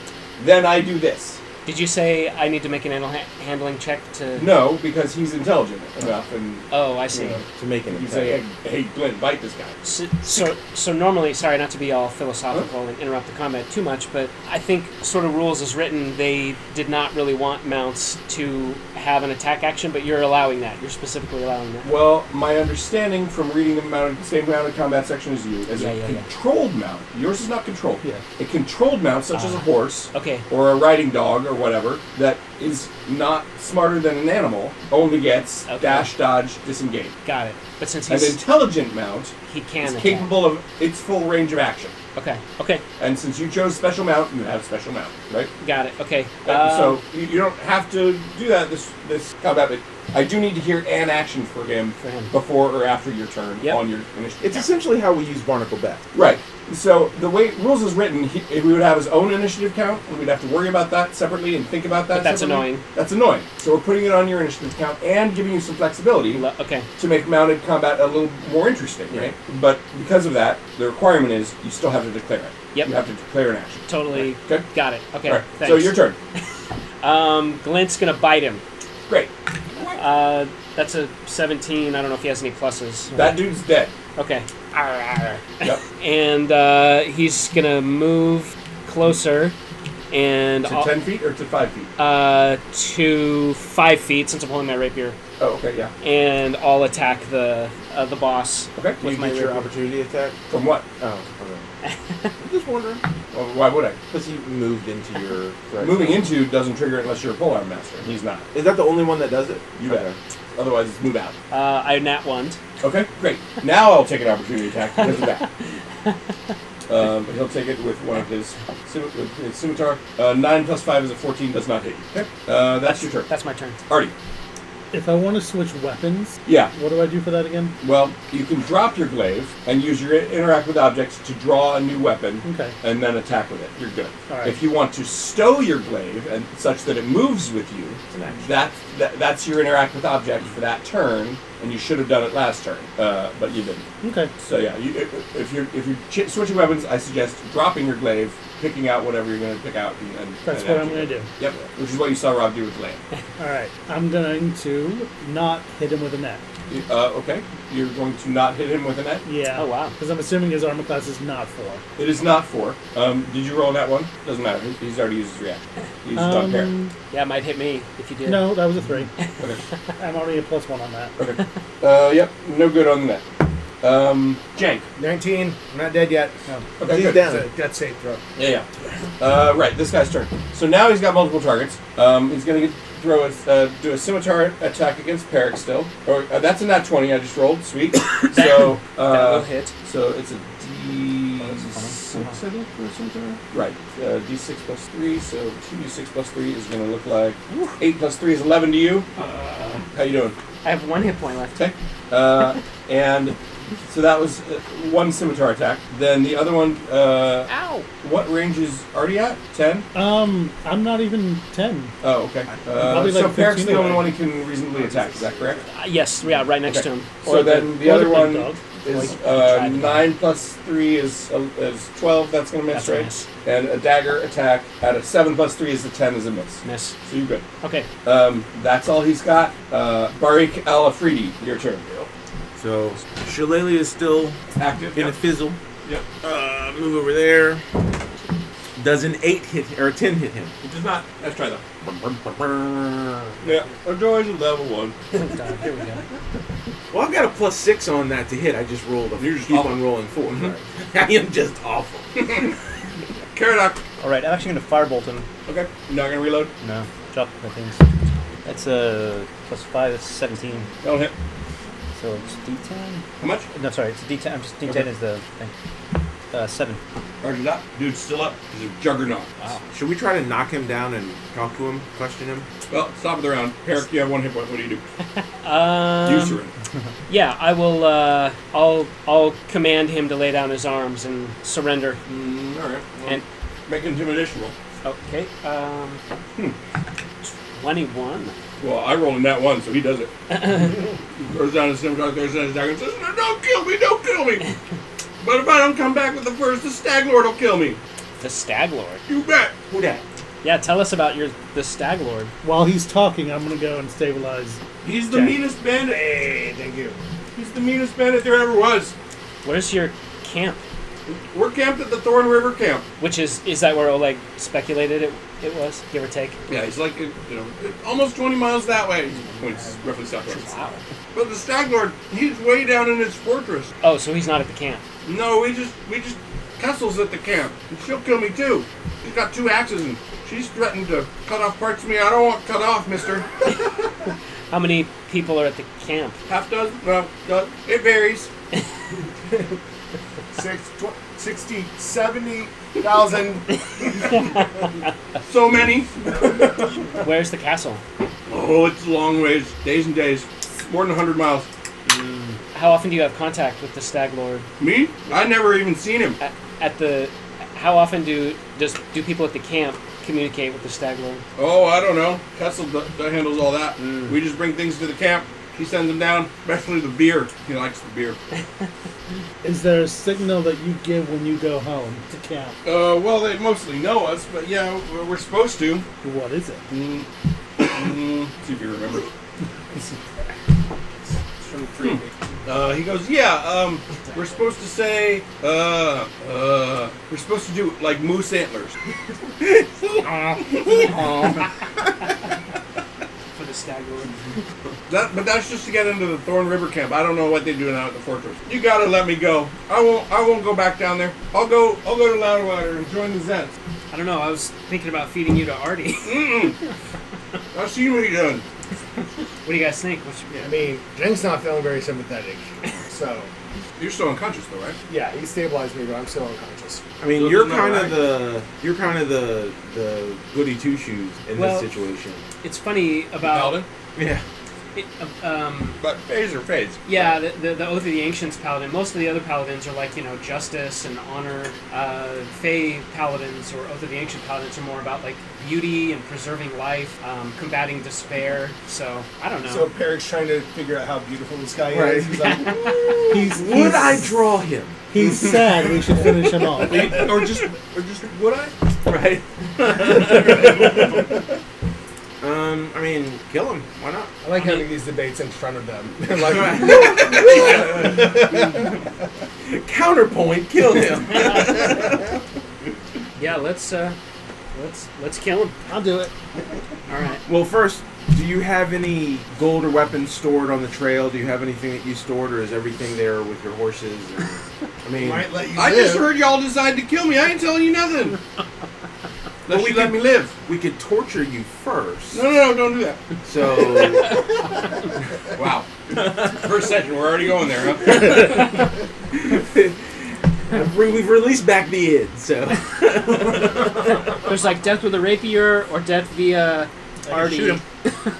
B: Then I do this.
F: Did you say I need to make an handle ha- handling check to?
B: No, because he's intelligent enough, and
F: Oh, I see.
B: you know,
C: to make an
B: you
C: attack.
B: say, "Hey, hey Glenn, bite this guy."
F: So, so, so normally, sorry not to be all philosophical and interrupt the combat too much, but I think sort of rules as written, they did not really want mounts to have an attack action, but you're allowing that. You're specifically allowing that.
B: Well, my understanding from reading the mounted, same mounted combat section as you is
F: Yeah,
B: a
F: yeah, yeah.
B: controlled mount. Yours is not controlled.
I: Yeah.
B: A controlled mount, such as a
F: Ah.
B: horse
F: Okay.
B: or a riding dog or whatever, that is not smarter than an animal, only gets
F: Okay.
B: dash, dodge, disengage.
F: Got it. But since
B: An
F: he's
B: intelligent mount
F: he can
B: is
F: attack.
B: capable of its full range of action.
F: Okay. Okay.
B: And since you chose special mount, you have special mount, right?
F: Got it. Okay.
B: Uh,
F: Um,
B: so you, you don't have to do that this this combat, but I do need to hear an action for him,
F: For him.
B: before or after your turn
F: Yep.
B: on your initiative.
C: It's
B: count.
C: essentially how we use Barnacle Bat.
B: right. So the way rules is written, he, we would have his own initiative count, and we'd have to worry about that separately and think about that.
F: But that's
B: separately.
F: annoying.
B: That's annoying. So we're putting it on your initiative count and giving you some flexibility
F: le- okay.
B: to make mounted combat a little more interesting, right? But because of that, the requirement is you still have to declare it.
F: Yep.
B: You have to declare an action.
F: Totally.
B: Okay.
F: Got it. Okay.
B: All right.
F: Thanks.
B: So your turn.
F: Um, Glint's gonna bite him.
B: Great.
F: Uh, that's a 17. I don't know if he has any pluses.
B: That dude's dead.
F: Okay. Arr, arr.
B: Yep.
F: and uh, he's gonna move closer and
B: To
F: I'll-
B: ten feet or to five feet?
F: uh, to five feet since I'm holding my rapier,
B: Oh, okay, yeah.
F: and I'll attack the uh, the boss.
B: Okay.
C: Do you
F: my
C: get your
F: rapier.
C: opportunity attack?
B: From what?
C: Oh, okay. I'm just wondering.
B: Well, why would I?
C: Because he moved into your. threat
B: Moving
C: zone.
B: into doesn't trigger unless you're a polearm master. He's not.
C: Is that the only one that does it?
B: You bet. Otherwise, it's move out.
F: Uh, I nat one.
B: Okay, great. Now I'll take an opportunity attack because of [LAUGHS] that. Um, but he'll take it with one of his, scim- with his scimitar. Uh, nine plus five is a fourteen. Does not hit you. Okay. Uh, that's your turn.
F: That's my turn.
B: Artie.
E: If I want to switch weapons,
B: Yeah.
E: what do I do for that again?
B: Well, you can drop your glaive and use your interact with objects to draw a new weapon
E: Okay.
B: and then attack with it. You're good.
E: All right.
B: If you want to stow your glaive and such that it moves with you,
C: an action.
B: that's that, that's your interact with object for that turn, and you should have done it last turn, uh, but you didn't.
E: Okay.
B: So yeah, you, if- if you're if you're ch- switching weapons, I suggest dropping your glaive, picking out whatever you're going to pick out, and, and
E: That's
B: and
E: what I'm
B: action.
E: going to do.
B: Yep,
E: [LAUGHS]
B: which is what you saw Rob do with glaive.
E: All right. I'm going to not hit him with a net.
B: Uh, okay, you're going to not hit him with a net.
E: Yeah.
F: Oh, wow.
E: Because I'm assuming his armor class is not four.
B: It is not four. Um, did you roll that one? Doesn't matter. He- He's already used his reaction. He's done here.
E: Um,
F: Yeah, it might hit me if you did.
E: no, that was a three.
B: [LAUGHS] Okay.
E: I'm already a plus one on that.
B: Okay. Uh, yep. No good on the net. Um, Jank.
G: 19. I'm not dead yet. No.
B: Okay,
G: He's
B: good.
G: down. It's a death save throw.
B: Yeah, yeah. Uh, right, this guy's turn. So now he's got multiple targets. Um, he's gonna get, throw a, uh, do a scimitar attack against Peric still. Or uh, that's a nat twenty I just rolled. Sweet. so uh,
F: That will hit.
B: So it's a D
E: Oh,
B: six, I think, for a scimitar. Right. Uh, D six plus three. So two D six plus three is gonna look like eight plus three is eleven to you.
E: Uh,
B: How you doing?
F: I have one hit point left.
B: Okay. Uh, and so that was uh, one scimitar attack. Then the other one. Uh,
F: Ow!
B: what range is Artie at? 10?
E: Um, I'm not even
D: [LAUGHS]
E: ten.
B: Oh, okay. Uh,
E: Probably
B: so
E: like
B: Peric's
E: 15
B: the only one
E: anyway.
B: who can reasonably attack, is that correct?
F: Uh, yes, yeah, right next
B: Okay.
F: to him.
B: So then the other
E: or
B: one
E: the big dog.
B: is
F: Like,
B: uh,
F: try to-
B: 9 plus 3 is, uh, is 12, that's going to miss,
F: That's a miss.
B: right? And a dagger attack at a 7 plus 3 is a 10 is a miss.
F: Miss.
B: So you're good.
F: Okay.
B: Um, that's all he's got. Uh, Barik Al Afridi, your turn.
C: So Shillelagh is still
B: Active.
C: in a fizzle.
B: Yep.
C: Uh, move over there. Does an eight hit or a ten hit him?
B: It does not. Let's try that. Yeah. Enjoy your level 1.
D: Oh,
F: Here we go.
C: Well, I've got a plus six on that to hit. I just rolled. A, you just Mm-hmm. keep on rolling 4 [LAUGHS] I am just awful. Caradoc.
D: All right, I'm actually going to firebolt him.
B: Okay. You're not going to reload?
D: No, drop my things. That's a plus five. It's seventeen.
B: Don't hit.
D: So it's D10.
B: How much?
D: No, sorry, it's D10. I'm just D10
B: Okay.
D: is the thing. Uh, seven.
B: Roger that. Dude's still up. He's a juggernaut.
C: Should we try to knock him down and talk to him, question him?
B: Well, stop of the round. Herrick, you have one hit point. What do you do?
F: [LAUGHS] Um,
B: you surrender.
F: Yeah, I will. Uh, I'll. I'll command him to lay down his arms and surrender.
B: Mm, all right. Well,
F: And
B: make an intimidation roll.
F: okay. Um,
B: Hmm.
F: Twenty-one.
B: Well, I rolled in that one, so he does [LAUGHS] it. he throws down his scimitar, throws down his dagger, and says, no, don't kill me, don't kill me. but if I don't come back with the first, the stag lord will kill me.
F: The Stag Lord.
B: You bet.
C: Who that?
F: Yeah, tell us about your the Stag Lord.
E: While he's talking, I'm gonna go and stabilize.
B: He's the
E: Okay.
B: meanest bandit. Hey, thank you. He's the meanest bandit there ever was.
F: Where's your camp?
B: We're camped at the Thorn River camp.
F: Which is is that where Oleg speculated it? It was give or take.
B: Yeah, he's like, you know, almost 20 miles that way. He points roughly southwest.
F: Wow.
B: But the stag lord, he's way down in his fortress.
F: Oh, so he's not at the camp.
B: No, we just we just Kessel's at the camp. And she'll kill me too. She's got two axes and she's threatened to cut off parts of me. I don't want cut off, mister.
F: How many people are at the camp?
B: Half dozen? No, dozen. uh, It varies.
G: Six, tw- 60, 70,000.
B: [LAUGHS] So many.
F: Where's the castle?
B: Oh, it's a long ways. Days and days. More than 100 miles.
F: How often do you have contact with the Stag Lord?
B: Me? I never even seen him.
F: At, at the how often do does do people at the camp communicate with the Stag Lord?
B: Oh, I don't know. Kessel d- d- handles all that.
E: Hmm.
B: We just bring things to the camp. He sends them down, [LAUGHS] especially the beer. He likes the beer.
E: Is there a signal that you give when you go home to camp?
B: Uh, well, they mostly know us, but yeah, we're- we're supposed to.
E: What is it?
B: Mm, see if you remember.
E: Hmm.
B: Uh, he goes, yeah. Um, we're supposed to say, uh, uh, we're supposed to do like moose antlers.
F: For the Stag Lord.
B: That, but that's just to get into the Thorn River camp. I don't know what they do now at the fortress. You gotta let me go. I won't. I won't go back down there. I'll go. I'll go to Loudwater and join the Zens.
F: I don't know. I was thinking about feeding you to Artie. [LAUGHS]
B: I've seen what he done.
F: what do you guys think? What's
G: I mean, Jenk's not feeling very sympathetic. So,
B: You're still unconscious though, right?
G: yeah, he stabilized me, but I'm still unconscious.
C: I mean,
B: Doesn't
C: you're
B: know,
C: kind
B: right?
C: of the you're kind of the the goody two shoes in
F: Well-
C: this situation.
F: it's funny about
B: Paladin.
C: Yeah.
F: it, um,
B: But phase or phase.
F: yeah the, the, the oath of the ancients paladin. Most of the other paladins are like you know justice and honor. Uh, Fey paladins or oath of the ancient paladins are more about like beauty and preserving life, um, combating despair. So I don't know.
G: So, Peric's trying to figure out how beautiful this guy is. [LAUGHS] He's like,
E: He's
C: Would
E: he's,
C: I draw him?
E: he's sad. We should finish
D: [LAUGHS]
E: him off.
C: or just or just would I? Right. Um, I mean, kill him. Why not?
G: I like having these debates in front of them. [LAUGHS] like,
C: Counterpoint, kill Oh, him.
F: Yeah, let's uh, let's let's kill him.
E: I'll do it.
F: All right.
C: well, first, do you have any gold or weapons stored on the trail? Do you have anything that you stored, or is everything there with your horses? Or, I mean,
G: might let you
B: [LAUGHS] I
G: live.
B: just heard y'all decide to kill me. I ain't telling you
C: [LAUGHS]
B: nothing.
C: Well,
B: Unless
C: we
B: you let
C: could-
B: me live.
C: we could torture you first.
B: No, no, no, don't do that.
C: So,
B: Wow. First session, we're already going there, huh?
C: we've released back the id.
B: [LAUGHS]
C: So,
F: There's like death with a rapier or death via Artie.
H: shoot him.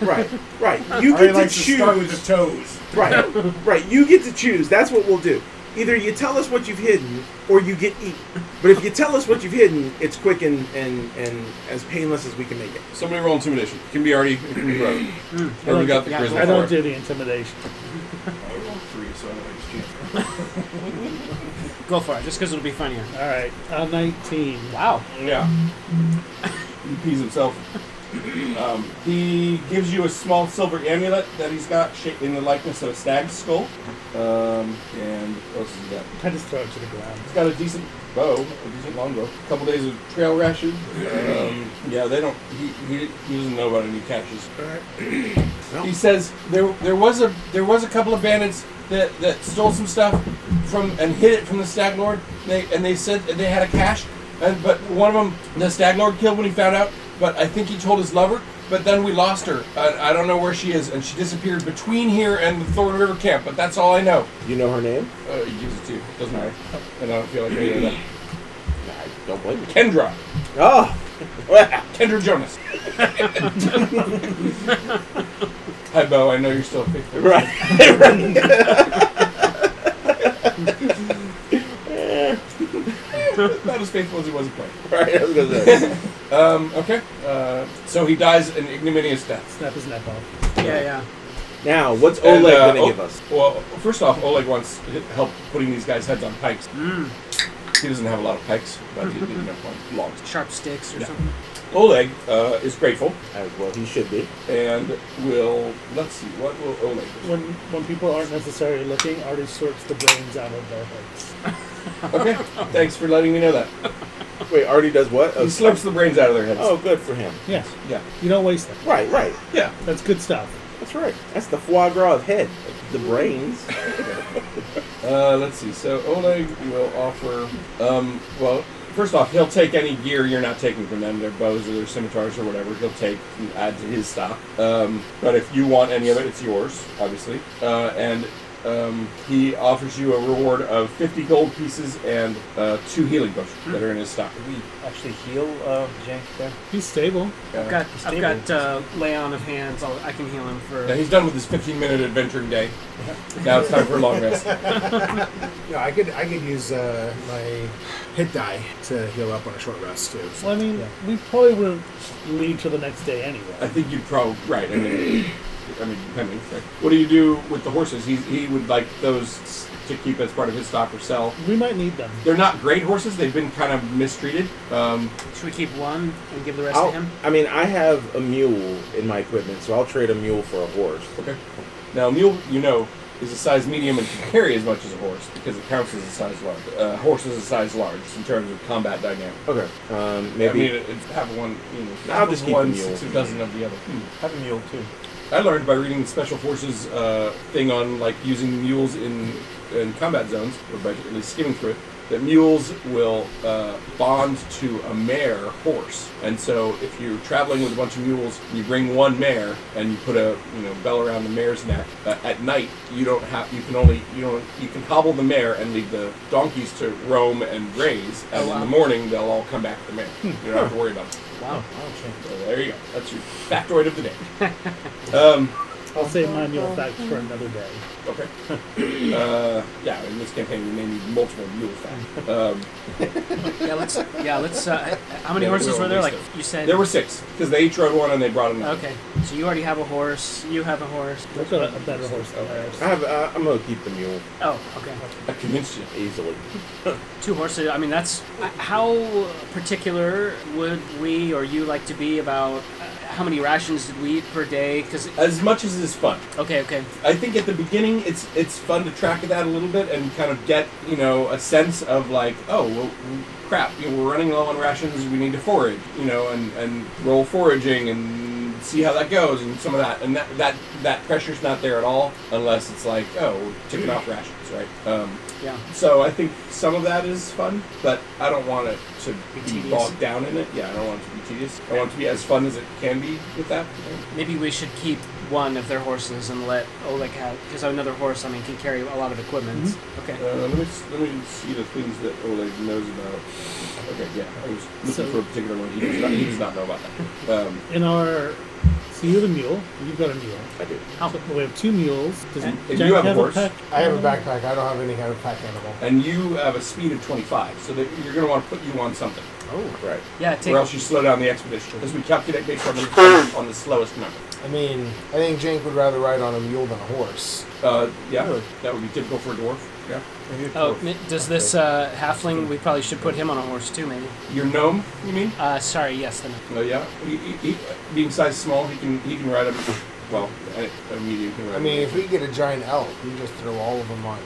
C: right, right. You
G: Ari
C: get to
G: likes to start
C: choose.
G: with his toes.
C: Right, right. You get to choose. That's what we'll do. Either you tell us what you've hidden, or you get eaten. But if you tell us what you've hidden, it's quick and and, and as painless as we can make it.
B: Somebody roll intimidation. It can be already. It can be Rowan. Or we got the
F: Yeah,
B: charisma
E: Hmm. I don't
B: for it.
E: do the intimidation.
B: I rolled three, so I don't have a chance.
F: Go for it, just because it'll be funnier.
E: All right, uh, 19.
F: Wow.
B: Yeah. He pees himself. Um, he gives you a small silver amulet that he's got shaped in the likeness of a stag's skull. Um, and what else has he got?
E: I just throw it to the ground.
B: He's got a decent bow, a decent longbow. A couple days of trail rations. Um, yeah, they don't. He, he, he doesn't know about any catches. He says there there was a there was a couple of bandits that, that stole some stuff from and hid it from the stag lord. They and they said that they had a cache, and but one of them the stag lord killed when he found out. But I think he told his lover. But then we lost her. I, I don't know where she is, and she disappeared between here and the Thorn River camp. But that's all I know.
C: You know her name?
B: Uh, he gives it to you. Doesn't matter. And I don't feel like any of that.
C: I don't blame you.
B: Kendra.
C: [LAUGHS] Oh, [LAUGHS]
B: Kendra Jonas. [LAUGHS] Hi, Bo. I know you're still faithful.
C: right.
B: Not as faithful as he was a player.
C: Right. I was gonna [LAUGHS] say.
B: Um, okay. Uh, so he dies an ignominious death.
E: Snap his neck off.
F: Yeah, yeah.
C: Now, what's
B: And,
C: Oleg
B: uh,
C: gonna
B: O-
C: give us?
B: Well, first off, Oleg wants h- help putting these guys' heads on pikes. He doesn't have a lot of pikes, but he didn't have one long.
F: Sharp sticks or
B: Yeah.
F: something.
B: Oleg uh, is grateful
C: As well, he should be.
B: and will. Let's see. What will Oleg? do?
E: When when people aren't necessarily looking, Artie sorts the brains out of their heads.
B: Okay. Thanks for letting me know that.
C: Wait, Artie does what?
B: He slips the brains out of their heads.
C: Oh, good for him.
E: Yes,
B: Yeah.
E: you don't waste them.
C: Right, right.
B: Yeah.
E: That's good stuff.
C: That's right. That's the foie gras of head. The brains.
B: Uh, let's see. So Oleg will offer. Um, well, first off, he'll take any gear you're not taking from them, their bows or their scimitars or whatever. He'll take and add to his stock. Um, but if you want any of it, it's yours, obviously. Uh, and um, he offers you a reward of 50 gold pieces and uh, two healing potions that are in his stock.
H: we actually heal uh, Jank there?
E: He's stable.
F: I've got, I've
H: stable.
F: got uh, lay on of hands. I'll, I can heal him
B: Now
F: for.
B: he's done with his 15-minute adventuring day. Now it's time for a long rest.
G: Yeah, I could I could use uh, my hit die to heal up on a short rest too.
E: Well, I mean, we probably wouldn't leave till the next day
B: I
E: anyway.
B: think you'd probably right. I mean, I mean, depending. right. What do you do with the horses? He he would like those to keep as part of his stock or sell.
E: We might need them.
B: They're not great horses. They've been kind of mistreated. Um,
F: Should we keep one and give the rest to
C: I'll,
F: him?
C: I mean, I have a mule in my equipment, so I'll trade a mule for a horse.
B: okay. Now, a mule, you know, is a size medium and can carry as much as a horse because it counts as a size large. Uh, horse is a size large in terms of combat dynamic.
C: Okay. Um,
B: I
C: maybe.
B: mean, it- it's half of one. You know,
C: I'll
B: half of
C: just keep
B: one,
C: the mule.
B: six or dozen of the other.
H: Have a mule too.
B: I learned by reading the Special Forces uh, thing on like using mules in in combat zones, or by at least skimming through it, that mules will uh, bond to a mare horse, and so if you're traveling with a bunch of mules, you bring one mare and you put a you know bell around the mare's neck. Uh, at night, you don't have you can only you don't you can hobble the mare and leave the donkeys to roam and graze, and
H: Oh,
B: in the morning they'll all come back to the mare. You don't have to worry about them.
F: Wow.
B: So there you go. That's your factoid of the day. Um,
E: I'll save my mule facts for another day.
B: Okay. uh, yeah, in this campaign we may need multiple mule facts. Um,
F: Yeah, let's. Yeah, let's. Uh, how many
B: Yeah,
F: horses
B: we'll
F: were there? Like
B: release
F: you said.
B: there were six because they each rode one and they brought another.
F: Okay, so you already have a horse. You have a horse.
E: I've got a, a better horse than ours.
C: I have. Uh, I'm gonna keep the mule
F: Oh, okay.
B: I convinced you.
C: easily.
F: Two horses. I mean, that's how particular would we or you like to be about uh, how many rations did we eat per day? Because
B: As much as is fun.
F: okay, okay,
B: I think at the beginning it's it's fun to track that a little bit and kind of get you know a sense of like oh well crap you know, we're running low on rations we need to forage you know and and roll foraging and see how that goes and some of that and that that that pressure's not there at all unless it's like oh we're ticking off rations right um,
F: yeah.
B: so I think some of that is fun but I don't want it to be
F: Be tedious.
B: bogged down in it yeah I don't want it to be tedious I want it to be as fun as it can be with that you know?
F: Maybe we should keep one of their horses and let Oleg have because another horse, I mean, can carry a lot of equipment.
B: Uh,
F: Okay.
B: let me s- let me see the things that Oleg knows about. Okay, yeah, I was looking
E: So-
B: for a particular one. He does not, he does not know about that. Um,
E: In our, so you have a mule. You've got a mule.
B: I do.
F: How-
E: So we have two mules. Does
B: And- and
E: Jack
B: you have a horse.
E: pack?
G: I have a backpack. I don't have any kind of pack animal.
B: And you have a speed of 25, so that you're going to want to put you on something,
F: Oh.
C: Right.
F: Yeah.
B: or
F: Take.
B: else you slow down the expedition because we calculate based on the on the slowest number.
G: I mean, I think Jink would rather ride on a mule than a horse.
B: Uh, yeah, that would be typical for a dwarf. Yeah,
F: Oh, mi- does this uh, halfling? We probably should put him on a horse too, maybe.
B: your gnome, you mean?
F: Uh, sorry. Yes. Then.
B: Oh yeah, he, he, he, being size small, he can he can ride a well a, a medium can ride.
G: I
B: a
G: mean,
B: medium.
G: if we get a giant elk, we just throw all of them
B: [LAUGHS]
G: on.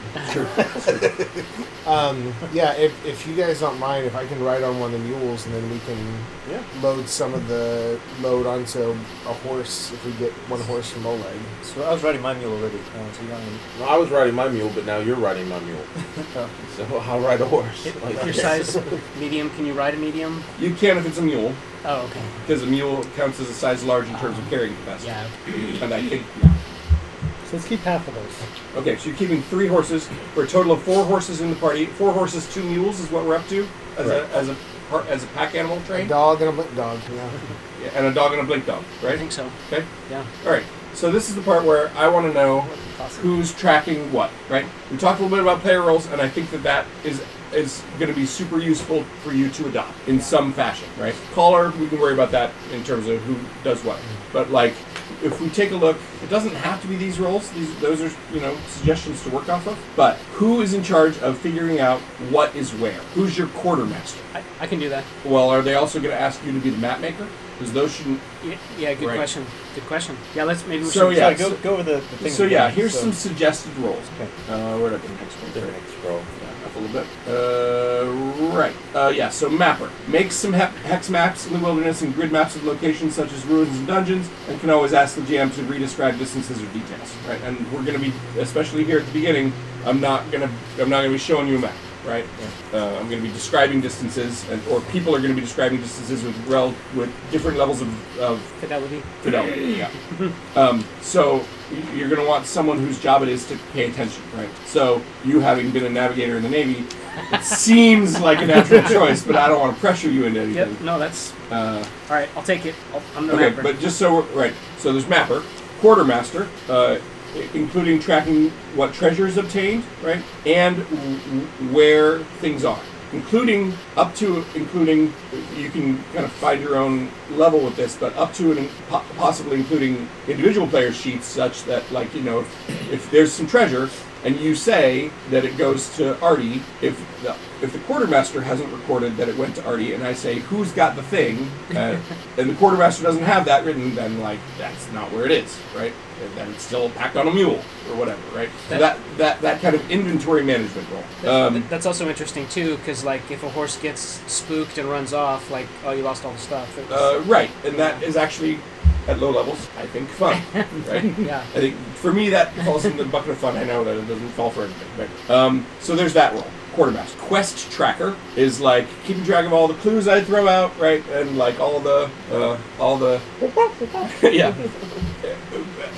G: [LAUGHS] um, yeah, if, if you guys don't mind, if I can ride on one of the mules and then we can
C: Yeah.
G: load some of the load onto a horse if we get one horse from Oleg.
I: So I was riding my mule already. Uh, so you don't need-
C: Well, I was riding my mule, but now you're riding
B: [LAUGHS]
C: my mule. so I'll ride a horse. [LAUGHS]
F: If your size medium, can you ride a medium?
B: you can if it's a mule.
F: Oh, okay.
B: Because a mule counts as a size large in terms of carrying capacity.
F: Yeah.
B: And I think.
E: So let's keep half of those.
B: Okay, so you're keeping three horses. We're a total of four horses in the party. Four horses, two mules is what we're up to as
C: Right.
B: a as a par- as a pack animal
G: A
B: train,
G: dog and a blink dog, yeah.
B: Yeah, and a dog and a blink dog,
F: I
B: right?
F: think so.
B: Okay.
F: Yeah.
B: All right. So this is the part where I want to know
F: Awesome.
B: who's tracking what, right? We talked a little bit about player roles, and I think that that is is going to be super useful for you to adopt in some fashion, right? Caller, we can worry about that in terms of who does what, but like if we take a look, it doesn't have to be these roles. These those are you know suggestions to work off of, but who is in charge of figuring out what is where? Who's your quartermaster?
F: I, I can do that.
B: Well, are they also going to ask you to be the map maker? Because those shouldn't.
F: Yeah. yeah good
B: Right.
F: question. Good question. Yeah. Let's maybe we
B: So
F: should.
B: yeah,
I: Sorry, go, go over the, the thing.
B: So yeah, here's
I: So-
B: some suggested roles.
I: Okay.
B: Uh, where'd I put the next one? There.
C: bro.
B: Yeah, up a little bit. Uh, right. Uh, yeah, so mapper. Makes some hep- hex maps in the wilderness and grid maps of locations such as ruins and dungeons, and can always ask the GM to re-describe distances or details. Right, and we're going to be, especially here at the beginning, I'm not going to, I'm not going to be showing you a map. Right, uh, I'm going to be describing distances, and or people are going to be describing distances with rel- with different levels of, of
F: Fidelity.
B: fidelity. Yeah. um, so y- you're going to want someone whose job it is to pay attention, right? So you having been a navigator in the Navy, it seems like a natural choice, but I don't want to pressure you into anything.
F: Yep. No, that's
B: Uh,
F: all right. I'll take it. I'll, I'm the
B: okay,
F: mapper.
B: but just so we're, right, so there's mapper, quartermaster, uh, i- including tracking what treasure is obtained, right, and w- w- where things are, including up to including you can kind of find your own level with this, but up to and po- possibly including individual player sheets such that like you know if, if there's some treasure. And you say that it goes to Artie if the, if the quartermaster hasn't recorded that it went to Artie, and I say who's got the thing, uh, and the quartermaster doesn't have that written, then like that's not where it is, right? And then it's still packed on a mule or whatever, right? So that
F: That-
B: that that kind of inventory management role. Um,
F: That's also interesting too, because like if a horse gets spooked and runs off, like oh you lost all the stuff. It was-
B: uh, right, and that is actually at low levels, I think, fun, right?
F: yeah.
B: I think for me that falls in the bucket of fun. I know that it doesn't fall for everybody. But, um, so there's that role. Quartermaster. Quest tracker is like keeping track of all the clues I throw out, right, and like all the uh, all the yeah.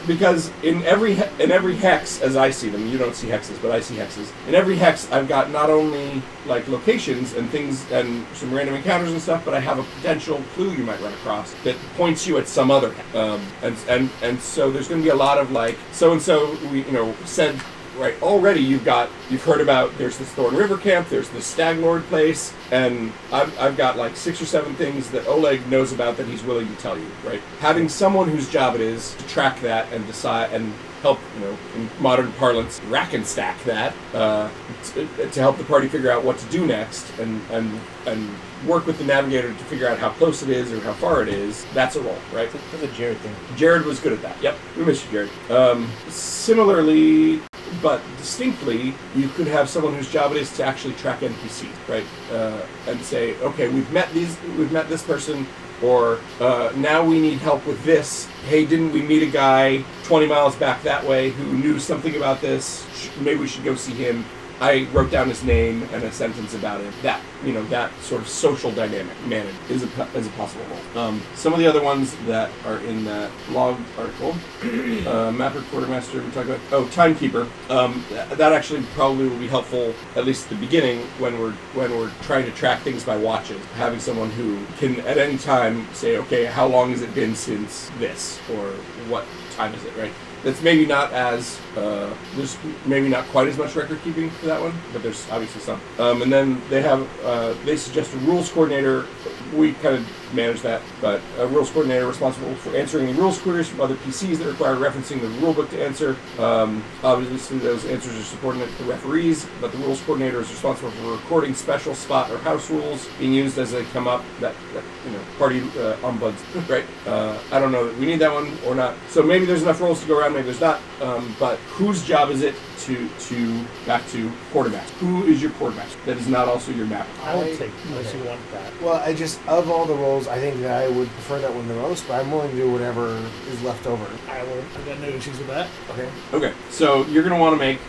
B: Because in every he- in every hex, as I see them, you don't see hexes, but I see hexes. In every hex, I've got not only like locations and things and some random encounters and stuff, but I have a potential clue you might run across that points you at some other. Um, and and and so there's going to be a lot of like so and so we you know said right already you've got you've heard about there's this thorn river camp there's this stag lord place and I've, I've got like six or seven things that oleg knows about that he's willing to tell you right having someone whose job it is to track that and decide and help, you know, in modern parlance, rack and stack that uh, t- to help the party figure out what to do next and, and, and work with the navigator to figure out how close it is or how far it is. That's a role, right?
I: That's a Jared thing.
B: Jared was good at that. Yep, we miss you, Jared. Um, similarly, but distinctly, you could have someone whose job it is to actually track NPC, right? Uh, and say, okay, we've met these, we've met this person, or uh, now we need help with this. Hey, didn't we meet a guy 20 miles back that way who knew something about this? Sh- Maybe we should go see him. I wrote down his name and a sentence about it. That you know, that sort of social dynamic managed is a po- is a possible role. Um, some of the other ones that are in that log article, [CLEARS THROAT] uh, mapper, quartermaster, we talked about. Oh, timekeeper. Um, th- that actually probably will be helpful at least at the beginning when we're when we're trying to track things by watches. Having someone who can at any time say, okay, how long has it been since this, or what time is it, right? that's maybe not as uh, there's maybe not quite as much record keeping for that one, but there's obviously some. Um, and then they have uh, they suggest a rules coordinator. We kind of manage that, but a rules coordinator responsible for answering any rules queries from other PCs that require referencing the rule book to answer. Um, obviously, those answers are subordinate to referees, but the rules coordinator is responsible for recording special spot or house rules being used as they come up. That, that you know, party uh, ombuds, right? Uh, I don't know that we need that one or not. So maybe there's enough roles to go around, maybe there's not. Um, but whose job is it to to back to quartermaster? Who is your quartermaster? That is not also your map.
E: I will take unless you want that.
G: Well, I just of all the roles, I think that I would prefer that one the most, but I'm willing to do whatever is left over.
E: I will. I've got no issues with that.
G: Okay.
B: Okay, so you're going to want to make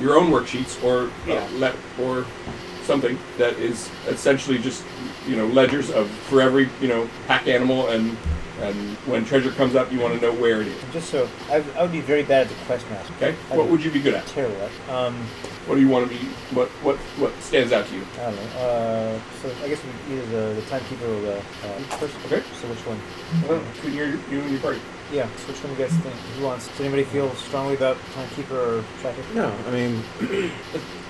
B: your own worksheets or
G: Yeah.
B: uh, le- or something that is essentially just you know ledgers of for every you know pack animal and and when treasure comes up, you want to know where it is.
I: Just so I, I would be very bad at the quest master.
B: Okay, what would you be good at?
I: Terrible. at- Um,
B: What do you want to be? What what what stands out to you?
I: I don't know. Uh, so I guess we either the, the timekeeper or the uh, person.
B: Okay.
I: So which one?
B: Between your, you and your party.
I: Yeah. So which one do you guys think? Who wants? Does anybody feel strongly about timekeeper or tracker?
C: No, I mean,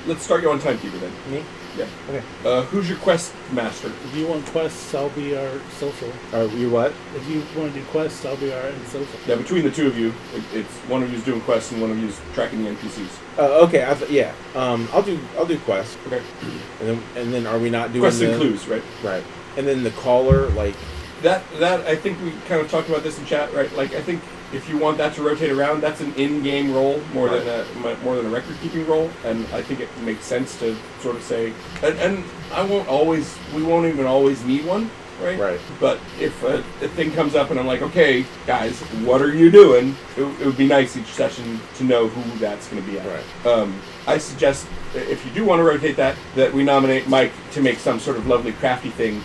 B: Let's start you on timekeeper then.
I: Me.
B: Yeah.
I: Okay.
B: Uh, who's your quest master?
E: If you want quests, I'll be our social.
C: are you what?
E: If you want to do quests, I'll be our and social.
B: Yeah, between the two of you, it, it's one of you's doing quests and one of you's tracking the NPCs.
C: Uh, okay, I th- yeah. Um, I'll do I'll do quest,
B: Okay.
C: and then and uh, then are we not doing
B: Quests
C: the
B: and clues, right?
C: Right, and then the caller like
B: That that I think we kind of talked about this in chat, right? Like I think if you want that to rotate around, that's an in-game role more than a more than a record-keeping role, and I think it makes sense to sort of say, and, and I won't always, we won't even always need one, right?
C: Right.
B: But if a, a thing comes up and I'm like, okay, guys, what are you doing? It, w- it would be nice each session to know who that's going to be at.
C: Right.
B: Um, I suggest i- if you do want to rotate that, that we nominate Mike to make some sort of lovely crafty thing,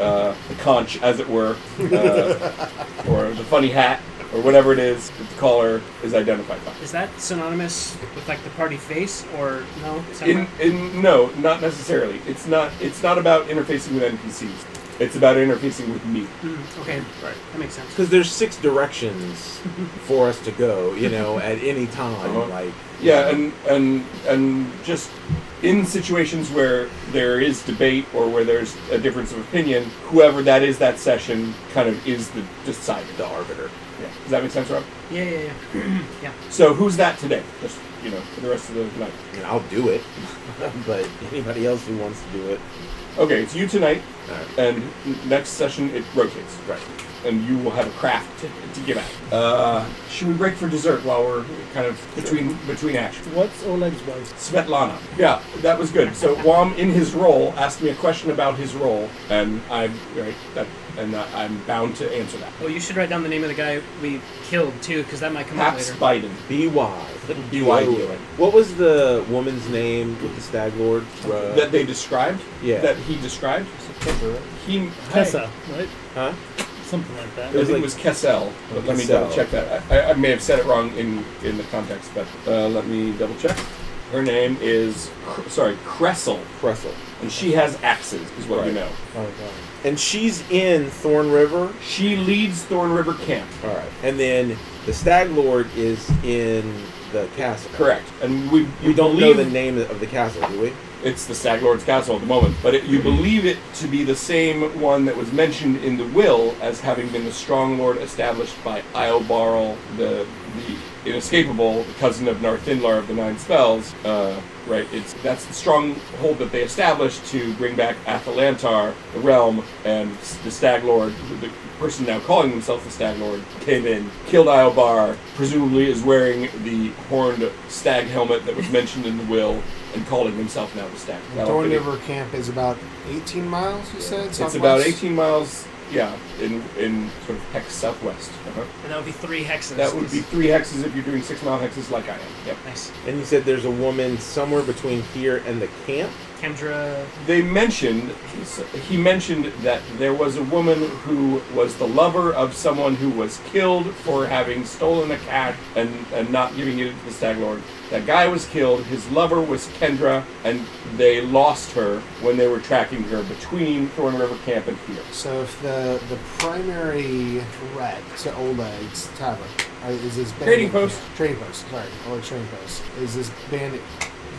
B: uh, a conch, as it were, uh, or the funny hat, or whatever it is that the caller is identified by.
F: Is that synonymous with like the party face or no?
B: In,
F: Separate?
B: in no, not necessarily. It's not. It's not about interfacing with NPCs. It's about interfacing with me.
F: Mm, okay,
B: Right.
F: that makes sense.
C: because there's six directions for us to go, you know, at any time.
B: Uh-huh.
C: Like
B: Yeah, and and and just in situations where there is debate or where there's a difference of opinion, whoever that is that session kind of is the decider, the arbiter. Yeah. Does that make sense, Rob?
F: Yeah, yeah, yeah. yeah.
B: So who's that today? Just you know, for the rest of the night.
C: I mean, I'll do it, [LAUGHS] but anybody else who wants to do it,
B: Okay, it's you tonight,
C: all right.
B: and n- next session it rotates,
C: Right.
B: and you will have a craft to, to give out. Uh, should we break for dessert while we're kind of between between actions?
E: What's Oleg's wife?
B: Svetlana. Yeah, that was good. So Wam, in his role, asked me a question about his role, and I'm right, that, and I- I'm bound to answer that.
F: Well, you should write down the name of the guy we killed too, because that might come up
B: Paps
F: later.
B: Biden.
C: B Y.
B: B Y D O N.
C: What was the woman's name with the stag lord? Uh,
B: That they described.
C: Yeah.
B: That he described. He
E: Tessa, right?
C: huh?
E: Something like that.
B: I
C: It was
B: think it
C: like-
B: was Kessel, but let me
C: Kessel.
B: double check that. I, I- I may have said it wrong in, in the context, but uh, let me double check. Her name is, Cr- sorry, Cressel,
C: Cressel.
B: and she has axes, is what we
C: Right.
B: know.
I: Oh god.
C: And she's in Thorn River.
B: She leads Thorn River Camp.
C: All right. And then the stag lord is in the castle.
B: Correct. And we,
C: We
B: you
C: don't know
B: believe-
C: the name of the castle, do we?
B: It's the Stag Lord's Castle at the moment, but it, you believe it to be the same one that was mentioned in the will as having been the Strong Lord established by Islebarl, the the inescapable, the cousin of Narthinlar of the Nine Spells. Uh, right, it's that's the stronghold that they established to bring back Athalantar, the realm, and s- the Stag Lord, the person now calling himself the Stag Lord, came in, killed Iobar, presumably is wearing the horned stag helmet that was mentioned in the will, and calling himself now the Stag. That'll
G: Thorn
B: fit it.
G: River Camp is about 18 miles, you said?
B: It's about
G: southwest?
B: 18 miles, yeah, in in sort of hex southwest. Uh-huh.
F: And that would be three hexes.
B: That would be three hexes if you're doing six mile hexes like I am. Yep.
F: nice.
C: And you said there's a woman somewhere between here and the camp.
F: Kendra.
B: They mentioned he mentioned that there was a woman who was the lover of someone who was killed for having stolen a cat and, and not giving it to the stag lord. That guy was killed. His lover was Kendra, and they lost her when they were tracking her between Thorn River Camp and here.
G: So if the the primary threat to Oleg's tavern uh, is this bandit,
B: Trading post.
G: Trading post. Sorry, Oleg's trading post is this bandit.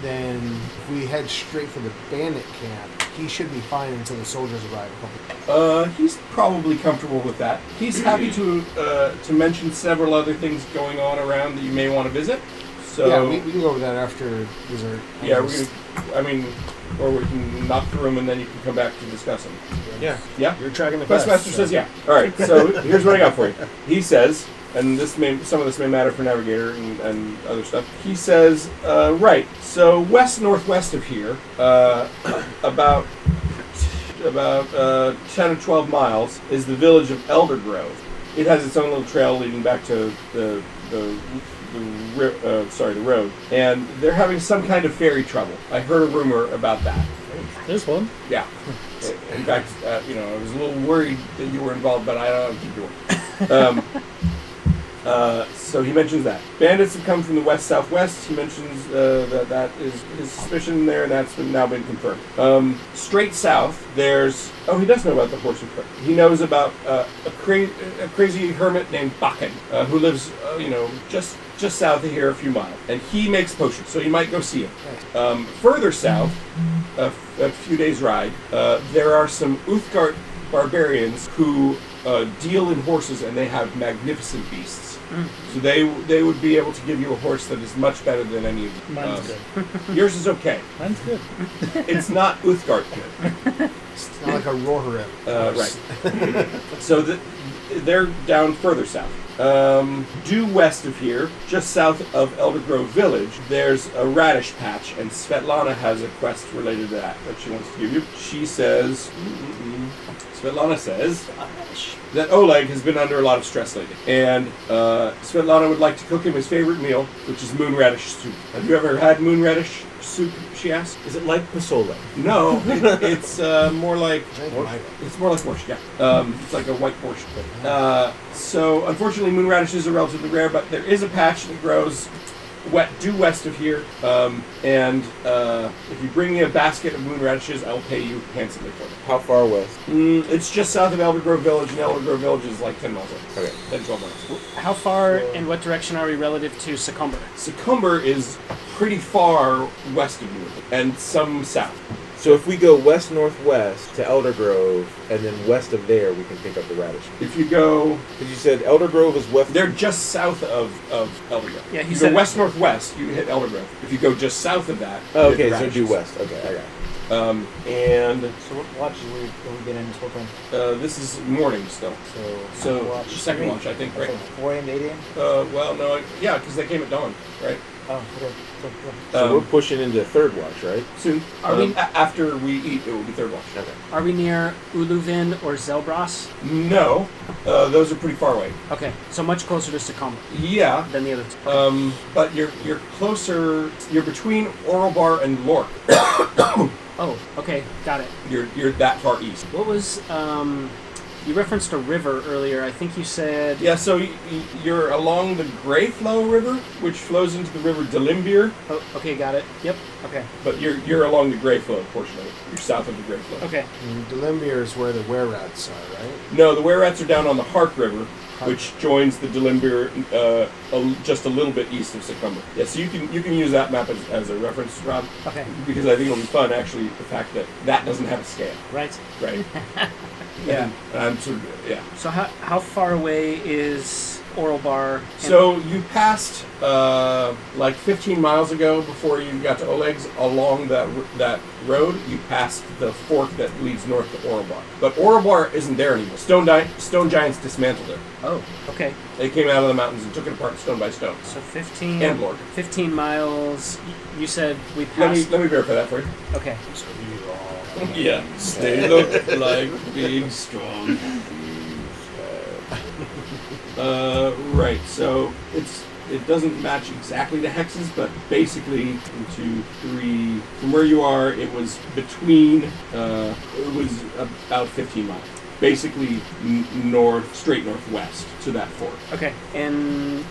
G: Then if we head straight for the bandit camp, he should be fine until the soldiers arrive.
B: Uh, he's probably comfortable with that. He's happy to uh, to mention several other things going on around that you may want to visit. So
G: yeah, we, we can go over that after dessert.
B: yeah, we're gonna, I mean, or we can knock the room and then you can come back to discuss them.
C: Yeah.
B: Yeah.
G: You're tracking the
B: Questmaster
G: quest,
B: says yeah. All right. So here's what I got for you. He says, and this may some of this may matter for Navigator and, and other stuff. He says, uh, right. So west northwest of here, uh, [COUGHS] about about uh, ten or twelve miles is the village of Elder Grove. It has its own little trail leading back to the the. The ri- uh, sorry, the road, and they're having some kind of ferry trouble. I heard a rumor about that.
E: There's one.
B: Yeah. In fact, uh, you know, I was a little worried that you were involved, but I don't think you were. Um, [LAUGHS] uh, so he mentions that bandits have come from the west southwest. He mentions uh, that that is his suspicion there, and that's been, now been confirmed. Um, straight south, there's oh, he does know about the horse and cart. He knows about uh, a, cra- a crazy hermit named Bakken uh, who lives, uh, you know, just just south of here a few miles, and he makes potions. So you might go see him. Um, further south, a, a few days' ride, uh, there are some Uthgard barbarians who uh, deal in horses, and they have magnificent beasts. So they they would be able to give you a horse that is much better than any of
E: Mine's
B: um, Yours is okay.
E: Mine's good.
B: It's not Uthgard good.
G: It's not like a roarer.
B: Uh, right. so the, they're down further south. Um, due west of here, just south of Elder Grove Village, there's a radish patch, and Svetlana has a quest related to that that she wants to give you. She says, mm-mm-mm. Svetlana says that Oleg has been under a lot of stress lately, and uh, Svetlana would like to cook him his favorite meal, which is moonradish soup. Have you ever had moonradish soup? She asked.
C: Is it like Pasole?
B: No, it- it's uh, more like
G: Mine.
B: it's more like Porsche, yeah. Um, it's like a white Porsche. Uh, so, unfortunately, moon radishes are relatively rare, but there is a patch that grows wet, due west of here. Um, and uh, if you bring me a basket of moon radishes, I'll pay you handsomely for them.
C: How far west?
B: Mm, it's just south of Elder Grove Village, and Elder Grove Village is like 10 miles away.
C: Okay.
B: 10, 12 miles.
F: How far and what direction are we relative to Succumber?
B: Succumber is pretty far west of Newell, and some south.
C: So if we go west northwest to Elder Grove, and then west of there, we can pick up the radish.
B: If you go
C: Because you said Elder Grove is west.
B: They're just south of, of Elder Grove.
F: Yeah, he
B: you
F: said-
B: go west northwest, you hit Elder Grove. If you go just south of that,
C: Oh,
B: you hit
C: okay, so
B: Radishes.
C: due west. Okay, I got. It.
B: Um, and
I: So what watch did we, did we get in this whole thing?
B: uh, this is morning still.
I: So,
B: So
I: watch.
B: second watch, I think, right?
I: So 4 a.m. to 8 a.m.?
B: Uh, well, no, I, yeah, because they came at dawn, right?
I: Oh, okay. So, yeah.
C: So we're
B: Um,
C: pushing into third watch, right?
B: soon.
F: Are
B: Um,
F: we-
B: a- after we eat, it will be third watch.
C: Okay.
F: Are we near Uluvin or Zelbras?
B: No, uh, those are pretty far away.
F: Okay, so much closer to Succumber
B: Yeah,
F: than the other two.
B: Um, but you're you're closer. You're between Orobar and Lork.
F: Oh, okay, got it.
B: You're you're that far east.
F: What was um? You referenced a river earlier. I think you said
B: Yeah, so y- y- you're along the Grey Flow River, which flows into the River Delimbir,
F: Oh, okay, got it. Yep. Okay.
B: but you're you're along the Grey Flow portion of it. You're south of the Grey Flow.
F: Okay.
G: And Delimbier is where the were rats are, right?
B: No, the Werats are down on the Hark River, which joins the Delimbir uh, a l just a little bit east of Succumber. Yeah, so you can you can use that map as, as a reference, Rob,
F: Okay.
B: because I think it'll be fun actually the fact that that doesn't have a scale,
F: Right.
B: right?
F: [LAUGHS] Yeah.
B: And I'm sort of yeah.
F: So how how far away is oral bar. and-
B: So you passed uh, like 15 miles ago before you got to Oleg's. Along that r- that road, you passed the fork that leads north to Orobar. But Orobar isn't there anymore. Stone di- Stone Giants dismantled it.
F: oh, okay.
B: They came out of the mountains and took it apart stone by stone.
F: So 15,
B: And Lord.
F: 15 miles. You said we
B: Let me
F: passed.
B: let me verify that for you.
F: Okay.
B: Yeah. They look like big strong. Uh, right. So it's it doesn't match exactly the hexes, but basically one, two, three. From where you are, it was between. Uh, it was about 15 miles. Basically, n- north, straight northwest to that fork.
F: Okay. And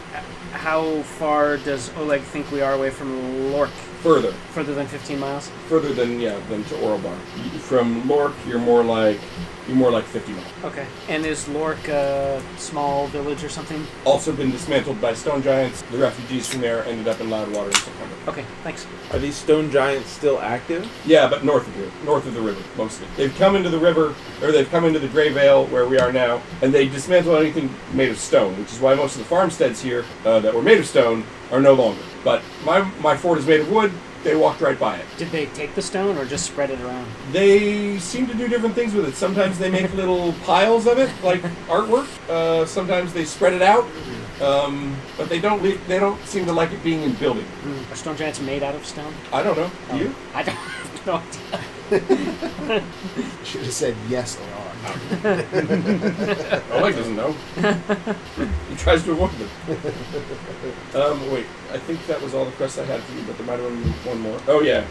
F: how far does Oleg think we are away from Lork?
B: Further,
F: Further than 15 miles?
B: further than yeah, than to Orobar. From Lork, you're more like you're more like 50 miles.
F: Okay. And is Lork a small village or something?
B: also been dismantled by stone giants. The refugees from there ended up in Loudwater in September.
F: Okay, thanks.
C: Are these stone giants still active?
B: Yeah, but north of here, north of the river, mostly. They've come into the river, or they've come into the Grey Vale, where we are now, and they dismantle anything made of stone, which is why most of the farmsteads here uh, that were made of stone are no longer. But my, my fort is made of wood. They walked right by it.
F: Did they take the stone or just spread it around?
B: They seem to do different things with it. Sometimes they make little piles of it, like artwork. Uh, sometimes they spread it out, um, but they don't. leave they don't seem to like it being in buildings.
F: Are stone giants made out of stone?
B: I don't know. You?
F: I don't [LAUGHS] have no idea.
A: Should have said yes,
B: [LAUGHS]
A: they are.
B: Oleg Oh. doesn't [LAUGHS] know. he tries to avoid them. um, wait, I think that was all the quests I had for you, but there might have been one more. Oh, yeah.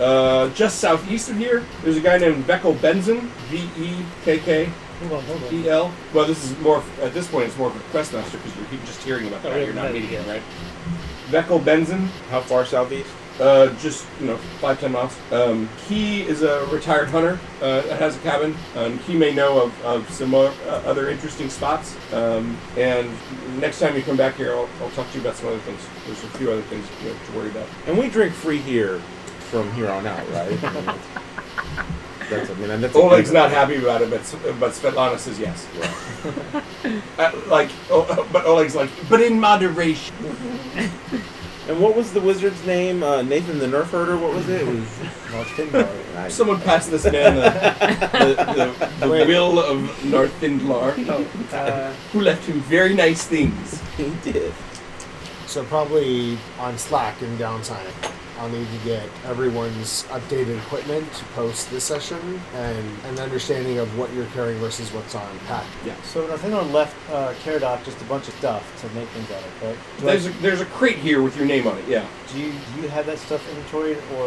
B: Uh, just southeast of here, there's a guy named Beckel Benson, V E K K
E: Hold on, hold on.
B: E L. Well, this is more, at this point, it's more of a quest master because you're just hearing about that. You're not meeting him, right? Beckel Benson,
C: How far southeast?
B: uh, just you know five ten miles. Um, he is a retired hunter uh, that has a cabin, and he may know of, of some o- uh, other interesting spots. Um, and next time you come back here, I'll, I'll talk to you about some other things. There's a few other things you know, to worry about.
C: And we drink free here from here on out, [LAUGHS] right? I mean, that's, I mean, that's a
B: Oleg's
C: given.
B: not happy about it, but S- but Svetlana says yes. [LAUGHS] uh, like, o- but Oleg's like, but in moderation.
C: And what was the wizard's name? Uh, Nathan the Nerf herder. What was it? It was Nice.
B: Someone pass this man the, the, the, the will of Northindlar,
F: Oh, uh,
B: who left him very nice things.
C: He did.
A: So probably on Slack in downtime, I'll need to get everyone's updated equipment to post this session and an understanding of what you're carrying versus what's on pack.
I: So Northendor left uh, Caradoc just a bunch of stuff to make things out of, right? Do, I-
B: There's a, there's a crate here with your name on it. Yeah,
I: do you do you have that stuff inventoried, or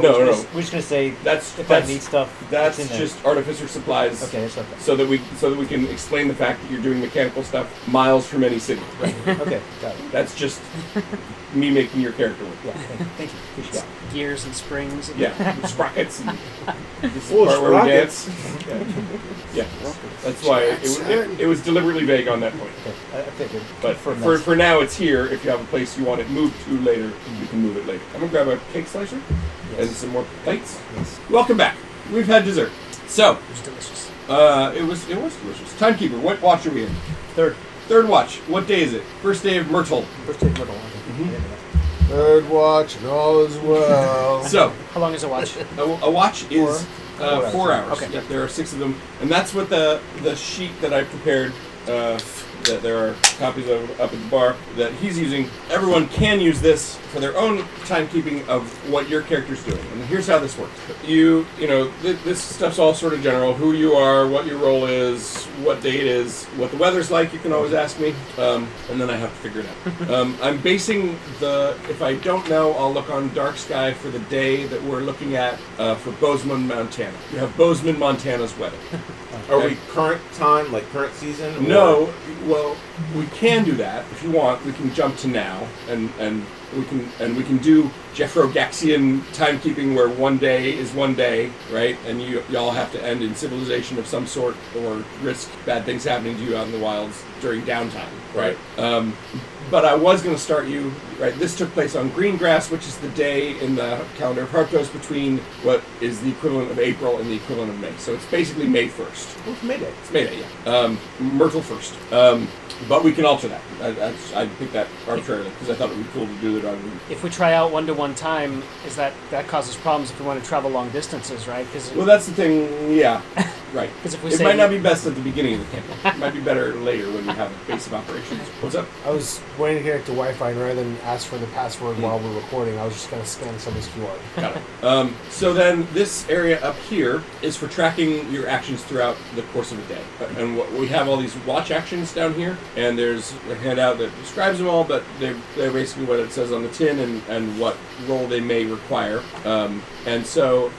B: No,
I: we're just
B: no,
I: gonna
B: no.
I: s- We're just gonna say
B: that's
I: if I
B: that's
I: need stuff,
B: that's
I: it's in there.
B: just artificer supplies.
I: okay. That's okay.
B: So that we so that we can explain the fact that you're doing mechanical stuff miles from any city.
I: okay, got it.
B: that's just me making your character work.
I: Yeah, thank, thank you. Appreciate it.
F: gears and springs. and-
B: Yeah, [LAUGHS] with sprockets. And this is the
C: Oh,
B: part where we
C: sprockets.
B: dance. [LAUGHS] Yeah. yeah, that's why it, w- it, it was deliberately vague on that point.
I: Okay, I, I figured.
B: But for,
I: Confirm
B: for,
I: that.
B: now, it's here. If you have a place you want it moved to later, you can move it later. I'm gonna grab a cake slicer and some more plates.
I: Yes.
B: Welcome back. We've had dessert. So
F: It was delicious.
B: Uh, it was it was delicious. Timekeeper, what watch are we in?
I: Third,
B: Third watch. What day is it? First day of Myrtle.
I: first day of Myrtle. Okay, I didn't know.
B: mm-hmm.
A: Third watch and all is well.
B: [LAUGHS] So
F: How long is a watch?
B: a, a watch is uh,
I: Four
B: four hours. Okay. Yep, there are six of them, and that's what the the sheet that I prepared. Uh, that there are copies of up at the bar that he's using. Everyone can use this for their own timekeeping of what your character's doing. And here's how this works. You, you know, th- this stuff's all sort of general. Who you are, what your role is, what day it is, what the weather's like. You can always ask me, um, and then I have to figure it out. um, I'm basing the. If I don't know, I'll look on Dark Sky for the day that we're looking at uh, for Bozeman, Montana. You have Bozeman, Montana's weather.
C: Are we current time, like current season? or-
B: No, well, we can do that if you want. We can jump to now and and We can and we can do Jeffro Gaxian timekeeping where one day is one day, right? And you y'all have to end in civilization of some sort or risk bad things happening to you out in the wilds during downtime, right? Um, but I was going to start you right. This took place on green grass, which is the day in the calendar of Harptos between what is the equivalent of April and the equivalent of May. So it's basically May first. Well, it's May Day. It's May Day, yeah. Um, Myrtle first. Um, but we can alter that. I, that's- I picked that arbitrarily because I thought it would be cool to do it on.
F: If we try out one to one time, is that that causes problems if we want to travel long distances, right? Because
B: Well, that's the thing.
F: [LAUGHS]
B: Yeah, right.
F: 'Cause if we
B: it
F: say-
B: might not be best at the beginning of the campaign. it might be better later when we have a base of operations. What's up?
A: I was waiting to connect to Wi-Fi, and rather than ask for the password while we're recording, I was just gonna scan somebody's QR.
B: Got it. Um, so then, this area up here is for tracking your actions throughout the course of the day. Uh, And what, we have all these watch actions down here, and there's a handout that describes them all, but they're, they're basically what it says on the tin and, and what role they may require. Um, and so,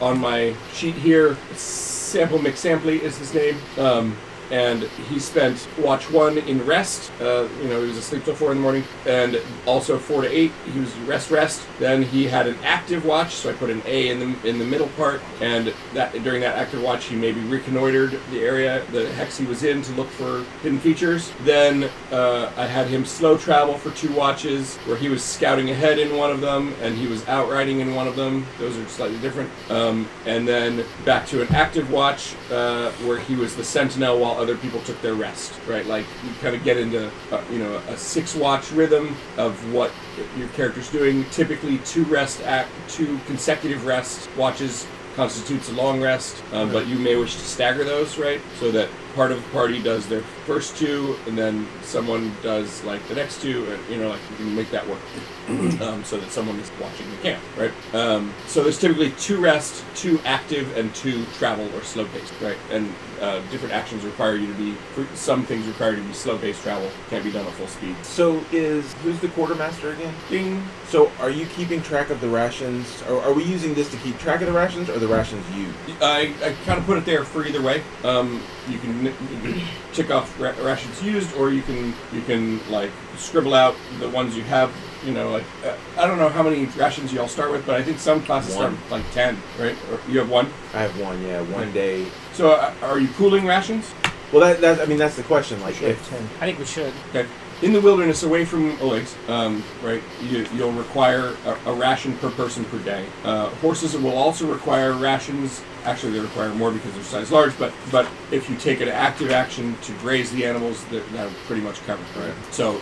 B: on my sheet here, Sample McSampley is his name. Um, and he spent watch one in rest. Uh, you know, he was asleep till four in the morning, and also four to eight. He was rest, rest. Then he had an active watch, so I put an A in the in the middle part. And that during that active watch, he maybe reconnoitered the area, the hex he was in, to look for hidden features. Then uh, I had him slow travel for two watches, where he was scouting ahead in one of them, and he was outriding in one of them. Those are slightly different. Um, and then back to an active watch, uh, where he was the sentinel while other people took their rest. Right, like you kind of get into uh, you know a six watch rhythm of what your character's doing. Typically, two rest act, two consecutive rest watches constitutes a long rest, um, but you may wish to stagger those, right? So that part of the party does their first two, and then someone does like the next two, and you know, like you can make that work [CLEARS THROAT] um, so that someone is watching the camp, right? Um, so there's typically two rest, two active, and two travel or slow paced, right? And uh, different actions require you to be, for some things require you to be slow paced travel, can't be done at full speed.
C: So is who's the quartermaster again?
B: Ding!
C: So are you keeping track of the rations? Or are we using this to keep track of the rations, or the rations you?
B: I, I kind of put it there for either way. Um, you can, you can tick off ra- rations used, or you can you can like scribble out the ones you have. You know, like uh, I don't know how many rations you all start with, but I think some classes start
C: One.
B: with like ten, right? Or you have one.
C: I have one, yeah, one day.
B: So uh, are you pooling rations?
C: Well, that, that I mean, that's the question. Like, if
F: I think we should.
B: Okay. In the wilderness, away from Olyx, um, right? You, you'll require a, a ration per person per day. Uh, horses will also require rations. Actually, they require more because they're size large. But but if you take an active action to graze the animals, they're, they're pretty much covered. Right. So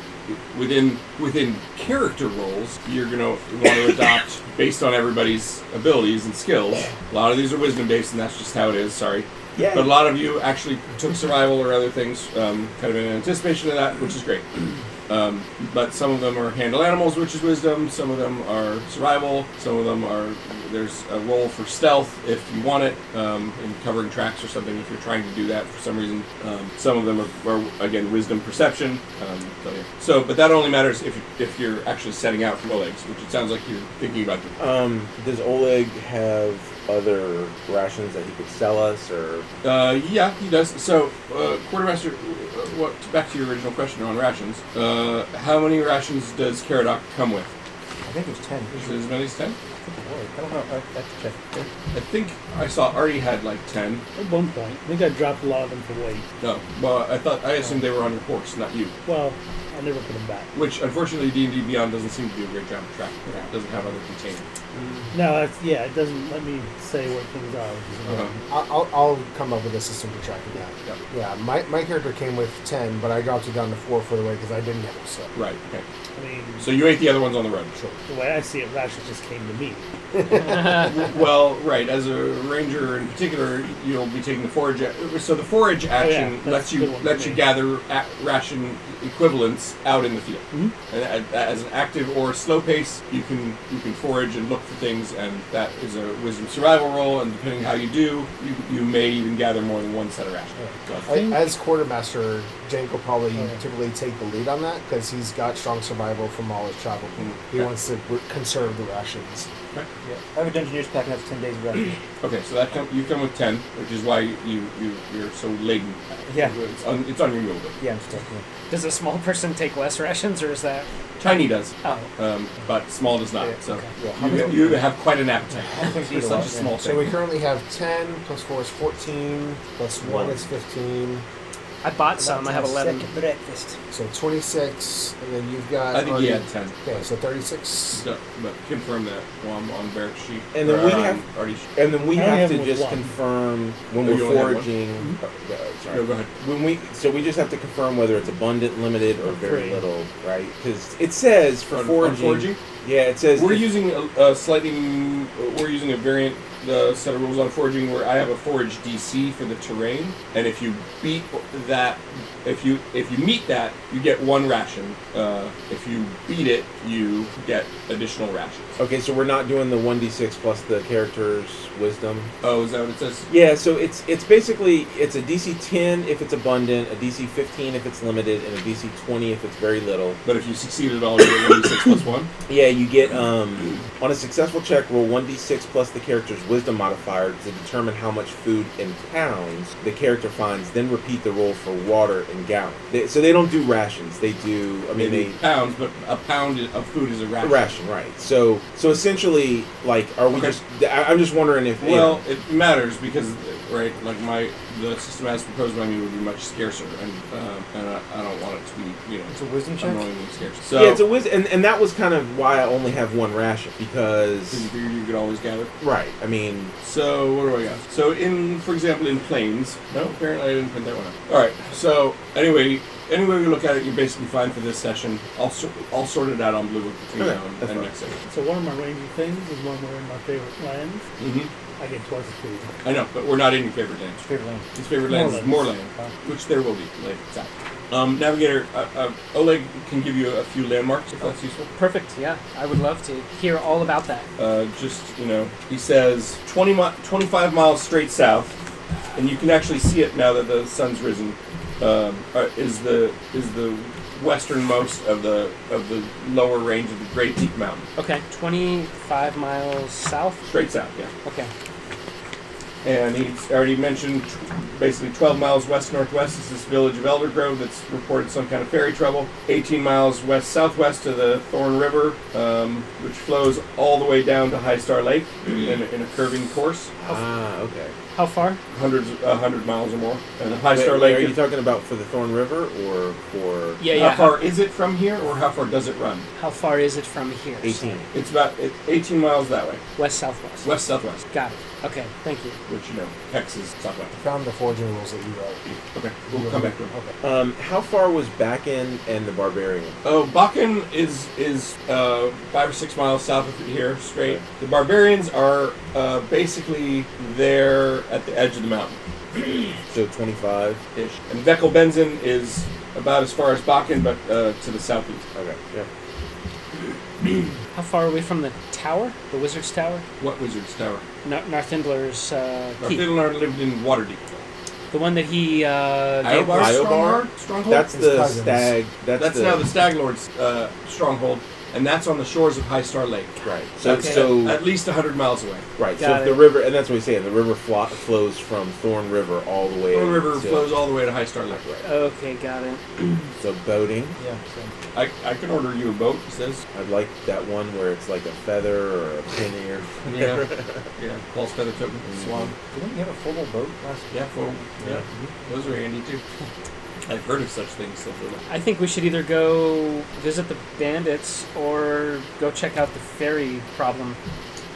B: within within character roles, you're gonna want to adopt based on everybody's abilities and skills. A lot of these are wisdom based, and that's just how it is. Sorry.
C: Yeah.
B: But a lot of you actually took survival or other things, um, kind of in anticipation of that, which is great. Um, but some of them are handle animals, which is wisdom. Some of them are survival. Some of them are there's a role for stealth if you want it, um, in covering tracks or something if you're trying to do that for some reason. Um, some of them are, are again wisdom perception. Um, so, yeah. so, but that only matters if if you're actually setting out from legs, which it sounds like you're thinking about. doing.
C: um, does Oleg have other rations that he could sell us, or
B: Uh, yeah, he does. So, uh, quartermaster, uh, what? Back to your original question on rations. Uh, how many rations does Caradoc come with?
I: I think it was ten.
B: Is it as many as ten?
I: I don't know. I have to check.
B: I think I saw Artie had like ten.
E: At one point, I think I dropped a lot of them for weight.
B: No, well, I thought I assumed they were on your horse, not you.
E: Well, I never put them back.
B: Which, unfortunately, D and D Beyond doesn't seem to do a great job of tracking. It doesn't have other containers.
E: No, that's, yeah, it doesn't let me say what things are. which is annoying.
A: I'll, I'll, I'll come up with a system for tracking that. Yeah, my, my character came with ten, but I dropped it down to four for the way because I didn't have it. So
B: Right. Okay.
I: Uh-huh.
E: I mean,
B: So you ate the other ones on the road. Sure.
E: the way I see it, rations just came to me.
B: Well, right. As a ranger in particular, you'll be taking the forage. ac- So the forage action
E: Oh,
B: lets
E: that's a
B: you
E: good one
B: lets
E: for
B: you
E: me.
B: gather a- ration equivalents out in the field.
E: Mm-hmm.
B: And a- as an active or slow pace, you can you can forage and look for things, and that is a wisdom survival roll. And depending how you do, you, you may even gather more than one set of rations. So-
A: I, as quartermaster, Jank will probably
E: Oh,
A: typically take the lead on that because he's got strong survival from all his travel. He wants to re- conserve the rations.
H: Yeah. I have a dungeoneer's pack and that's ten days rest.
F: [COUGHS]
B: Okay, so that come, you come with ten, which is why you you you're so laden.
H: Yeah.
B: it's, un, it's unrenewable.
H: yeah, I'm stuck. here.
F: Does a small person take less rations, or is that?
B: Tiny does,
F: Oh,
B: um, but small does not. So
I: Yeah.
B: you, you have quite an appetite
H: things
B: for
H: eat a
B: such
H: lot,
B: a
H: yeah.
B: small
A: So
B: thing.
A: we currently have 10, plus 4 is 14, plus 1 is 15,
F: I bought some. I have eleven.
H: Second breakfast.
A: so 26, and then you've got.
B: I think
A: on-
B: he had ten.
A: Okay, so 36.
B: So, but confirm that well, I'm on Beric's sheet.
C: And then
B: Or um,
C: we
B: on
C: have-
B: Artie's sheet.
C: And then we
E: I only
C: have
E: have
C: to
E: one.
C: just confirm when
B: Oh,
C: we're
B: you only have one?
C: foraging. uh, uh, sorry.
B: No, go ahead.
C: When we so we just have to confirm whether it's abundant, limited, or very
E: Free.
C: little, right? Because it says for
B: On- on
C: foraging,
B: foraging?
C: Yeah, it says
B: We're
C: that-
B: using a, a slightly we're using a variant uh, set of rules on foraging where I have a forage DC for the terrain, and if you beat that, if you if you meet that, you get one ration. Uh, if you beat it, you get additional rations.
C: Okay, so we're not doing the one d six plus the character's wisdom.
B: Oh, is that what it says?
C: Yeah, so it's it's basically it's a DC ten if it's abundant, a DC fifteen if it's limited, and a DC twenty if it's very little.
B: But if you succeed at all, you get one d6 plus one.
C: Yeah, you get um, on a successful check, roll one d6 plus the character's wisdom modifier to determine how much food in pounds the character finds. Then repeat the roll for water in gallons. They, so they don't do rations. They do. I mean,
B: Maybe
C: they
B: pounds, but a pound of food is a
C: a
B: ration.
C: ration, right? So, so essentially, like, are we
B: Okay.
C: just? I, I'm just wondering if.
B: Well, it matters because, right, like my the system as proposed by me would be much scarcer, and um and I, I don't want it to be, you know,
I: It's a wisdom check.
B: annoyingly scarce. So
C: yeah, it's a wiz, and, and that was kind of why I only have one ration because.
B: you you could always gather.
C: Right. I mean,
B: So what do I got? So in, for example, in planes. No, apparently I didn't print that one out. All right. So anyway, any way we look at it, you're basically fine for this session. I'll sor- I'll sort it out on blue between
C: Okay,
B: now and, and
C: that's fine.
B: next session.
E: So one of my ranging things is one where in my favorite lands,
B: Mm-hmm.
E: I get twice as food.
B: I know, but we're not in your favorite lands.
I: Favorite lane.
B: His favorite land is Moorland, which there will be later. Um, Navigator, uh, uh, Oleg can give you a few landmarks if that's useful.
F: perfect. Yeah, I would love to hear all about that.
B: Uh, just, you know, he says 20 mi- 25 miles straight south, and you can actually see it now that the sun's risen, um, uh, is the is the westernmost of the of the lower range of the Great Peak Mountain.
F: Okay, twenty-five miles south.
B: Straight south, yeah.
F: Okay.
B: And he's already mentioned t- basically 12 miles west northwest is this village of Elder Grove that's reported some kind of ferry trouble. 18 miles west southwest to the Thorn River, um, which flows all the way down to High Star Lake in, in a curving course,
C: ah, okay.
F: How far?
B: hundreds, a hundred miles or more. And High
C: Wait,
B: Star
C: wait,
B: Lake.
C: Are you
B: is-
C: talking about for the Thorn River or for?
F: Yeah, yeah.
B: How far is it from here, or how far does it run?
F: How far is it from here?
C: 18.
B: It's about it, 18 miles that way,
F: West southwest.
B: west southwest,
F: Got it. Okay, thank you.
B: which you know, Texas southwest.
A: Found the forging rules that you wrote.
B: Okay, we'll come back to it.
A: Okay.
C: Um, how far was Bakken and the Barbarian?
B: Oh, Bakken is is uh, five or six miles south of here, straight. The barbarians are uh, basically there at the edge of the mountain,
C: So 25.
B: ish. And Beckelbenzen is about as far as Bakken, but uh, to the southeast.
C: Okay. Yeah.
F: How far away from the tower? The wizard's tower?
B: What wizard's tower?
F: Nar- Narthindler's uh, keep.
B: Narthidlar lived in Waterdeep.
F: The one that he uh, gave
B: Iobar?
C: Iobar?
F: us?
B: Stronghold?
I: Oh,
B: Stronghold?
C: That's
A: His
C: the
A: cousins.
C: stag. That's,
B: That's
C: the,
B: now the Staglord's uh, stronghold, and that's on the shores of High Star Lake.
C: right. So
B: That's
C: so
B: at, at least hundred miles away.
C: right. So
F: Got
C: if the
F: it.
C: river, and that's what he's saying. The river flo- flows from Thorn River all the way.
B: The river
C: to,
B: flows all the way to High Star Lake.
F: Okay, got it.
C: So boating.
I: Yeah. So.
B: I, I can order you a boat. He says.
C: I'd like that one where it's like a feather or a penny or.
B: Yeah, yeah. Paul's feather token, swan.
I: Didn't you have a formal boat last?
B: Yeah, foam. Yeah, those are handy too. I've heard of such things. So they're like-
F: I think we should either go visit the bandits or go check out the ferry problem.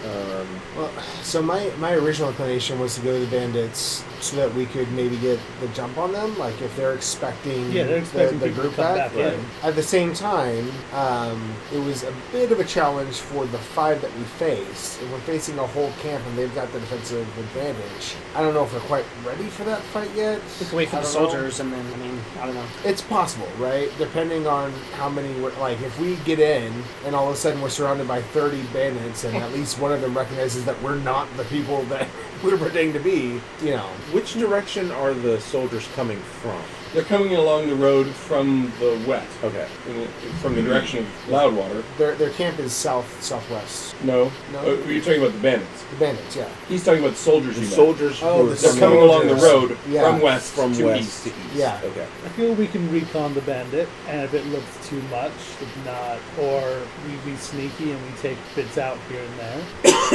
C: Um,
A: Well, so my, my original inclination was to go to the bandits so that we could maybe get the jump on them. Like if they're expecting,
E: Yeah, they're
A: the-
E: expecting
A: the,
E: people
A: group
E: to come back.
C: right.
E: in.
A: At the same time, um, it was a bit of a challenge for the five that we faced. If we're facing a whole camp and they've got the defensive advantage, I don't know if we're quite ready for that fight yet.
F: Look away from
A: I
F: the
A: don't know.
F: soldiers and then, I mean, I don't know.
A: It's possible, right? Depending on how many we're like, if we get in and all of
B: [LAUGHS]
A: a sudden we're surrounded by 30 bandits and at least one of them recognizes that we're not the people [LAUGHS] that
G: we're pretending to be.
A: You know,
C: Which direction are the soldiers coming from?
B: They're coming along the road from the west,
C: Okay.
B: in- from the direction of Loudwater.
A: their, their camp is south southwest.
B: No,
A: No.
B: Oh, you're talking about the bandits.
A: The bandits, yeah.
B: He's talking about the soldiers.
C: The
B: you met.
C: soldiers
A: Oh,
C: who
A: the
C: are
B: They're
A: From
B: coming along the
A: west.
B: road
A: Yeah.
B: from west
C: from
B: to
C: west
B: east.
C: to east.
A: Yeah.
C: Okay.
E: I feel we can recon the bandit, and if it looks too much, if not, or we be sneaky and we take bits out here and there.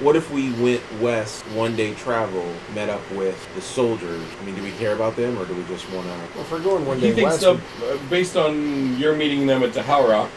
C: What if we went west one day travel, met up with the soldiers? I mean, do we care about them or do we just want to?
A: Well, if we're going one
B: He
A: day west,
B: thinks they'll, uh, based on your meeting them at the Howrock,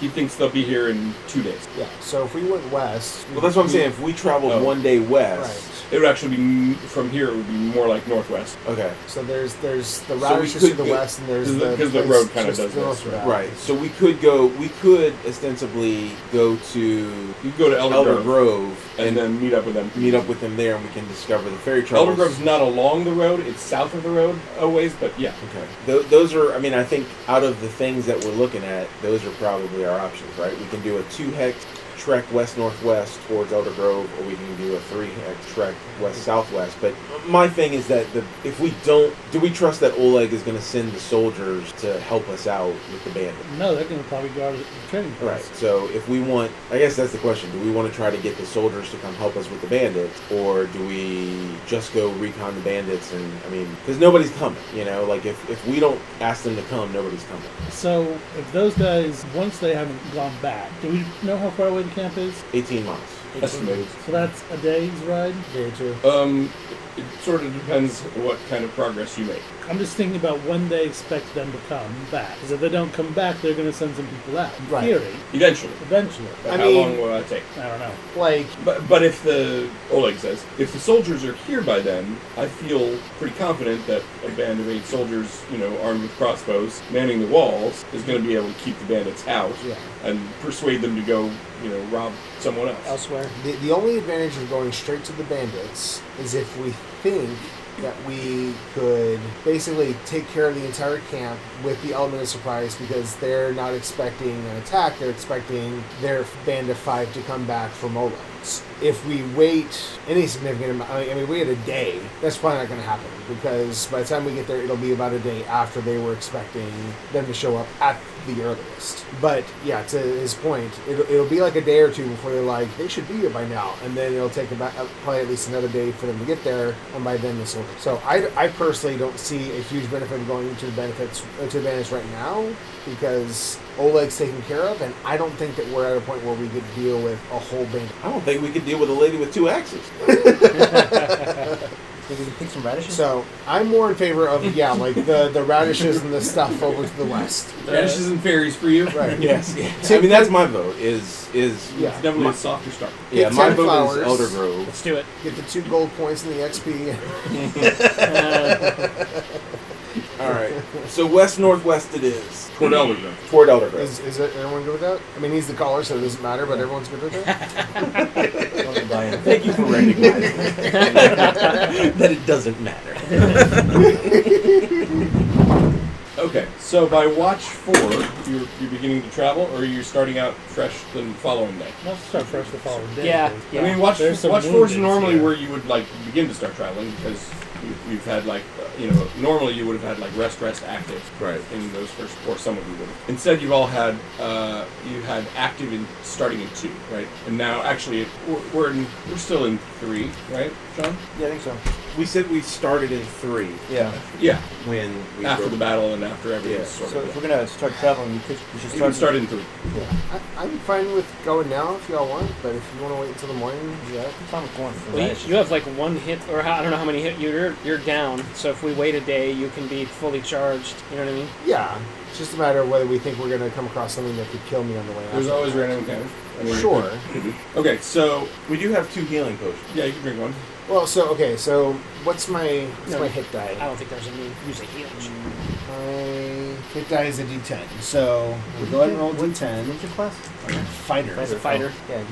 B: he thinks they'll be here in two days.
A: yeah. So if we went west,
C: Well, that's what I'm saying. If we traveled
B: Oh.
C: one day
A: Right.
C: west,
B: It would actually be m- from here. It would be more like northwest.
C: okay,
A: So there's there's the
C: So
A: route
C: we
A: is just to
C: could
A: the
C: go-
A: west, and there's
B: 'cause the-
A: the
B: 'cause the
A: place
B: road kinda
A: just
B: does this,
A: north of
B: right?
A: that.
C: right. So we could go. We could ostensibly go to
B: You can go to Elder,
C: Elder
B: Grove,
C: Grove
B: and, then meet up with them.
C: meet up with them there, and we can discover the fairy troubles.
B: Elder Grove's not along the road; it's south of the road a ways. But
C: [LAUGHS]
B: yeah,
C: Okay. Th- those are, I mean, I think out of the things that we're looking at, those are probably our options, right? We can do a two hex trek west northwest towards Elder Grove, or we can do a three hex trek west southwest. But my thing is that the, if we don't, do we trust that Oleg is going to send the soldiers to help us out with the bandit?
E: No, they're going to probably guard the training place.
C: Right. So if we want, I guess that's the question. Do we want to try to get the soldiers to come help us with the bandits, or do we just go recon the bandits? And I mean, because nobody's coming, you know. Like if if we don't ask them to come, nobody's coming.
E: So if those guys, once they haven't gone back, do we know how far away the camp is?
C: Eighteen miles.
B: estimated.
E: So that's a day's ride.
A: Day two.
B: Um, it, it sort of depends what kind of progress you make.
E: I'm just thinking about when they expect them to come back. Because if they don't come back, they're going to send some people out. In
A: Right.
E: theory,
B: Eventually,
E: eventually.
B: but
A: I
B: how
A: mean-
B: long will that take?
E: I don't know.
A: Like
B: But, but if the Oleg says if the soldiers are here by then, I feel pretty confident that a band of eight soldiers, you know, armed with crossbows, manning the walls, is going to be able to keep the bandits out
A: Yeah.
B: and persuade them to go, you know, rob someone else.
F: elsewhere.
A: the, the only advantage of going straight to the bandits is if we think that we could basically take care of the entire camp with the element of surprise because they're not expecting an attack they're expecting their band of five to come back from Olex. If we wait any significant amount, I mean, we had a day, that's probably not going to happen because by the time we get there, it'll be about a day after they were expecting them to show up at the earliest. But yeah, to his point, it'll, it'll be like a day or two before they're like, they should be here by now. And then it'll take about uh, probably at least another day for them to get there. And by then, this will. So I, I personally don't see a huge benefit of going to the benefits uh, to the advantage right now because Oleg's taken care of. And I don't think that we're at a point where we could deal with a whole band.
C: I don't think we could deal with a lady with two axes.
I: Maybe we can pick some radishes.
A: So I'm more in favor of, yeah, like the, the radishes and the stuff over to the west.
B: Radishes and fairies for you.
A: Right.
C: Yes. I mean, that's my vote. Is is
A: Yeah.
B: [LAUGHS] It's definitely a softer start.
C: yeah
A: Get
C: my
A: ten
C: vote
A: flowers.
C: is Elder Grove.
F: Let's do it.
A: Get the two gold points and the XP.
C: All right. So west northwest it is
B: Toward Eldergrove.
C: toward Elder Grove.
A: Is, is it, everyone good with that? I mean, he's the caller, so it doesn't matter, but everyone's good with that?
C: Thank you for recognizing that it doesn't matter.
B: Okay, so by watch four, you're, you're beginning to travel, or you're starting out fresh the following day.
E: Let's start first the following day.
F: Yeah,
B: I
F: yeah.
B: mean, watch
E: There's some
B: watch four is
E: woundeds
B: normally
E: here.
B: where you would like begin to start traveling because we, we've had like uh, you know normally you would have had like rest rest active
C: Right.
B: in those first four. Some of you would. have. Instead, you've all had uh, you had active in starting in two, right? And now actually we're we're, in, we're still in three, right, John?
I: Yeah, I think so.
C: We said we started in three
I: Yeah.
B: Yeah,
C: when we
B: after
C: broke-
B: the battle and after everything.
C: Yeah.
B: Sort
I: So
B: of.
I: if we're gonna start traveling, we, could, we should
B: you can
I: start.
B: start in three.
A: I, I'm fine with going now if y'all want, but if you want to wait until the morning, yeah.
I: I'm fine with going for
F: Well, you,
I: radishes.
F: you have like one hit, or how- I don't know how many hit you're you're down. So if we wait a day, you can be fully charged. You know what I mean?
A: Yeah, it's just a matter of whether we think we're going to come across something that could kill me on the way out.
B: There's always random encounters. I mean,
A: Sure.
B: Okay, so
C: We do have two healing potions.
B: yeah, you can drink one.
A: Well, so, okay, so what's my what's
F: No.
A: my hit die?
F: I don't think there's a need to use a heal.
A: My hit die is a d10. So we'll go ahead and roll
I: What's
A: d10.
I: your class?
F: As
A: Fighter.
F: a fighter
I: Yeah.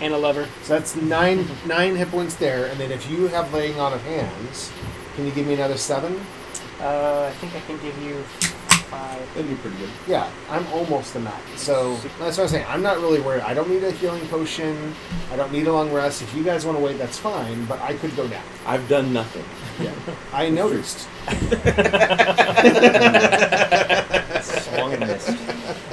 F: and a lover,
A: So that's nine nine hit points there, and then if you have laying on of hands, can you give me another seven?
F: uh, I think I can give you five.
B: That'd be pretty good.
A: Yeah, I'm almost the max. So that's what I'm saying. I'm not really worried. I don't need a healing potion. I don't need a long rest. If you guys want to wait, that's fine. But I could go down.
C: I've done nothing.
A: Yeah, I noticed.
I: Swung and missed.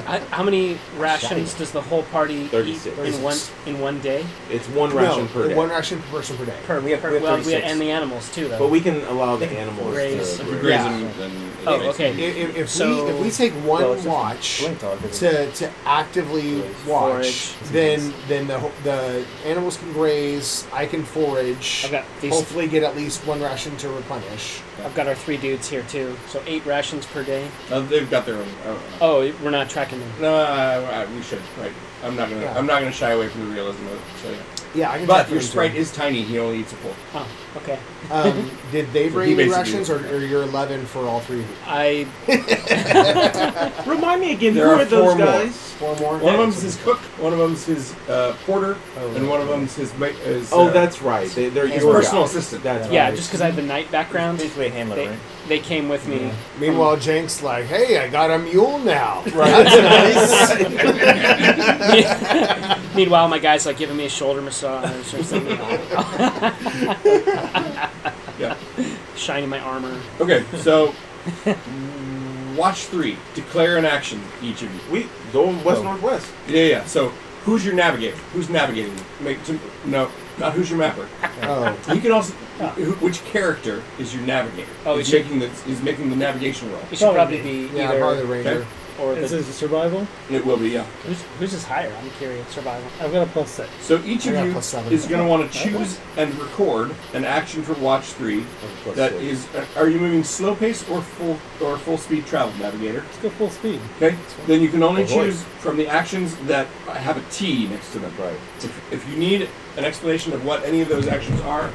F: I, how many rations does the whole party eat
C: 36.
F: in one in one day?
C: It's one ration
A: no,
C: per day.
A: one ration per person per day.
H: Per, we have, we have
F: well,
H: 36.
F: and the animals too, though.
C: but we can allow the animals
F: Graze.
C: to
B: If you
C: graze.
B: graze
A: Yeah.
B: them, then it
F: Oh,
B: makes
F: okay.
B: sense.
A: If, if, if
F: So-
A: we if we take one
I: Well, it's just
A: watch
I: blink dog, isn't
A: to, to actively watch,
F: Forage.
A: then then the wh- the animals can graze. I can forage.
F: I've got these-
A: Hopefully, get at least one ration to replenish.
F: I've got our three dudes here too, so eight rations per day.
B: Uh, they've got their own. I don't know.
F: Oh, we're not tracking them.
B: No, I, I- we should. Right. I'm not gonna.
A: Yeah.
B: I'm not gonna shy away from the realism of it. So yeah.
A: Yeah, I can.
B: But
A: tap
B: your
A: into
B: sprite
A: it.
B: is tiny. He only eats a pork.
F: Oh, okay.
A: Um, did they
B: So
A: bring
B: he
A: any
B: basically-
A: rations, or, or you're eleven for all three of you?
F: I
C: Remind me again,
B: There
C: who
B: are
C: are those
B: four more.
C: guys?
A: Four more.
B: One of them's his cook. One of them's his uh, porter, and one of them's his. ma- his
C: Oh,
B: uh,
C: that's right. They, they're
B: his
C: your
B: personal
C: guys.
B: assistant.
C: That's
F: yeah,
C: right.
F: just because I have the night background,
I: Basically a handler,
F: they,
I: right?
F: they came with me.
A: Meanwhile, Jenks like, hey, I got a mule [LAUGHS] now. [LAUGHS]
F: [LAUGHS] Meanwhile, my guy's like giving me a shoulder massage or something,
B: Yeah.
F: shining my armor.
B: Okay. So, watch three. Declare an action, each of you.
C: we going west northwest.
B: Yeah, yeah. So, who's your navigator? Who's navigating? you? Make to, no, not who's your mapper.
A: oh,
B: You can also. who- Which character is your navigator?
F: Oh,
B: is
F: it should-
B: making the is making the navigation roll.
F: It should probably be
A: yeah,
F: either
A: probably the ranger.
B: Okay.
F: or
E: This
F: the,
E: is survival.
B: It will be yeah.
F: who's, who's is higher. I'm curious. Survival.
E: I've got a plus six.
B: So each
A: I
B: of
A: got
B: you
A: plus seven.
B: is going to want to choose and record an action for watch three. That is, uh, are you moving slow pace or full or full speed travel, navigator?
E: Let's go full speed.
B: Okay. Then you can only
C: Ahoy.
B: choose from the actions that have a T next to them.
C: Right.
B: If, if you need an explanation of what any of those actions are,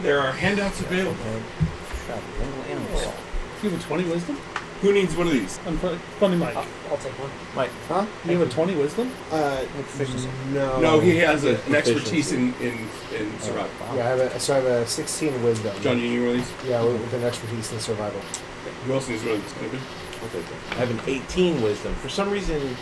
B: there are handouts available.
E: You have a twenty wisdom.
B: Who needs one of these?
E: I'm fu- funny, Mike.
F: I'll, I'll take one.
A: Huh?
E: You have a twenty wisdom.
A: Uh, no.
B: No, he has a, an
C: Proficiency.
B: expertise in in, in survival.
A: Yeah, I have a, so I have a 16 wisdom.
B: John, you need one of these.
A: Yeah, with, with an expertise in survival.
B: Who else needs one of these? Anybody?
C: I'll take that. I have an 18 wisdom. For some reason,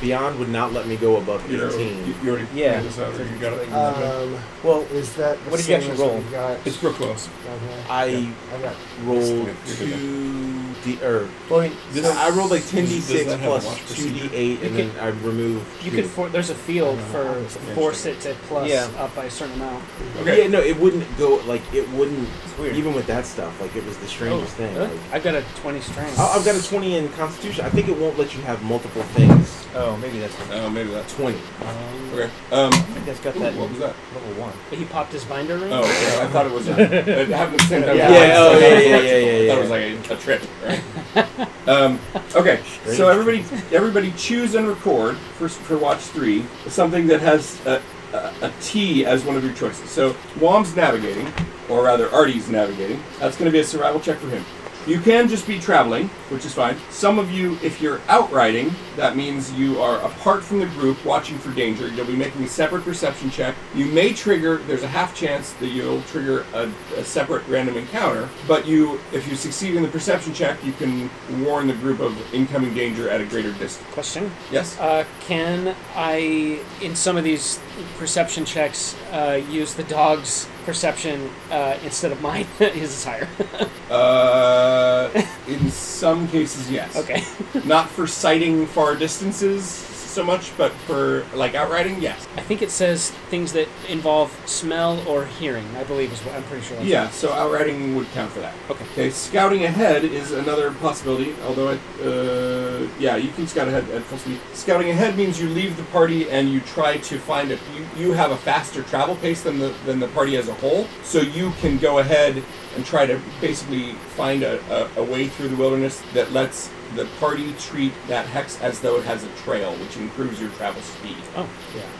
C: Beyond would not let me go above
B: You,
C: 18.
B: you, you already
I: Yeah.
B: figured this out, or you got it.
A: Um,
I: Well,
A: is that the
I: What did you
A: same
I: actually
A: as
I: roll?
A: we've Got?
B: It's real close.
A: Okay.
C: I
A: I got
C: rolled
B: You're good
C: two d or
I: well, I mean,
B: This-
C: I rolled like
B: Does that
C: 10d6
B: have a watch
C: plus
B: procedure?
C: 2d8, and
F: You
C: then I removed.
F: You
C: two.
F: could for, there's a field for force it to plus
I: Yeah.
F: up by a certain amount.
B: Okay.
C: Yeah, no, it wouldn't go like it wouldn't
I: weird.
C: even with that stuff. Like it was the strangest thing.
F: Really?
C: Like,
F: I've got a 20 strength.
C: I- I've got a 20 in Constitution. I think it won't let you have multiple things.
I: oh, maybe that's. I
B: Oh, maybe that's
C: 20.
B: okay. Um,
I: think that's got
B: ooh,
I: that
B: what was that?
I: level one.
F: But he popped his binder ring.
B: Oh, okay, I thought it was. A, it happened at the same time.
C: Yeah,
B: as mine, so I
C: oh, yeah,
B: thought it
C: yeah,
B: was
C: yeah, yeah,
B: electrical.
C: yeah,
B: I thought it was like a, a trip, right? um, okay, so everybody, everybody choose and record for for watch three something that has a, a, a T as one of your choices. So Wom's navigating, or rather Artie's navigating. That's going to be a survival check for him. You can just be traveling, which is fine. Some of you, if you're out riding, that means you are apart from the group, watching for danger. You'll be making a separate perception check. You may trigger. There's a half chance that you'll trigger a, a separate random encounter. But you, if you succeed in the perception check, you can warn the group of incoming danger at a greater distance.
F: Question.
B: Yes.
F: Uh, can I, in some of these perception checks, uh, use the dog's perception uh, instead of mine? [LAUGHS] His is higher.
B: Uh, in some cases, yes.
F: okay. [LAUGHS]
B: Not for sighting far distances so much, but for like outriding, yes.
F: I think it says things that involve smell or hearing. I believe is what I'm pretty sure. that's-
B: Yeah, so outriding would count for that.
F: Okay.
B: Okay, scouting ahead is another possibility, although, I, uh, yeah, you can scout ahead at full speed. Scouting ahead means you leave the party and you try to find a. You, you have a faster travel pace than the, than the party as a whole, so you can go ahead and try to basically find a, a, a way through the wilderness that lets the party treat that hex as though it has a trail, which improves your travel speed.
F: Oh,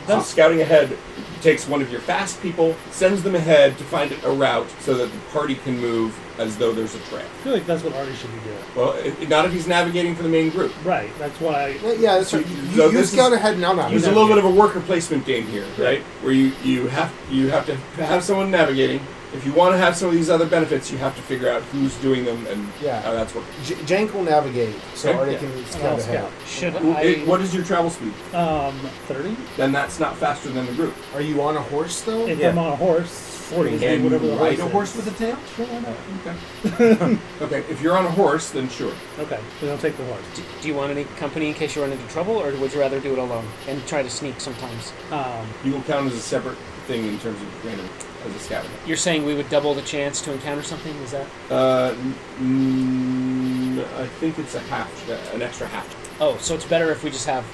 B: So scouting ahead takes one of your fast people, sends them ahead to find a route so that the party can move as though there's a trail.
E: I feel like that's what Artie should be doing.
B: Well, i not if he's navigating for the main group.
E: Right. That's why.
A: Yeah, Uh, yeah, that's right.
B: So
A: You,
B: this
A: you
B: is-
A: scout ahead and I'm out.
B: There's a little bit of a worker placement game here, right? Where you, you have you have to have someone navigating, if you want to have some of these other benefits, you have to figure out who's doing them and
A: Yeah.
B: how that's working.
A: J- Jank will navigate, so
B: Okay,
A: Artie
B: yeah.
A: can
E: And
A: scout
E: I'll
A: ahead.
E: scout.
F: Should
B: Who- it-
F: I?
B: what is your travel speed?
E: Um, 30?
B: Then that's not faster than the group.
A: Are you on a horse though?
E: If
H: Yeah.
E: I'm on a horse, 40.
B: Can you
E: whatever the
B: ride
E: horse
B: a
E: is.
B: horse with a tail?
E: Sure, why not?
B: Okay. okay. [LAUGHS] If you're on a horse, then sure.
E: Okay, then I'll take the horse.
F: Do, do you want any company in case you run into trouble, or would you rather do it alone and try to sneak sometimes?
E: Um,
B: You will count as a separate thing in terms of random as a scavenger.
F: You're saying we would double the chance to encounter something? Is that?
B: Uh, n- mm, I think it's a half, an extra half.
F: Oh, so it's better if we just have.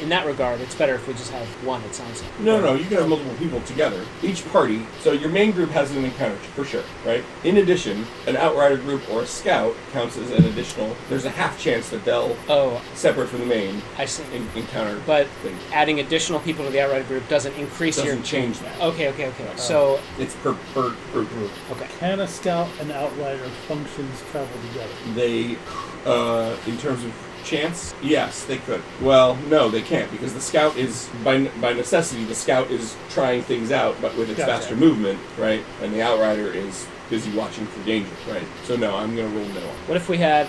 F: In that regard, it's better if we just have one. It sounds like.
B: No, no, you can have multiple people together. Each party, so your main group has an encounter for sure, right? In addition, an outrider group or a scout counts as an additional. There's a half chance that they'll
F: Oh,
B: separate from the main
F: I see.
B: en- encounter,
F: But
B: thing.
F: adding additional people to the outrider group doesn't increase your. Oh.
B: doesn't change that.
F: Okay, okay, okay. So,
B: It's per per group.
F: okay.
E: can a scout and outrider functions travel together?
B: They, uh, in terms of chance, yes, they could. Well, no, they can't because the scout is by by necessity the scout is trying things out, but with its
E: Gotcha.
B: faster movement, right? And the outrider is busy watching for danger, right? So no, I'm gonna roll no.
F: What if
A: [LAUGHS]
F: we had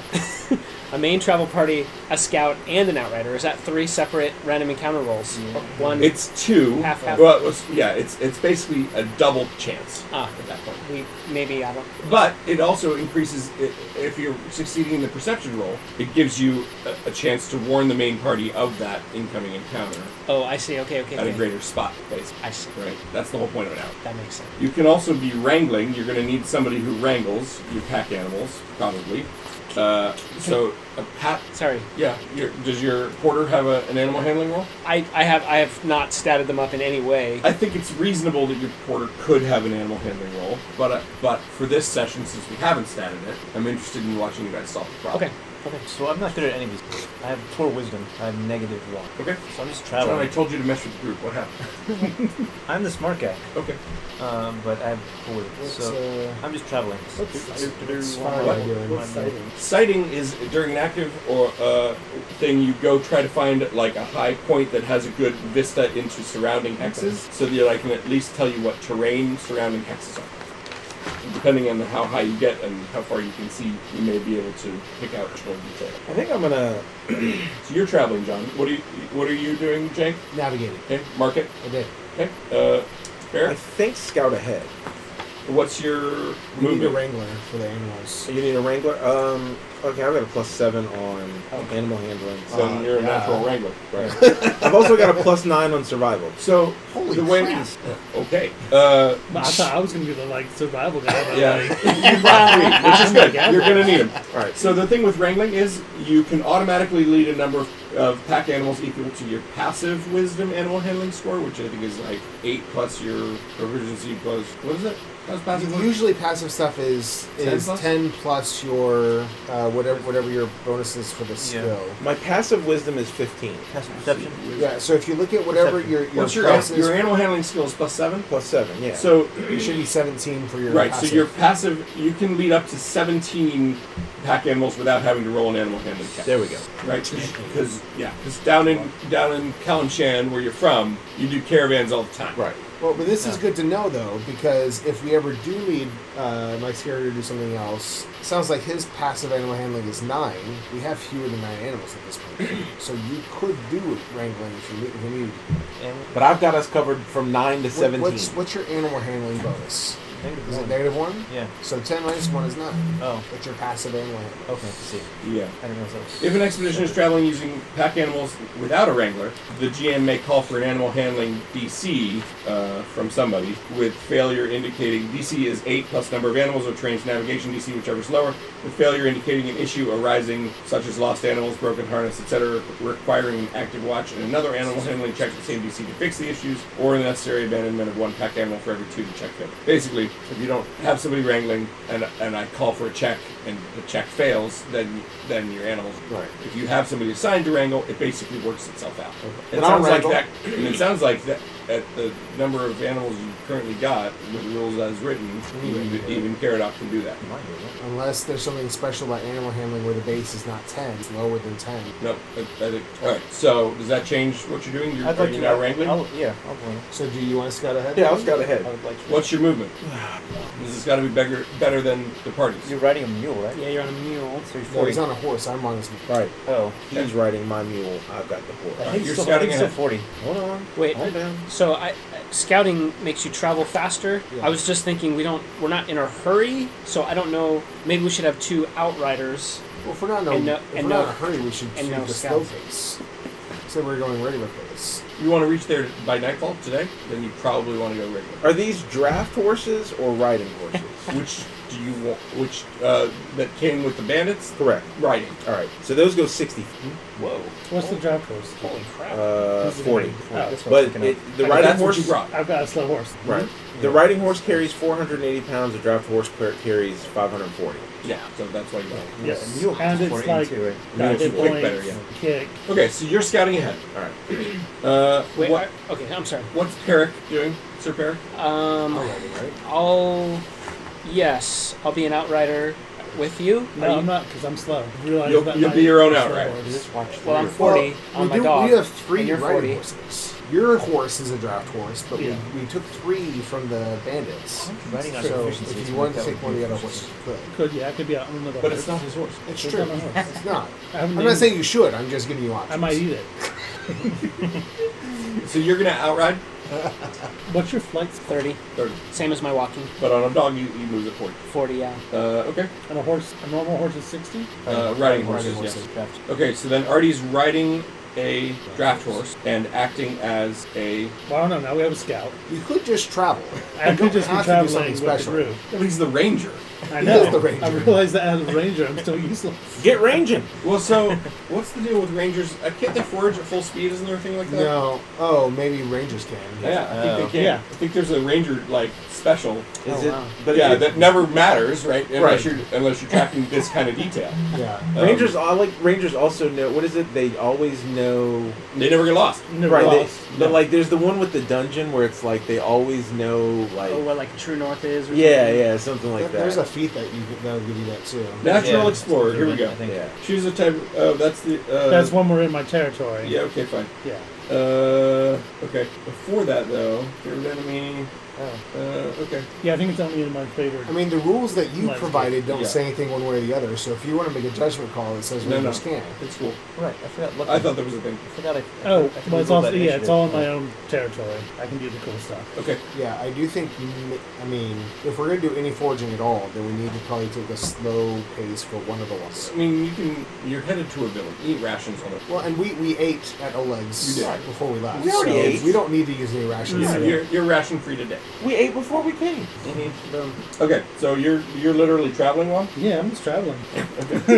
F: a main travel party, a scout, and an outrider? Is that three separate random encounter rolls? One.
B: It's two.
F: Half, half.
B: Well, it was- yeah, it's it's basically a double chance
F: Ah.
B: at that point.
F: we maybe I don't.
B: But it also increases i- if you're succeeding in the perception roll. It gives you a, a chance to warn the main party of that incoming encounter
F: Oh, I see. Okay, okay.
B: at a
F: okay.
B: greater spot, basically.
F: I see.
B: Right. That's the whole point of an hour.
F: That makes sense.
B: You can also be wrangling. You're going to need somebody who wrangles your pack animals, probably. Uh, so a pack.
F: Sorry,
B: Yeah. Your, does your porter have a, an animal handling role?
F: I, I have I have not statted them up in any way.
B: I think it's reasonable that your porter could have an animal handling role, but uh, but for this session, since we haven't started it, I'm interested in watching you guys solve the problem.
F: Okay,
I: So I'm not good at any of these. I have poor wisdom. I have negative one.
B: Okay.
I: So I'm just
B: John, I
I: traveling.
B: told you to mess with the group. What happened?
I: I'm the smart guy,
B: Okay.
I: um, but I have poor wisdom.
A: What's,
I: So
A: uh,
I: I'm just traveling.
A: what's Farley doing?
B: Sighting is during an active or uh, thing you go try to find like a high point that has a good vista into surrounding hexes, so that I can at least tell you what terrain surrounding hexes are. And depending on how high you get and how far you can see, you may be able to pick out more detail.
C: I think I'm gonna.
B: [CLEARS THROAT] So you're traveling, John. What are you What are you doing, Jake?
A: Navigating.
B: Okay, market.
A: I did.
B: Okay, uh,
C: I
B: Barrett,
C: think scout ahead.
B: what's your
A: We need a
B: movement?
A: wrangler for the animals.
C: So you need a wrangler. Um. Okay, I've got a plus seven on animal handling.
B: So
C: Uh,
B: you're a
A: yeah.
B: natural wrangler, right?
C: I've also got a plus nine on survival.
B: so
A: Holy
B: the way
A: crap.
B: okay, uh,
E: I thought I was going to be the like survival guy. But
B: yeah,
E: like,
B: you brought three, which [LAUGHS] is good. You're gonna need them.
C: All right.
B: So the thing with wrangling is you can automatically lead a number of, of pack animals equal to your passive wisdom animal handling score, which I think is like eight plus your proficiency plus what is it? How's passive? work?
A: Usually, passive stuff is
B: 10
A: is
B: plus?
A: ten plus your uh, whatever whatever your bonus is for the skill.
C: My passive wisdom is 15.
I: Pass perception.
A: Yeah. So if you look at whatever
I: Perception.
A: your your
B: What's your
A: passive
B: your animal handling skill is plus seven.
C: Plus 7, yeah.
B: So
A: it should be seventeen for your
B: Right,
A: passive.
B: so your passive, you can lead up to 17 pack animals without having to roll an animal handling check.
C: there we go.
B: Right, because yeah, because down in down in Kalanshan, where you're from, you do caravans all the time.
C: Right.
A: Well, but this is good to know though, because if we ever do need uh, Mike Scarry to do something else, sounds like his passive animal handling is nine. We have fewer than nine animals at this point,
B: [CLEARS THROAT]
A: so you could do wrangling if you, if you need.
I: And
C: But I've got us covered from 9 to
A: What-
C: 17.
A: What's what's your animal handling bonus?
I: negative
A: Is it
I: one.
A: negative one?
I: Yeah.
A: So ten minus one is nine.
I: Oh.
A: That's your passive animal handling.
I: Okay. I See.
B: Yeah.
I: I didn't realize that was.
B: If an expedition is traveling using pack animals without a wrangler, the GM may call for an animal handling DC uh, from somebody, with failure indicating DC is 8 plus number of animals or trains navigation DC, whichever's lower, with failure indicating an issue arising such as lost animals, broken harness, etc., requiring an active watch and another animal handling check the same DC to fix the issues, or the necessary abandonment of one pack animal for every two to check them. Basically, if you don't have somebody wrangling and, and I call for a check and the check fails, then then your animals
C: Right.
B: if you have somebody assigned to wrangle, it basically works itself out. It
C: But I'll
B: sounds like
C: wrangle.
B: that. and it sounds like that. at the number of animals you've currently got, the rules as written,
C: Mm-hmm.
B: even, even Caradoc can do that.
A: Unless there's something special about animal handling where the base is not 10, it's lower than 10.
B: No, I, I think. All right. So does that change what you're doing? You're,
I: I'd
B: are
I: like
B: you
I: to
B: now wrangling.
I: I'll, yeah, I'll go in.
A: So do you want to scout ahead?
C: Yeah, I've got ahead.
I: I would like to.
B: What's your
I: [SIGHS]
B: movement? This has got to be bigger, better than the parties.
I: You're riding a mule, right?
F: Yeah, you're on a mule.
I: So you're
A: No,
I: 40.
A: he's on a horse. I'm on his.
C: Right.
I: Oh,
C: He's riding my mule. I've got the horse.
I: I think
B: you're
I: still, I
B: scouting
I: think still
B: ahead.
I: 40.
C: Hold on.
F: Wait,
C: Calm down.
F: So I, scouting makes you travel faster. I was just thinking we don't we're not in a hurry, so I don't know. Maybe we should have two outriders.
A: Well, if we're not in a,
F: And no-
A: if
F: and
A: we're not
F: no-
A: in a hurry, we should
F: and
A: shoot
F: no
A: the
F: scouts.
A: slow pace. So we're going regular pace.
B: You want to reach there by nightfall today? Then you probably want to go regular.
C: Are these draft horses or riding [LAUGHS] horses?
B: Which do you want? Which uh, that came with the bandits?
C: Correct.
B: Riding.
C: All right. So those go uh, 60.
B: Whoa.
E: What's the draft horse?
F: Holy crap!
C: Uh, 40.
I: That's what I
C: But
I: was thinking
C: it,
I: of.
C: the
B: Right,
C: riding
B: that's what
C: horse.
B: you brought.
E: I've got a slow horse.
C: Right. The riding horse carries 480 pounds. The draft horse car- carries 540.
B: Yeah. So that's why you brought. it.
E: Yes.
I: mule
E: and
I: is
E: it's
I: 40
E: like
I: too,
E: got
I: right?
C: Mule
E: hit
C: is way
E: points,
B: better, yeah.
E: kick.
B: Okay. So you're scouting ahead.
C: All right.
B: [CLEARS THROAT] Uh,
F: Wait,
B: what?
F: I- okay, I'm sorry.
B: What's Peric doing, Sir Peric?
F: Um, I'll yes, I'll be an outrider with you. Are
E: No,
F: you-
E: I'm not because I'm slow. I realize
B: You'll-
E: that
B: you'll
E: my-
B: be your own
E: my
B: outrider.
E: slow horse.
I: Just watch.
F: Well, I'm 40
A: we
F: on my
A: do-
F: dog.
A: We have three
F: and you're
A: riding
F: 40.
A: horses. Your horse is a draft horse, but
E: Yeah.
A: we, we took three from the bandits.
I: Riding on
A: So
I: proficiency
A: if
I: is
A: you
I: what
A: wanted
I: that
A: to take
I: would
A: one of
I: be.
A: the other horses, you could.
E: Could yeah, I could be out on the
B: But it's not his horse.
A: It's
E: It's
A: true.
E: not my horse.
A: It's not.
E: I haven't
A: I'm
E: named
A: not saying you should. I'm just giving you options.
E: I might eat it.
B: So you're gonna outride
E: What's your flight speed?
F: 30,
B: thirty,
F: same as my walking.
B: but on a dog you, you move at forty.
F: 40, yeah.
B: Uh, okay.
E: And a horse, a normal horse is 60?
B: Uh, riding horses. yes. Okay. So then Artie's riding a draft horse and acting as a.
E: Well, I don't know. Now we have a scout.
A: You could just travel.
E: I could just be
A: have to do
E: traveling
A: something
E: with
A: special.
E: the group.
B: Yeah, but he's the ranger.
E: I
A: is
E: know.
A: the ranger.
E: I realize that as a ranger, I'm still useless.
C: Get ranging.
B: Well, so what's the deal with rangers? Uh, can't they forage at full speed? Isn't there a thing like that?
A: No. Oh, maybe Rangers can.
B: Yeah, I think
I: Oh.
B: they can.
E: Yeah.
B: I think there's a ranger like special.
C: Is
F: Oh,
C: it?
F: wow.
C: But
B: yeah,
C: it-
B: that never matters, right? Unless
C: Right.
B: you're unless you're tracking this kind of detail.
A: Yeah.
B: Um,
C: Rangers, all like Rangers, also know what is it? They always know.
B: They never get lost.
C: [LAUGHS]
E: Never
C: right, they-
E: lost.
C: but like, there's the one with the dungeon where it's like they always know, like,
F: Oh, what like True North is? Or
C: yeah,
F: something?
C: yeah, something like
A: There-
C: that.
A: There's a feat that you that would give you that too.
B: Natural
I: Yeah.
B: explorer. Here we go.
I: I think.
C: yeah.
B: Choose a type. Oh, that's the. Uh,
E: That's when we're in my territory.
B: Yeah. Okay. Fine.
E: Yeah.
B: Uh. Okay. Before that, though, favorite enemy.
I: Oh.
B: Uh. Okay.
E: Yeah, I think it's only in my favorite.
A: I mean, the rules that you
E: Like,
A: provided don't
B: yeah.
A: say anything one way or the other. So if you want to make a judgment call, it says
B: No, no.
A: Rangers can.
B: It's cool.
I: Right, I forgot. Look,
B: I thought there was a thing.
I: I forgot. I, I
A: Uh,
E: oh,
I: forgot
E: well,
I: we
E: it's
I: rolled
E: also,
I: that
E: yeah, it's all in
I: initiative.
E: my own territory. I can do the cool
B: [LAUGHS]
E: stuff.
B: Okay.
A: Yeah, I do think. you ma- I mean, if we're gonna do any forging at all, then we need to probably take a slow pace for one of the ones.
B: I mean, you can. You're headed to a village. Eat rations on it.
A: Well, and we, we ate at Oleg's
B: You did.
A: before we left.
C: We already
A: so
C: ate.
A: We don't need to use any rations.
B: Yeah, you're, you're ration free today.
C: We ate before we came.
B: Okay, so you're you're literally traveling one.
E: Yeah, I'm just traveling.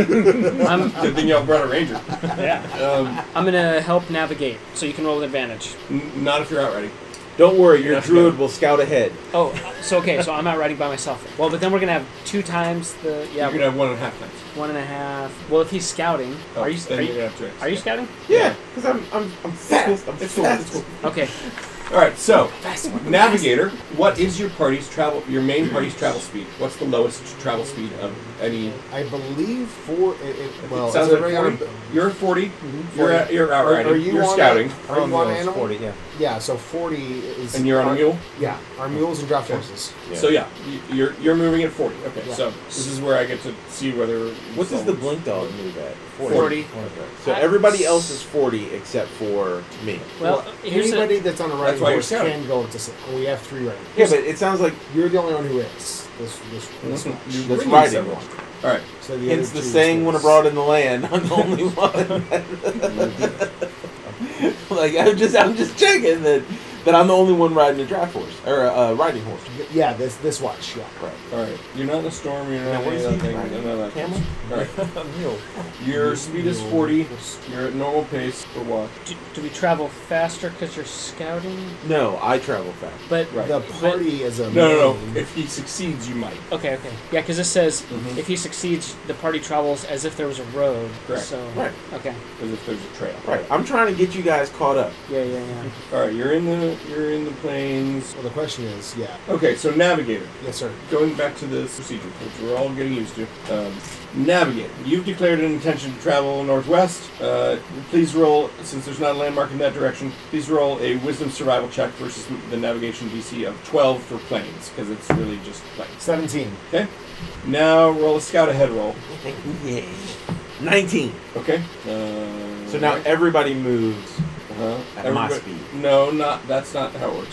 F: I'm,
B: Good thing y'all brought a ranger.
E: yeah. [LAUGHS]
B: Um,
F: I'm gonna help navigate, so you can roll with advantage.
B: n- not if you're out riding.
C: Don't worry, your
B: That's
C: druid
B: good.
C: will scout ahead.
F: Oh, so okay, so I'm outriding by myself. Well, but then we're gonna have two times the yeah
B: You're gonna have one and a half nights.
F: one and a half. Well, if he's scouting,
B: Oh,
F: are you
B: Then
F: are
B: you're
F: you,
B: gonna have two nights.
F: are you scouting?
C: Yeah, because I'm, I'm, I'm fast. I'm
B: It's cool. It's cool.
F: Okay,
B: All right. So, navigator, what is your party's travel? Your main party's travel speed? What's the lowest travel speed of any?
A: I believe for it, it, well,
B: it sounds
A: is it
B: like
A: right on-
B: 40. You're 40. You're
A: 40.
B: at, you're out riding.
A: are you
B: are
A: on
B: scouting,
A: a-
B: Oh,
I: Our
A: Are
I: own
A: you on
I: mule is
A: animal?
I: 40, yeah.
A: Yeah, so 40 is.
B: and you're on a
A: our-
B: mule.
A: Yeah, our mules and draft horses.
B: So yeah, y- you're you're moving at 40. Okay.
A: Yeah.
B: So this is where I get to see whether.
C: What does the blink dog move at?
I: 40.
F: forty.
C: So everybody else is 40 except for me.
F: Well, here's a-
A: anybody that's on a riding
B: why you're
A: horse
B: scouting.
A: can go up to six. and We have three riding.
C: Yeah, but it sounds like
A: You're the only one who is. This, this, this
B: You
A: much.
B: bring
C: that's
B: in
C: riding.
B: someone. All right.
A: So the
C: Hence
A: other
C: the
A: two
C: saying,
A: is-
C: when abroad in the land, I'm the [LAUGHS] only one. like I'm just, I'm just checking that that I'm the only one riding a draft horse or a uh, riding horse.
A: Yeah, this this watch. Yeah.
C: Right.
B: All right. You're not in a storm. You're not
C: Now,
B: in
C: what is
B: anything.
C: he riding?
B: none of that.
C: Camel?
B: All right.
C: [LAUGHS]
I: A mule.
B: Your speed is 40. You're at normal pace for what?
F: Do, do we travel faster because you're scouting?
C: No, I travel fast.
F: But
B: Right.
A: The party is a
B: No, no,
A: main-
B: no. If he succeeds, you might.
F: okay, okay, yeah, because this says
B: Mm-hmm.
F: if he succeeds, the party travels as if there was a road.
B: Correct.
F: So
C: Right.
F: okay,
B: Because if there's a trail.
C: Right. I'm trying to get you guys caught up.
F: yeah, yeah, yeah.
B: All right. You're in the current. You're in the plains.
A: Well, the question is, yeah,
B: Okay, so navigator.
A: yes, sir.
B: Going back to this procedure, which we're all getting used to. Um, navigator, you've declared an intention to travel northwest. Uh, please roll, since there's not a landmark in that direction, please roll a wisdom survival check versus the navigation DC of 12 for planes, because it's really just planes.
A: Seventeen.
B: Okay? Now roll a scout ahead roll.
C: Nineteen.
B: Okay? Uh,
C: So now
B: right?
C: everybody moves.
B: Uh-huh.
C: At my
B: Everybody-
C: speed.
B: No, not that's not how it works.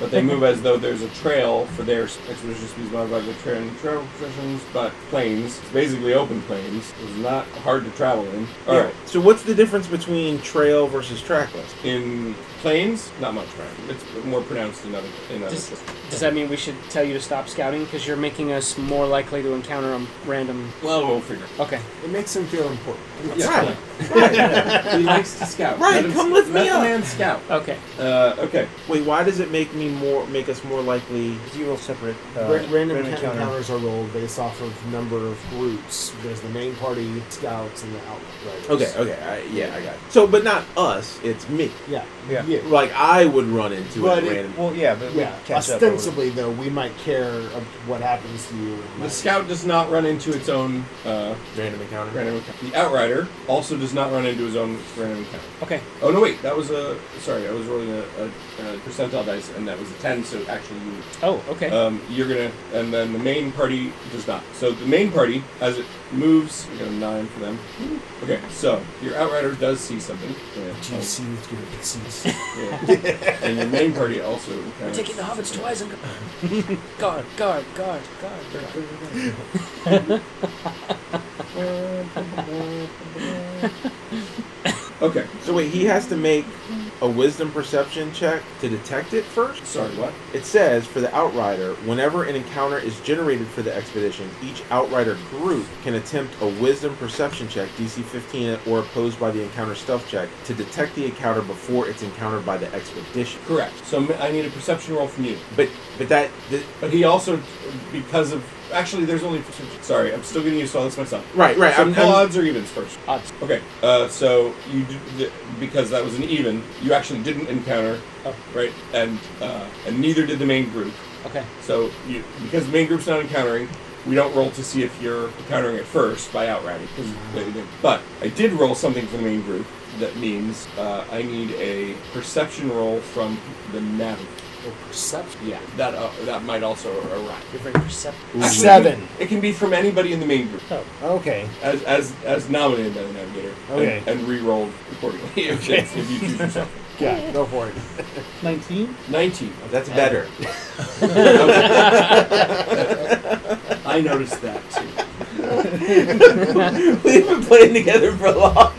B: But they move as though there's a trail for their s- expedition speeds modified by trail and trail restrictions, but plains, it's basically open plains, is not hard to travel in. All
C: Yeah.
B: right,
C: So what's the difference between trail versus trackless?
B: in plains, not much. Right? It's more pronounced in other. In other
F: Does, does that mean we should tell you to stop scouting because you're making us more likely to encounter a random?
B: well, we'll figure.
F: Okay.
A: It makes him feel important.
B: Yeah. Right. [LAUGHS] he likes to scout.
C: Right,
B: Let him
C: come
B: sc-
C: lift me
B: let the
C: up.
B: man scout.
F: Okay.
B: Uh, okay.
C: Wait, why does it make me more make us more likely?
H: You will separate.
A: Ra- random encounter. encounters are rolled based off of number of groups. There's the main party, scouts, and the outlaw riders.
C: Okay, okay, I, yeah, I got it. So, but not us. It's me.
A: Yeah.
H: Yeah.
A: Yeah.
C: Like I would run into
A: But
C: it
A: it-
C: randomly.
H: Well, yeah, but we
A: yeah.
H: catch up.
A: Ostensibly, though, we might care of what happens to you. and
B: The
A: might-
B: scout does not run into its own uh,
C: random encounter.
B: random encounter. The outrider also does not run into his own random encounter.
F: Okay.
B: Oh no, wait, that was a sorry. I was rolling a, a, a percentile dice, and that was a ten. So actually, you,
F: Oh, okay.
B: um, you're gonna, and then the main party does not. So the main party, as it moves, we got a nine for them.
F: Hmm.
B: Okay, so your outrider does see something, oh,
A: Do you see with your pixies?
B: Yeah. and your main party also. Kind of-
F: Taking the hobbits to Isengard. [LAUGHS] guard, guard, guard, guard, guard.
B: Okay,
C: So wait, he has to make a wisdom perception check to detect it first.
B: sorry, what?
C: It says for the outrider, whenever an encounter is generated for the expedition, each outrider group can attempt a wisdom perception check DC 15 or opposed by the encounter stealth check to detect the encounter before it's encountered by the expedition.
B: Correct. So m- I need a perception roll from you.
C: But but that th-
B: But he also, because of actually, there's only. Sorry, I'm still getting used to all this myself.
C: right right
B: So
C: I'm,
B: pull
C: I'm-
B: odds or evens first.
F: Odds.
B: Okay. Uh, so you d- d- because that was an even, you actually didn't encounter, right? And uh, and neither did the main group.
F: Okay.
B: So you, because the main group's not encountering, we don't roll to see if you're encountering it first by outriding. 'cause they- they- But I did roll something for the main group. That means uh, I need a perception roll from the navigator.
A: Or perception?
B: Yeah, that uh, that might also arrive.
F: You're very perceptive.
B: Actually,
A: Seven.
B: It can be from anybody in the main group
A: Okay.
B: as as as nominated by the navigator.
A: Okay.
B: And, and re-rolled accordingly. if, that's- if you choose yourself.
A: Yeah, go for it.
E: 19?
B: Nineteen.
C: that's better.
B: I noticed that too.
C: We've been playing together for a long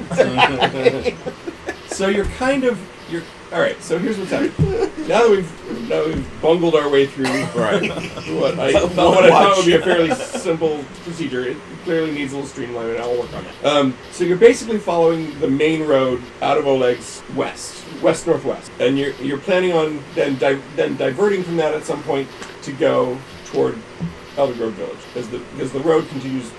B: So you're kind of you're all right. So here's what's happening. Now that we've now we've bungled our way through
C: right.
B: what I thought, what I thought would be a fairly simple procedure. It clearly needs a little streamlining. I'll work on it. Um, so you're basically following the main road out of Oleg's west, west northwest, and you're you're planning on then di- then diverting from that at some point to go toward Elder Grove Village, as the because the road continues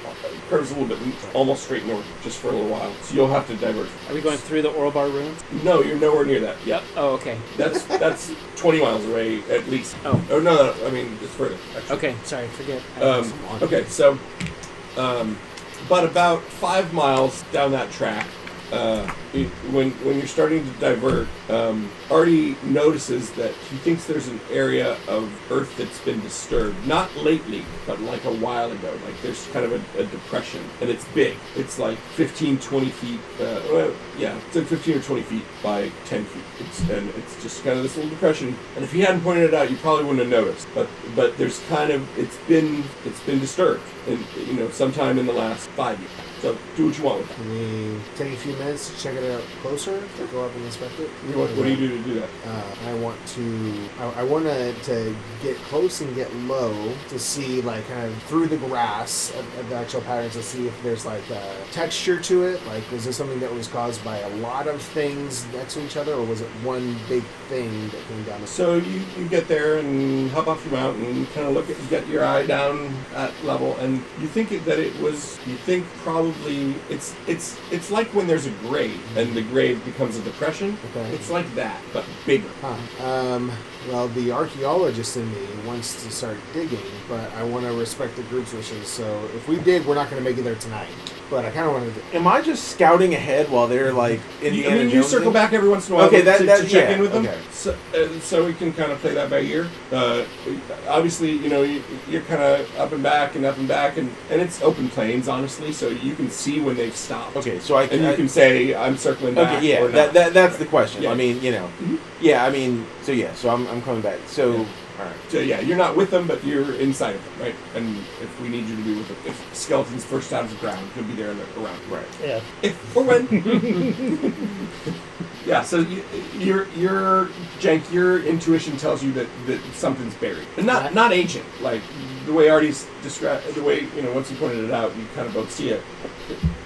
B: curves a little bit almost straight north just for a little while. So you'll have to diverge.
F: Are we going through the oral bar ruins?
B: No, you're nowhere near that. Yep.
F: Oh, okay.
B: That's that's 20 miles away at least.
F: Oh.
B: Oh no, no I mean it's further. Actually.
F: Okay. Sorry. Forget. I
B: Um,
F: was-
B: okay, so, um, but about five miles down that track, uh, it, when when you're starting to divert, um, Artie notices that he thinks there's an area of Earth that's been disturbed, not lately, but like a while ago. Like there's kind of a, a depression, and it's big. It's like 15, 20 feet. Uh, well, yeah, it's like 15 or 20 feet by 10 feet. It's, and it's just kind of this little depression. And if he hadn't pointed it out, you probably wouldn't have noticed. But but there's kind of it's been it's been disturbed, and you know sometime in the last five years. So do what you want with that.
A: Can we take a few minutes to check it out closer? Go up and inspect it?
B: You want- what do you do to do that?
A: Uh, I want to. I, I want to to get close and get low to see, like, kind of through the grass of, of the actual patterns to see if there's like a texture to it. Like, was this something that was caused by a lot of things next to each other, or was it one big thing that came down? The
B: So you, you get there and hop off your mountain, and kind of look at, get your eye down at level, and you think it, that it was, you think probably it's it's it's like when there's a grade and the grave becomes a depression.
A: Okay.
B: It's like that, but bigger.
A: Huh. Um, well, the archaeologist in me wants to start digging, but I want to respect the group's wishes. So if we dig, we're not going to make it there tonight. But I kind of want to.
C: Am I just scouting ahead while they're like in
B: You- I mean, you circle back every once in a while
C: Okay,
B: to-
C: that-
B: to,
C: that-
B: to check
C: yeah,
B: in with them,
C: okay.
B: so, uh, so we can kind of play that by ear. Uh, obviously, you know, you, you're kind of up and back and up and back, and, and it's open plains, honestly, so you can see when they've stopped.
C: Okay, so I
B: and you
C: I-
B: can say, "I'm circling back."
C: Okay, yeah,
B: or
C: that,
B: not.
C: that, that's the question.
B: Yeah. Mm-hmm.
C: I mean, you know, yeah, I mean, so yeah, so I'm, I'm coming back. So, all right.
B: So yeah, you're not with them, but you're inside of them, right? And if we need you to be with them, if skeletons first out of the ground, you'll be there and around, right?
E: Yeah.
B: If or when. yeah. So you, your your Jank, your intuition tells you that, that something's buried, and not not ancient, like the way Artie's described. The way you know, once you pointed it out, you kind of both see it.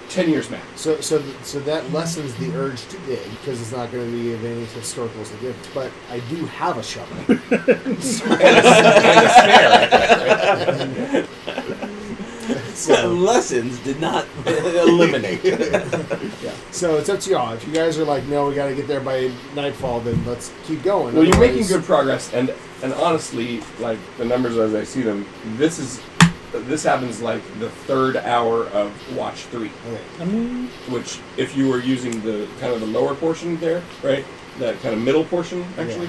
B: Ten years max.
A: So, so, so that lessens the urge to dig because it's not going to be of any historical significance. But I do have a
B: [LAUGHS]
A: shovel.
C: So lessons did not [LAUGHS] eliminate.
A: so it's up to y'all. If you guys are like, no, we got to get there by nightfall, then let's keep going.
B: Well, you're making
A: Otherwise-
B: good progress, and and honestly, like the numbers as I see them, this is this happens like the third hour of watch three,
A: Okay.
B: which if you were using the kind of the lower portion there, right, that kind of middle portion actually,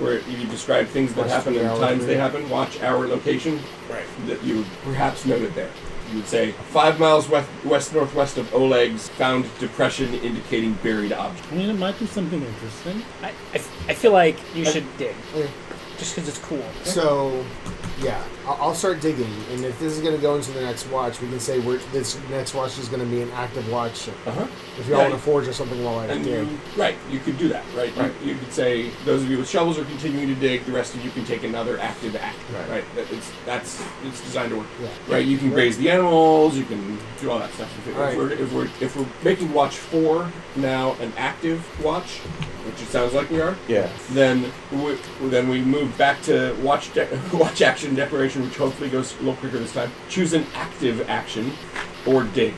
B: where you describe things that
A: Watch
B: happen
A: three,
B: and
A: hour
B: times
A: three.
B: they happen, watch hour location,
G: Right.
B: that you would perhaps noted there. You would say five miles west west northwest of Oleg's found depression indicating buried object.
E: I mean, it might be something interesting.
F: I, I, I feel like you should dig.
A: Okay.
F: Just because it's cool.
A: So, yeah, I'll, I'll start digging, and if this is going to go into the next watch, we can say we're, this next watch is going to be an active watch.
B: Uh huh.
A: If y'all
B: Yeah.
A: want to forge or something while I
B: And
A: dig,
B: you, right, you could do that, right? You- You, could say those of you with shovels are continuing to dig. The rest of you can take another active act,
A: Right.
B: right? That- it's that's it's designed to work,
A: Yeah.
B: right? You can graze the animals. You can do all that stuff. If, it-
A: Right.
B: if, we're, if we're if we're making watch four now an active watch, which it sounds like we are,
C: [LAUGHS] yeah.
B: then we, then we move back to watch de- [LAUGHS] watch action declaration, which hopefully goes a little quicker this time. Choose an active action or dig.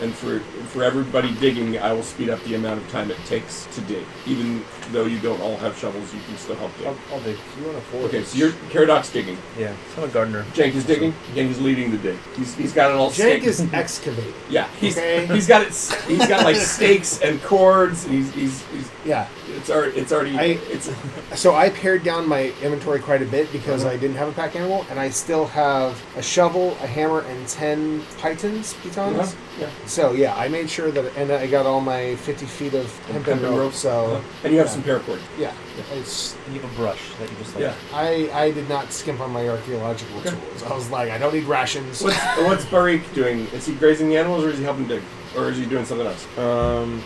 B: And for for everybody digging, I will speed up the amount of time it takes to dig. Even though you don't all have shovels, you can still help dig.
A: I'll, I'll dig. If you want to forge,
B: Okay, so you're Caradoc's digging.
H: Yeah, so I'm a gardener.
B: Jank is digging. Jank is leading the dig. He's, he's got it all.
A: Jake
B: staked.
A: is excavating.
B: yeah. He's
A: Okay.
B: [LAUGHS] he's got it. s- He's
A: [LAUGHS]
B: got like stakes and cords. And he's, he's he's
A: Yeah.
B: it's already it's already
A: I- [LAUGHS]
B: it's
A: So I pared down my inventory quite a bit because I didn't have a pack animal, and I still have a shovel, a hammer, and ten pythons, pitons.
B: Uh-huh, yeah.
A: So yeah, I made sure that, and I got all my fifty feet of hemp and
B: hempen
A: rope.
B: rope.
A: So
B: and you have some paracord.
A: yeah, it's
H: And you have a brush that you just like.
B: Yeah.
A: I, I did not skimp on my archaeological tools. I was like, I don't need rations.
B: What's what's Barik doing? Is he grazing the animals, or is he helping dig, or is he doing something else?
C: Um,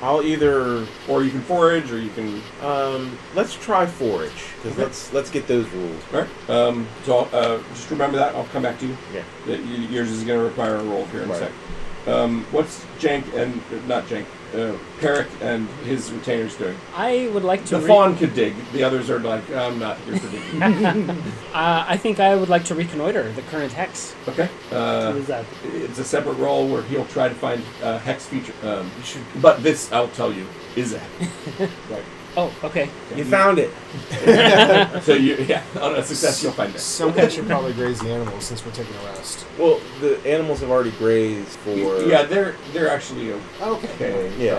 C: I'll either
B: Or you can forage, or you can.
C: um, let's try forage because let's let's get those rules.
B: All right. Um, so I'll, uh, just remember that. I'll come back to you.
C: Yeah.
B: That y- yours is going to require a roll here in
C: Right.
B: a sec. Um, what's Jank and uh, not Jank, uh, Carrick and his retainers doing?
F: I would like to.
B: The
F: re-
B: fawn could dig. The others are like, I'm not here for
C: [LAUGHS]
B: digging.
F: Uh, I think I would like to reconnoiter the current hex.
B: okay.
E: What
B: Uh,
E: is that?
B: it's a separate roll where he'll try to find uh, hex feature. Um,
C: You should.
B: but this, I'll tell you, is a
C: [LAUGHS]
B: right.
F: Oh, okay.
C: You found it.
B: So you, [LAUGHS] yeah, on a success you'll find it.
A: Someone should probably graze the animals since we're taking a rest.
C: Well, the animals have already grazed for.
B: Yeah, they're they're actually
A: Okay.
B: okay.
C: Yeah.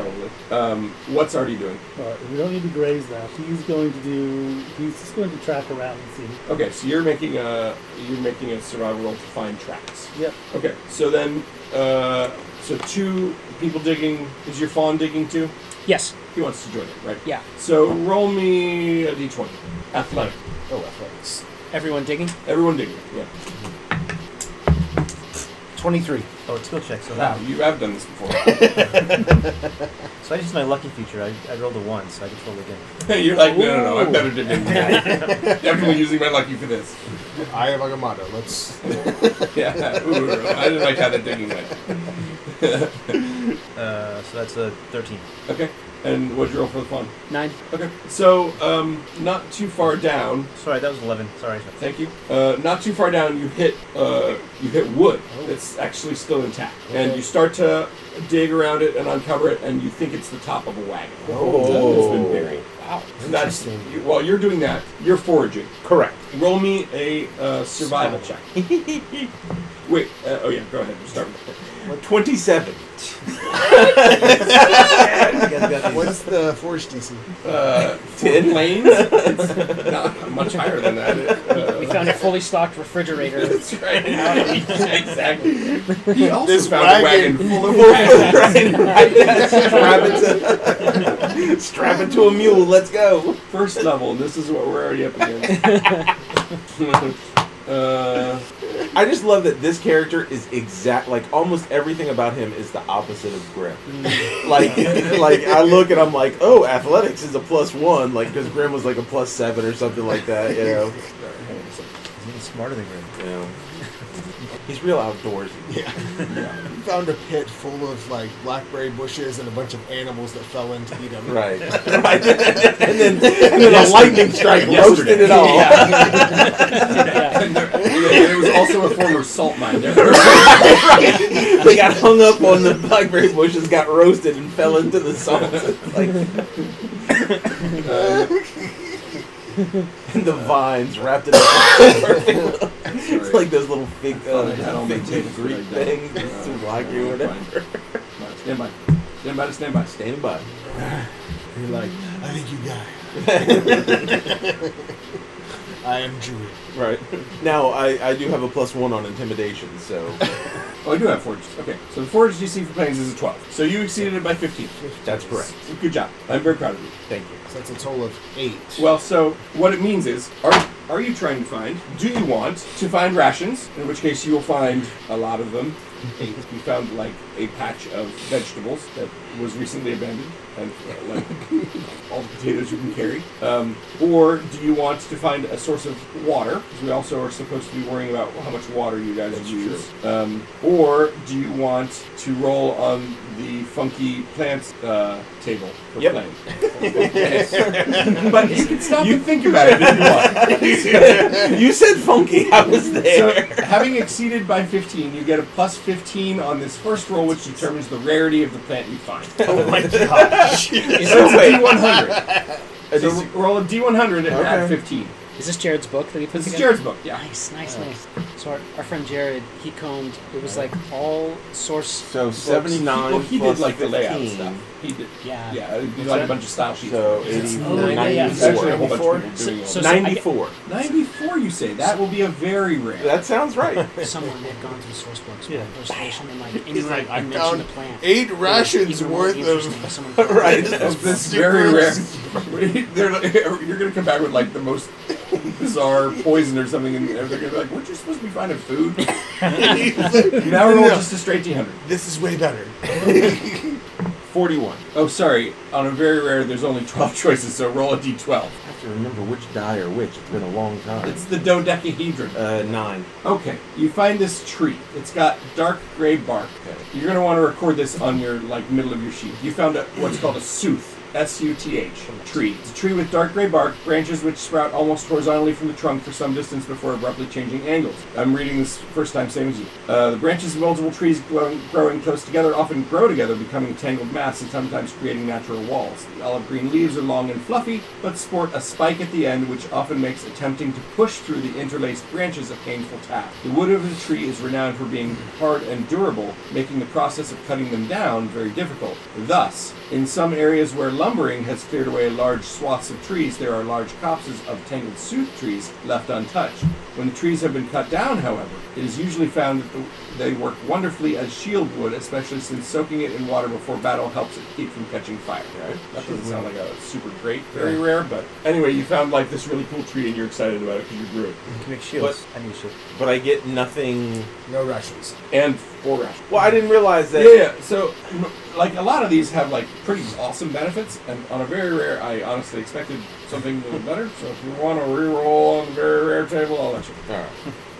B: Probably. Um, what's already doing?
E: All right, we don't need to graze that. He's going to do. He's just going to track around and see.
B: Okay, so you're making a you're making a survival roll to find tracks.
E: Yep.
B: Okay, so then uh, so two people digging is your fawn digging too?
F: Yes.
B: He wants to join it, right?
F: Yeah.
B: So roll me a d20. Athletic.
A: Oh, athletics.
F: Everyone digging.
B: Everyone digging. Yeah. [LAUGHS]
A: Twenty-three.
H: Oh, it's skill check. So
B: Wow,
H: that.
B: you have done this before.
H: So I used my lucky feature. I, I rolled a one, so I just rolled again.
B: [LAUGHS] you're like, no, no, no, I'm better digging. than that. [LAUGHS] Definitely using my lucky for this.
A: I have like a motto. Let's.
B: [LAUGHS] Yeah. Ooh, I didn't like how that digging went.
H: Uh, so that's a thirteen.
B: Okay. And what'd you roll for the fun?
F: Nine.
B: Okay. So, um, not too far down.
D: Sorry, that was 11. Sorry.
B: Thank you. Uh, not too far down, you hit uh, you hit wood that's actually still intact, and you start to dig around it and uncover it, and you think it's the top of a wagon.
G: Oh.
B: it's been buried. Wow. That's you, while you're doing that, you're foraging.
G: Correct.
B: Roll me a uh, survival check. [LAUGHS] Wait. Uh, oh yeah. Go ahead. Start.
C: Twenty-seven.
A: What's the force DC?
B: Uh, Ten lanes. It's not much higher than [LAUGHS] that. Uh,
F: We found a fully stocked refrigerator.
B: That's right. [LAUGHS] exactly. He also
C: This
B: found a
C: wagon-
B: wagon full of rats.
C: [LAUGHS] Strap it to, [LAUGHS] strap it to a mule. Let's go.
B: First level. This is what we're already up [LAUGHS] against. uh,
C: I just love that this character is exact. Like almost everything about him is the opposite of Grim. like, [LAUGHS] like I look and I'm like, oh, athletics is a plus one. Like because Grim was like a plus seven or something like that. You know.
H: He's even smarter than Grim.
C: You know. He's real outdoorsy.
A: Yeah. Found a pit full of like blackberry bushes and a bunch of animals that fell in to eat them.
C: Right. [LAUGHS] right. and then, and then a lightning strike roasted it all.
B: and there, oh, there was also a former salt mine there.
C: they got hung up on the blackberry bushes, got roasted, and fell into the salt. like, [LAUGHS] and the vines wrapped it up. it's like those little fig, uh,
B: I had all my
C: fig
B: tables
C: leaf Greek
B: laid down.
C: things to block you or whatever.
B: Stand by. Stand by to stand by.
C: Stand by.
A: You're like, I think you die.
C: [LAUGHS]
A: I am Jewish.
C: Right. Now, I, I do have a plus one on intimidation, so
B: Oh, I do have forge. Okay, so the forge DC for planes is a 12. So you exceeded it by 15.
C: that's correct.
B: Good job. I'm very proud of you.
C: Thank you.
A: So that's a total of eight.
B: Well, so what it means is, are are you trying to find? Do you want to find rations? In which case, you will find a lot of them. You found like a patch of vegetables that was recently abandoned, and uh, like all the potatoes you can carry. Um, or do you want to find a source of water? Because we also are supposed to be worrying about how much water you guys use. Um, or do you want to roll on the funky plants uh, table for
C: Yep.
B: playing? [LAUGHS] but you can stop you, and think about it if you want.
C: [LAUGHS] you said funky. I was there.
B: So, having exceeded by 15, you get a plus 15 on this first roll, which determines the rarity of the plant you find.
C: [LAUGHS] oh my gosh.
B: [LAUGHS] It's
C: So
B: a
C: wait.
B: D100. So
C: DC
B: roll a D100 and add
C: Okay.
B: 15.
F: Is this Jared's book that he put
B: This is
F: together?
B: Jared's book, yeah.
F: Nice, nice, nice. So our, our friend Jared, he combed. It was like all source.
C: So
F: books.
C: seventy nine.
B: Well, he did like the layout stuff. He did.
C: Uh,
F: Yeah.
B: Yeah, he did like a bunch of style sheets.
C: So
B: It's
C: 80,
F: Oh, yeah, yeah.
C: 94.
B: actually a whole bunch
C: 94?
B: of people doing it.
F: So- so- I get-
C: 94.
B: 94, you say? That will be a very rare.
C: That sounds right.
F: Someone had gone through source books, yeah.
D: Yeah.
F: illustration, and like anywhere
A: like,
F: I
A: I
F: mentioned
A: found
F: the plant.
A: Eight rations
F: Even more
A: worth
F: interesting
A: of.
F: by someone-
C: right.
B: That's
A: That's
B: very
A: super-
B: rare. They're like- [LAUGHS] you're gonna come back with like the most bizarre poison or something, and they're gonna be like, "Weren't you supposed to be finding food?" [LAUGHS] now we're
A: No.
B: just a straight D hundred.
A: This is way better.
C: 41.
B: Oh, sorry. On a very rare, there's only twelve [LAUGHS] choices, so roll a D twelve.
C: I have to remember which die or which. It's been a long time.
B: It's the dodecahedron.
C: Uh, 9.
B: Okay, you find this tree. It's got dark gray bark. You're gonna want to record this on your like middle of your sheet. You found a, what's called a sooth. S-U-T-H, tree. It's a tree with dark gray bark, branches which sprout almost horizontally from the trunk for some distance before abruptly changing angles. I'm reading this first time, same as you. Uh, the branches of multiple trees growing, growing close together often grow together, becoming a tangled mass and sometimes creating natural walls. The olive green leaves are long and fluffy, but sport a spike at the end, which often makes attempting to push through the interlaced branches a painful task. The wood of the tree is renowned for being hard and durable, making the process of cutting them down very difficult. Thus, in some areas where lumbering has cleared away large swaths of trees, there are large copses of tangled sooth trees left untouched. When the trees have been cut down, however, it is usually found that the, they work wonderfully as shield wood, especially since soaking it in water before battle helps it keep from catching fire. That doesn't sound like a super great, very rare, but anyway, you found like this really cool tree and you're excited about it because you grew it.
H: You can make shields. I need a shield.
C: But I get nothing.
A: No rations.
B: And four rations.
C: Well, I didn't realize that.
B: Yeah, yeah. So, m- like a lot of these have like pretty awesome benefits, and on a very rare, I honestly expected something a little better. So if you want to re-roll on the very rare table, I'll let you.
C: Alright.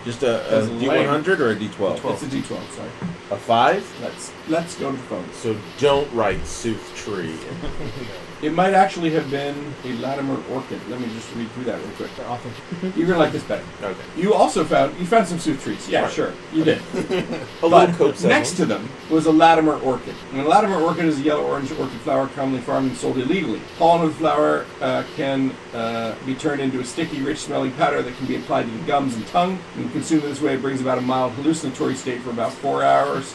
C: Just a, a
B: That's lame.
C: D100 or a D12?
B: It's a D12. Sorry.
C: A 5?
B: Let's let's go to the phones.
C: So don't write Sooth Tree.
B: It might actually have been a Latimer orchid. Let me just read through that real quick. You're gonna like this better.
C: okay.
B: You also found you found some soup trees. Yeah,
C: Right.
B: sure, you did.
C: A little cope
B: But next to them was a Latimer orchid. And a Latimer orchid is a yellow-orange orchid flower commonly farmed and sold illegally. Pollen of the flower uh, can uh, be turned into a sticky, rich-smelling powder that can be applied to your gums and tongue. And consumed this way, it brings about a mild hallucinatory state for about four hours,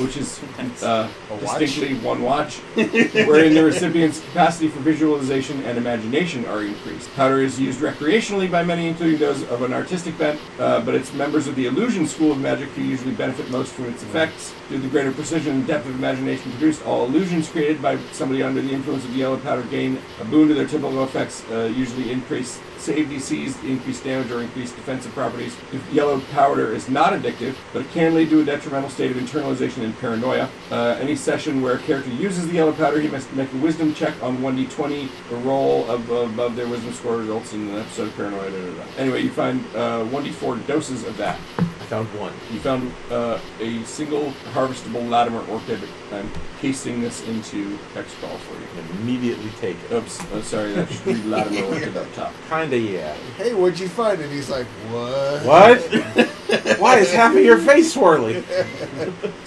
B: which is uh, distinctly one watch, wherein the recipient's capacity for visualization and imagination are increased. Powder is used recreationally by many, including those of an artistic bent, uh, but it's members of the illusion school of magic who usually benefit most from its effects. Due to the greater precision and depth of imagination produced, all illusions created by somebody under the influence of the yellow powder gain a boon to their typical effects, uh, usually increase save DCs, increased damage, or increased defensive properties. If yellow powder is not addictive, but it can lead to a detrimental state of internalization and paranoia. Uh, any session where a character uses the yellow powder, he must make a wisdom check on 1d20, a roll ab- above their wisdom score results in an episode of paranoia. Da, da, da. Anyway, you find uh, 1d4 doses of that.
C: I found one.
B: You found uh, a single harvestable Latimer orchid. I'm pasting this into text ball for you.
C: And immediately take it.
B: Oops, uh, sorry, that should be Latimer orchid up top.
C: Kinda, yeah.
A: Hey, what'd you find? And he's like, what? [LAUGHS]
C: What? Why is half of your face swirly?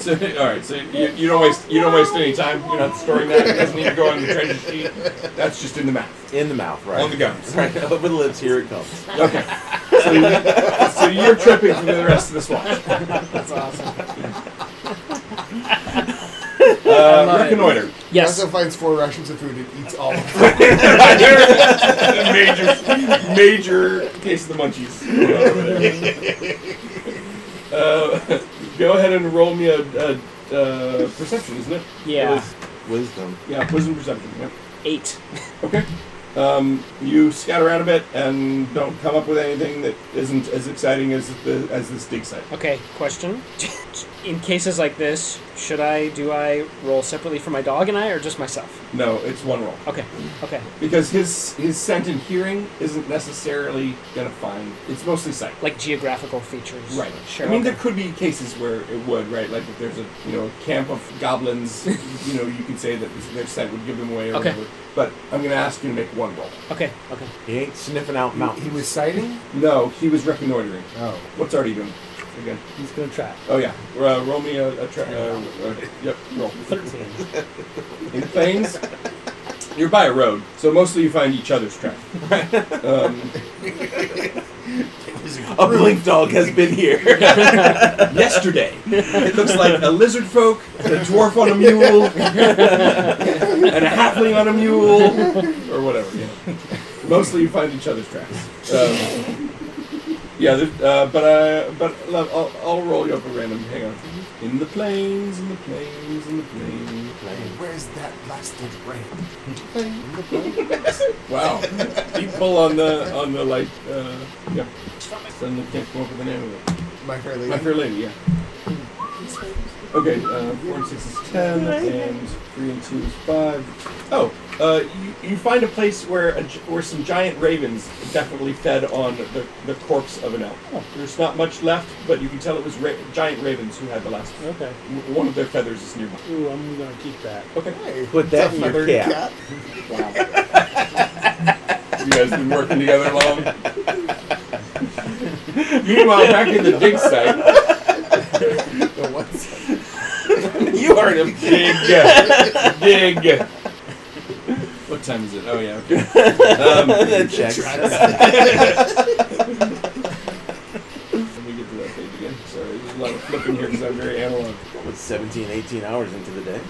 B: So, all right, so you, you don't waste you don't waste any time. You're not storing that. It doesn't need to go on the treasure sheet. That's just in the mouth,
C: In the mouth, right?
B: on the gums.
C: [LAUGHS] Right, over the lips, here it comes.
B: Okay. So, you, so you're tripping for the rest of this watch.
I: That's awesome.
B: Uh, reconnoiter.
A: He
F: Yes.
A: also finds four rations of food and eats all of them.
B: major, major case of the munchies. [LAUGHS] uh, go ahead and roll me a, a, uh perception, isn't it?
F: Yeah.
B: It was-
C: Wisdom.
B: yeah, wisdom perception. Yeah.
F: Eight.
B: Okay. Um, you scout around a bit and don't come up with anything that isn't as exciting as the as this dig site.
F: Okay, question. [LAUGHS] In cases like this, should I do I roll separately for my dog and I or just myself?
B: No, it's one roll
F: Okay. Okay.
B: because his his scent and hearing isn't necessarily gonna find. It's mostly sight.
F: Like geographical features.
B: Right.
F: Sure.
B: I mean,
F: okay.
B: there could be cases where it would, right? Like if there's a you know camp of
F: [LAUGHS]
B: goblins, you know, you could say that their scent would give them away or
F: Okay.
B: whatever. But I'm gonna ask you to make one roll.
F: okay. Okay.
C: He ain't sniffing out mountains.
A: he was sighting?
B: No, he was reconnoitering.
A: Oh.
B: What's already doing? Again.
E: He's going to try.
B: Oh yeah. Uh, roll me a, a tra- uh, uh, Yep. Roll.
E: 13.
B: in plains. You're by a road, so mostly you find each other's
E: [LAUGHS]
B: track. um,
C: A blink dog has
B: [LAUGHS]
C: been here.
B: yesterday, it looks like a lizard folk, a dwarf on a mule, and a halfling on a mule, or whatever. You know. Mostly you find each other's tracks. Um, yeah, there- uh, but uh, but love, I'll, I'll roll you up a random. Hang on. In the plains, in the plains, in the plains.
A: Where's that blasted rain?
B: Wow. People on the on the like uh yeah. Suddenly can't come up with the name of it.
A: My fair lady.
B: My fair lady, yeah. Okay, uh, four and six is ten, and three and two is five. Oh, uh, you, you find a place where a, gi- where some giant ravens definitely fed on the, the corpse of an elk. There's not much left, but you can tell it was ra- giant ravens who had the last.
E: Okay.
B: w- One of their feathers is nearby.
E: Ooh, I'm going to keep that.
B: Okay.
A: [LAUGHS] Hey,
C: Put that in your
A: feathered
C: cap.
A: [LAUGHS]
B: Wow. you guys been working together long? Meanwhile, back in the dig [LAUGHS] site,
A: The what's
C: you heard him.
B: dig, dig. What time is it? Oh yeah. Okay. Um,
C: That checks.
B: let me get to that page again. Sorry, there's a lot of flipping here because I'm very analog.
C: What was 17, 18 hours into the day?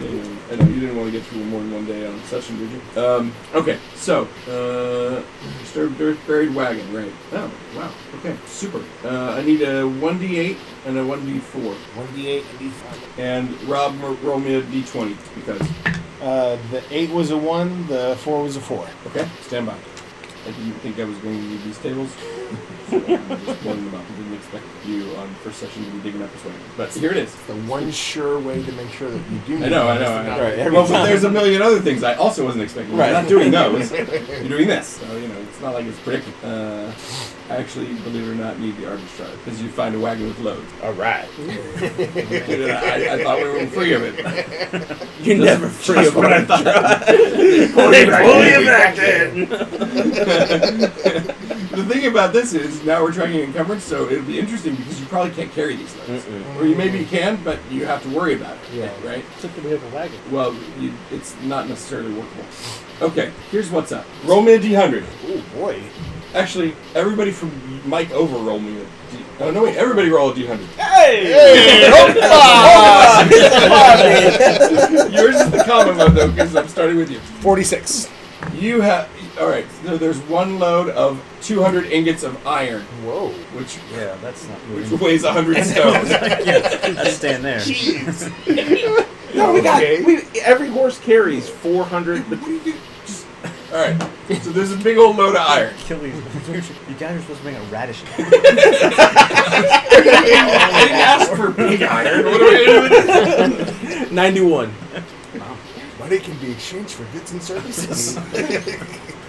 B: And, I know you didn't want to get through more than one day on a session, did you? Um, okay, so uh, disturbed earth buried wagon, right? Oh, wow. Okay, super. Uh, I need a one d eight and a one d four.
G: 1d8 and d5.
B: And Rob, m- roll me a d20 because.
G: Uh, the 8 was a 1, the 4 was a 4.
B: Okay, stand by. I didn't think I was going to need these tables. [LAUGHS] So I'm just blowing them up. I didn't expect you on first session to be digging up this way. But here it is.
A: the one sure way to make sure that you do
B: I know, I know, I know.
C: Right, every
B: Well, but
C: time.
B: there's a million other things I also wasn't expecting. You're
C: [LAUGHS] Right.
B: not doing those. You're doing this. So, you know, it's not like it's predicted. Uh, I actually, believe it or not, need the arbitrage because you find a wagon with loads. [LAUGHS]
C: All right.
B: I, I thought we were free of it.
C: You're never free of
B: what I
C: arbitrage.
B: They
C: pull you
B: back in. the thing about this is now we're trying an encumbrance, so it'll be interesting because you probably can't carry these loads, or you maybe can, but you have to worry about it.
A: Yeah.
B: Right.
E: Except that we have a wagon.
B: Well, you, it's not necessarily workable. Okay, here's what's up. Roll me a d100.
G: Oh boy.
B: Actually, everybody from Mike over roll me a d. Oh no, wait, everybody roll a d100. [LAUGHS] Yours is the common one though, because I'm starting with you.
G: Forty-six.
B: You have all right. So there's one load of 200 ingots of iron,
A: Whoa.
B: which
I: Yeah, that's not moving.
B: which weighs
I: [LAUGHS]
B: 100 stone.
H: That's staying there.
C: No, we got.
G: Okay.
C: We, every horse carries 400.
B: What do you do? Just- all right. So there's a big old load of iron.
I: Kill these. you guys are supposed to bring a radish.
B: I didn't ask for big
I: [LAUGHS]
B: iron. What do I do with this?
C: 91.
A: Money can be exchanged for goods and services.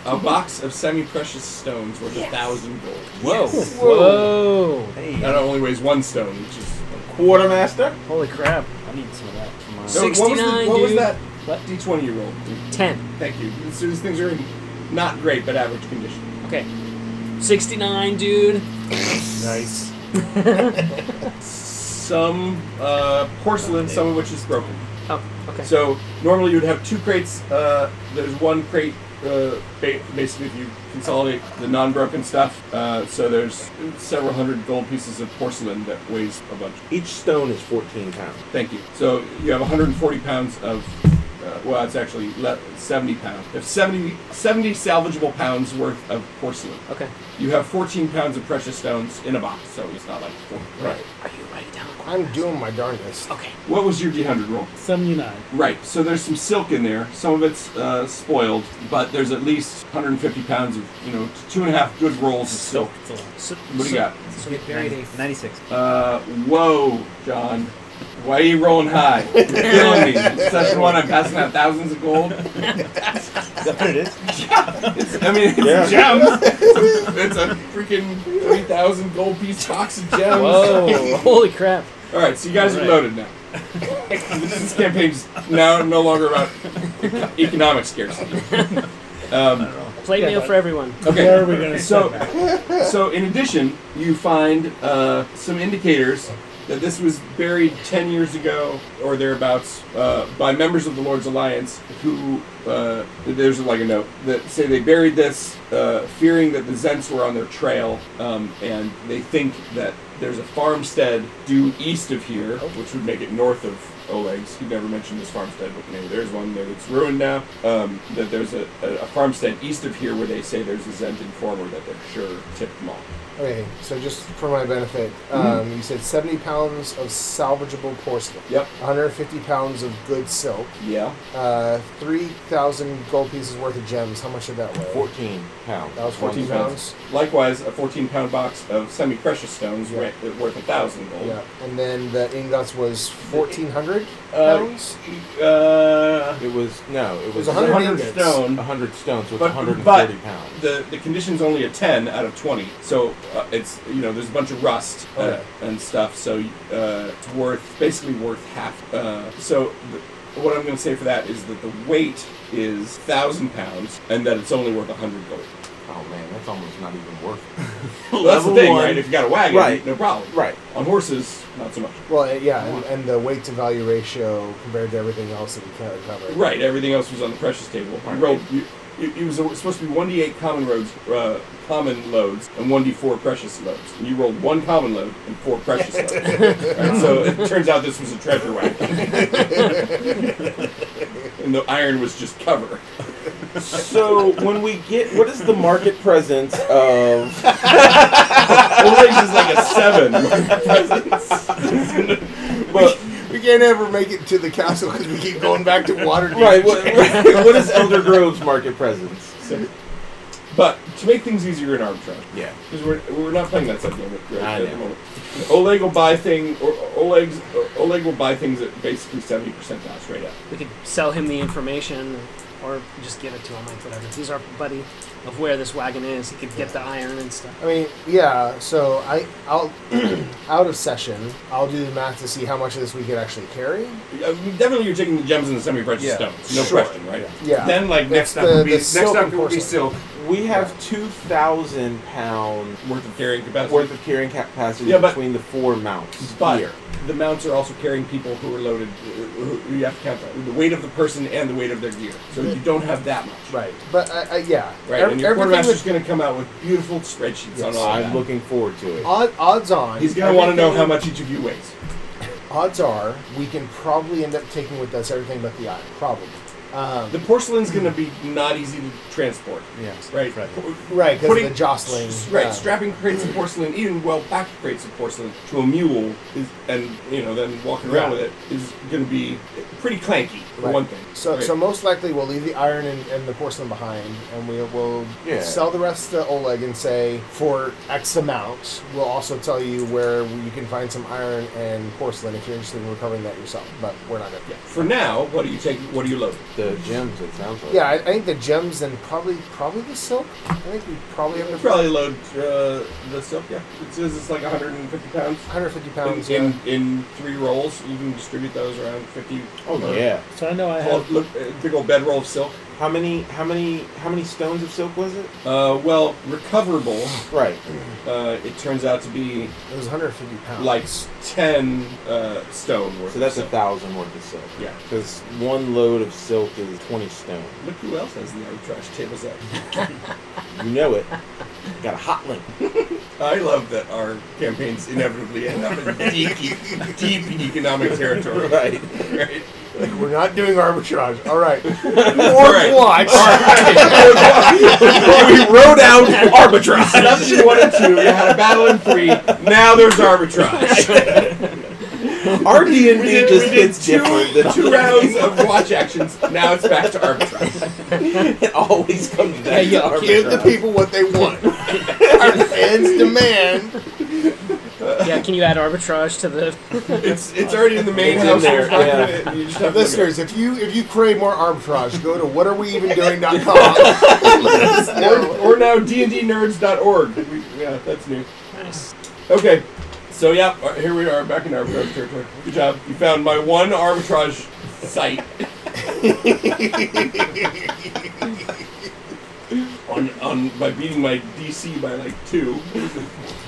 B: A box of semi-precious stones worth a thousand gold.
C: Whoa.
F: Whoa.
B: That only weighs one stone, which is
C: Quartermaster.
I: Holy crap! I need some of that. For my
B: no, What was, the,
F: 69,
B: what was
F: dude.
B: that? D20 you rolled.
F: Ten.
B: Thank you. As soon as things are in not great but average condition.
F: Okay. Sixty-nine, dude.
A: nice.
B: Some uh, porcelain, some of which is broken.
F: Oh, okay.
B: So normally you'd have two crates. Uh, there's one crate. Uh, ba- basically, if you consolidate the non-broken stuff, uh, so there's several hundred gold pieces of porcelain that weighs a bunch.
C: Each stone is 14 pounds.
B: Thank you. So you have 140 pounds of, uh, well, it's actually le- 70 pounds. If 70, 70 salvageable pounds worth of porcelain.
F: Okay.
B: You have 14 pounds of precious stones in a box, so it's not like four. Right.
F: Are you writing down?
A: I'm doing my darndest.
F: Okay.
B: What was your D100 roll?
E: 79.
B: Right. So there's some silk in there. Some of it's uh, spoiled, but there's at least 150 pounds of, you know, two and a half good rolls of silk.
F: So,
B: What do you got?
F: So we buried a
H: 96.
B: Uh, whoa, John. Why are you rolling high? You're killing me. Session one, I'm passing out thousands of gold.
D: Is that what it is?
B: It's, I mean, it's
C: Yeah.
B: gems. It's a freaking 3,000 gold piece box of gems.
F: Whoa! [LAUGHS] Holy crap!
B: All right, so you guys are loaded now. this campaign's now no longer about economic scarcity. Um,
F: Plate meal for everyone.
B: okay.
E: Where are we going to
B: So, [LAUGHS] so in addition, you find uh, some indicators that this was buried ten years ago or thereabouts uh, by members of the Lord's Alliance who uh, there's like a note that say they buried this uh, fearing that the Zents were on their trail, um, and they think that there's a farmstead due east of here, which would make it north of Oleg's. Oh, He never mentioned this farmstead, but maybe there's one there that's ruined now. Um, that there's a, a, a farmstead east of here where they say there's a Zent informer that they're sure tipped them off.
A: Okay, so just for my benefit,
C: Mm-hmm.
A: um, you said 70 pounds of salvageable porcelain,
B: Yep.
A: 150 pounds of good silk,
B: Yeah.
A: uh, 3,000 gold pieces worth of gems. How much did that weigh?
C: 14 pounds.
A: That was 14 pounds.
B: Likewise, a 14 pound box of semi precious stones
A: Yeah.
B: ra- uh, worth a thousand gold.
A: Yeah, and then the ingots was 1,400
B: Uh,
A: pounds.
B: Uh,
C: It was, no, it
A: was
C: was
A: 100 ingots.
B: stone.
C: 100 stones, so it's
B: But-
C: 140
B: but-
C: pounds.
B: The, the condition's only a 10 out of 20, so uh, it's, you know, there's a bunch of rust
C: Oh,
B: uh,
A: Okay.
B: and stuff, so uh, it's worth, basically worth half. Uh, so the, what I'm going to say for that is that the weight is 1,000 pounds and that it's only worth 100
C: [LAUGHS]
B: gold.
C: Oh man, that's almost not even worth it.
B: Well, that's the
C: Level
B: thing,
C: one.
B: right? If you got a wagon,
C: Right.
B: no problem.
C: Right.
B: On horses, not so much.
A: Well, uh, yeah, and, and the weight to value ratio compared to everything else that we covered.
B: Right, everything else was on the precious table. You rolled, you, it, it was supposed to be 1d8 common roads, uh, common loads, and 1d4 precious loads. And you rolled one common load and four precious loads. Right, so it turns out this was a treasure wagon. and the iron was just [LAUGHS] cover.
C: So when we get, what is the market presence of?
B: Oleg's is like a [LAUGHS] seven.
C: Well,
A: We can't ever make it to the castle because we keep going back to water.
C: right. [LAUGHS] What, what is Elder Grove's market presence?
B: but to make things easier in arbitrage,
C: Yeah.
B: Because we're, we're not playing that subgame at,
C: I
B: at the
C: know.
B: moment. Oleg will buy thing or Oleg's Oleg will buy things at basically seventy percent cost right now.
F: We could sell him the information. or just give it to him. Like whatever. He's our buddy of where this wagon is. He could get the iron and
C: [LAUGHS]
F: stuff.
A: I mean, yeah. So I, I'll [CLEARS THROAT] out of session. I'll do the math to see how much of this we could actually carry.
B: I mean, definitely, you're taking the gems and the semi-precious
C: Yeah.
B: stones. No
C: Sure.
B: question, right?
A: Yeah.
J: Then, like,
A: That's
J: next up
A: the-
J: would be
A: the
J: next up
A: silk and
J: would be
A: porcelain.
J: silk.
C: We have two thousand pound
B: Worth of carrying capacity.
C: worth of carrying capacity
B: Yeah, but-
C: between the four mounts
B: But
C: here.
B: the mounts are also carrying people who are loaded. who- who- You have to count that. the weight of the person and the weight of their gear. So you don't have that much.
A: Right. But I, I, yeah.
B: Right.
A: Ev-
B: and your
A: everything
B: quartermaster's
A: with
B: going to come out with beautiful spreadsheets on
A: Yes.
B: all
C: I'm
B: that.
C: looking forward to it.
A: odd, odds on.
B: He's going to want to know
A: everything-
B: how much each of you weighs.
A: Odds are we can probably end up taking with us everything but the iron. Probably. Um,
B: The porcelain's going to be not easy to transport.
A: Yes,
B: Right.
A: right.
B: Po-
A: right. Because
B: putting-
A: the jostling.
B: s- Right,
A: uh,
B: strapping crates of porcelain, even well packed crates of porcelain, to a mule is, and you know, then walking around
A: Yeah.
B: with it is going to be pretty clanky. For
A: Right.
B: one thing.
A: So,
B: Right.
A: so most likely we'll leave the iron and, and the porcelain behind, and we will
C: Yeah.
A: sell the rest to Oleg and say for X amount. We'll also tell you where you can find some iron and porcelain if you're interested in recovering that yourself. But we're not gonna.
B: Yeah. For now, what do you take? What do you load?
C: The gems, it sounds like.
A: Yeah, I, I think the gems and probably probably the silk. I think we probably have
B: You
A: enough-
B: probably load uh, the silk. Yeah, it says it's like 150 pounds.
A: 150
B: In,
A: pounds.
B: in,
A: yeah.
B: in three rolls, you can distribute those around 50.
C: Oh yeah.
E: So I know I
B: Well,
E: have
B: look, uh, big old bedroll of silk.
C: How many? How many? How many stones of silk was it?
B: Uh, well, recoverable.
C: Right.
B: Uh, it turns out to be
A: it was 150 pounds.
B: like 10 uh, stone worth.
C: So
B: of
C: that's a
B: silk.
C: thousand worth of silk.
B: Yeah.
C: Because one load of silk is twenty stone.
B: Look who else has the arbitrage tables up.
C: You know it. Got a hot link. [LAUGHS]
B: I love that our campaigns inevitably end up
A: [LAUGHS]
B: in deep, deep economic territory.
C: Right.
B: Right.
A: Like, [LAUGHS] we're not doing arbitrage. All right.
B: [LAUGHS] All right.
C: we rode out arbitrage.
B: Option one and two. You had a battle in three. Now
A: [LAUGHS]
B: there's arbitrage.
C: Our D and
B: We
C: D
B: did-
C: just
B: we did
C: hits
B: two-
C: different
B: [LAUGHS]
C: than
B: Two rounds of watch actions. Now it's back to arbitrage.
C: It [LAUGHS] always comes back
F: Hey,
C: to
F: yo,
C: arbitrage.
A: Give the people what they [LAUGHS] want. Our fans demand.
F: yeah, can you add arbitrage to the? [LAUGHS]
B: It's it's already in the main
C: It's in
B: house.
C: there,
B: It's not
C: yeah.
B: gonna- you just have to look at it.
A: Listeners, if you if you crave more arbitrage, go to [LAUGHS] whatareweevendoing.com.
B: or, or now dndnerds.org. We, yeah, that's new.
F: Nice.
B: Okay, so yeah, uh, here we are back in arbitrage territory. Good job. You found my one arbitrage site. on, on by beating my DC by like two,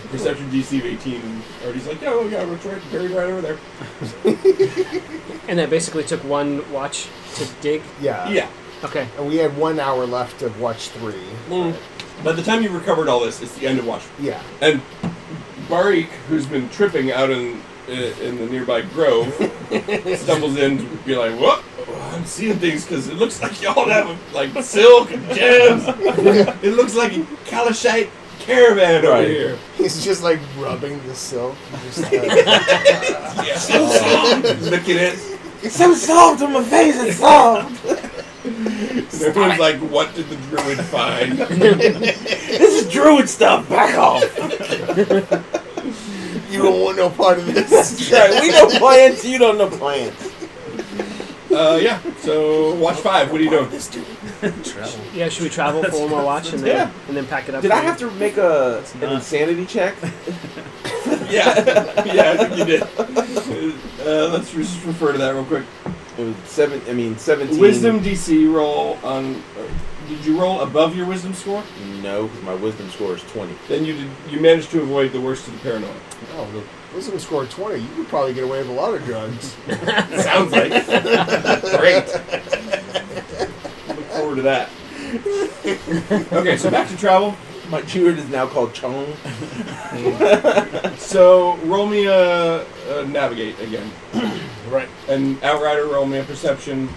B: perception DC of eighteen, and Artie's like, "Oh yeah, we're trying to bury right over there."
F: And that basically took one watch to dig.
A: yeah.
B: Yeah.
F: Okay.
A: And we had one hour left of watch three.
B: By the time you recovered all this, it's the end of watch.
A: Yeah.
B: And Barik, who's been tripping out in uh, in the nearby grove,
C: [LAUGHS]
B: stumbles in to be like, "What? Oh, I'm seeing things because it looks like y'all have like silk and gems. it looks like a Kalashite caravan over
C: Right.
B: here."
A: He's just like rubbing the silk. Just, [LAUGHS] uh,
B: Yeah, so soft. Looking at it,
C: It's so soft on my face. It's soft.
B: and everyone's like, "What did the druid find?"
C: This is druid stuff. Back off.
A: [LAUGHS] you don't want no part of this.
C: Right. We know plants. You don't know plants.
B: uh, yeah. So watch five. What are you doing?
F: Yeah, should we travel for one more watch and then and then pack it up?
C: Did I
F: and-
C: have to make a an insanity check?
B: [LAUGHS] Yeah, yeah. I think you did. Uh, let's just refer to that real quick.
C: It was seven. I mean, seventeen.
B: Wisdom DC roll on. Uh, did you roll above your wisdom score?
C: No, because my wisdom score is twenty.
B: Then you did. You managed to avoid the worst of the paranoia.
A: Oh, the wisdom score 20. You could probably get away with a lot of drugs.
B: Sounds like great. Look forward to that. Okay, so back to travel.
C: My druid is now called Chong.
B: So roll me a, a navigate again,
A: [CLEARS THROAT] Right.
B: and outrider roll me a perception.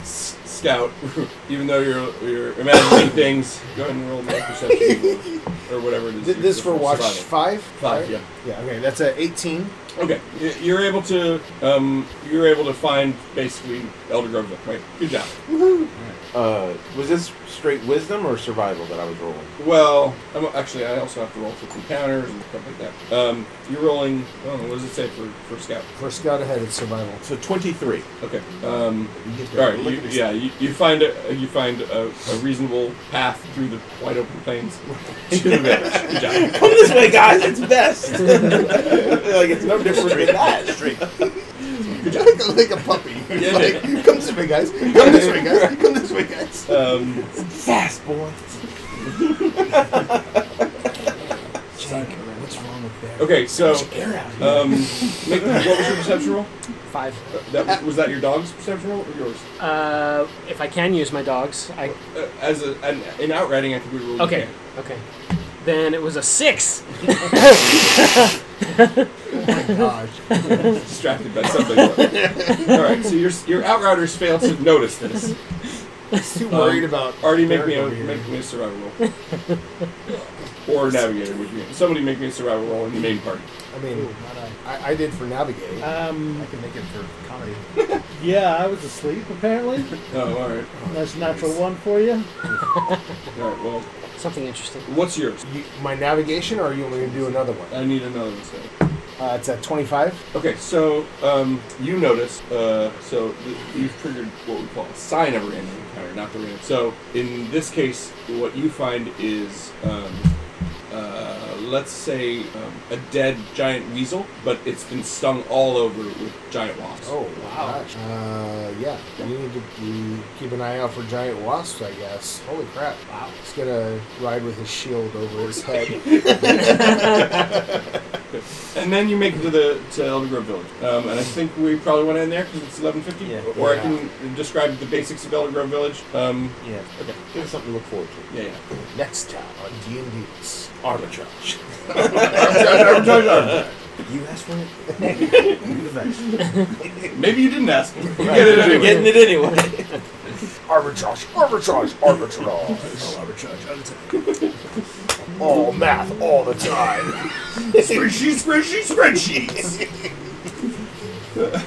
B: S- Scout, [LAUGHS] even though you're you're
A: [COUGHS]
B: imagining things, go ahead and roll me a perception or whatever it is.
A: Th- [LAUGHS]
B: you-
A: this for watch
B: survival.
A: five?
B: Five, yeah.
A: Yeah, okay. That's a 18.
B: Okay, y- you're able to um, you're able to find basically Elder Grove, right? Good job.
C: Uh, was this straight wisdom or survival that I was rolling?
B: Well, I'm, actually, I also have to roll for some counters and stuff like that. Um, you're rolling. Oh, what does it say for for scout?
A: For scout ahead, it's survival.
C: So twenty-three.
B: Okay. Um,
A: You get
B: all
A: there.
B: right.
A: Look
B: You,
A: at this.
B: yeah. You, you find a you find a, a reasonable path through the wide open plains [LAUGHS] to the village. Good job.
C: Come this way, guys. It's best. [LAUGHS] like it's no different than that.
A: [LAUGHS] like a puppy.
B: Yeah.
A: Like, come this way, guys. Come this way, guys. Come this way, guys.
B: Um,
C: Fast boy.
A: What's wrong with that?
B: okay, so um, make, what was your perception roll?
F: Five.
B: That was, was that your dog's perception roll or yours?
F: Uh, if I can use my dogs, I
B: Uh, as a an, in outriding, I think we rolled.
F: okay, okay. Then it was a six.
A: Gosh.
B: distracted by something. [LAUGHS] All right. So your your outriders fail to notice this. Um,
A: Too worried about.
B: Artie, make me a
A: Barry over here.
B: make me a survival roll. or navigator. Would you? Somebody make me a survival roll in the main party.
A: I mean, I, I did for navigating.
E: Um,
A: I can make it for comedy.
E: yeah, I was asleep apparently.
B: Oh, all right.
E: That's a natural one for you.
B: All right. Well,
F: Something interesting.
B: what's yours?
A: You, my navigation, or you want me to do another one?
B: I need another one. So.
A: Uh, it's at 25.
B: Okay. So um, you notice. Uh, so th- you've triggered what we call a sign of a random encounter, not the random. So in this case, what you find is. Um, uh, let's say um, a dead giant weasel, but it's been stung all over with giant wasps.
A: Oh, wow. Gosh. Uh, yeah. You need to you keep an eye out for giant wasps, I guess. Holy crap. Wow. He's going to ride with his shield over [LAUGHS] his head.
B: And then you make it to the to Elder Grove Village, um, and I think we probably want to end there because it's eleven fifty.
H: Yeah.
B: Or I can describe the basics of Elder Grove Village. Um,
H: Yeah.
B: okay.
C: Give us something to look forward to.
B: Yeah. yeah.
A: Next time on D&D's. [LAUGHS]
C: Arbitrage.
H: You asked for it.
A: [LAUGHS]
B: Maybe you didn't ask. You get it anyway.
H: Getting it anyway.
A: Arbitrage, arbitrage, Oh, arbitrage. all math, all the time.
B: spreadsheets, spreadsheets, spreadsheets.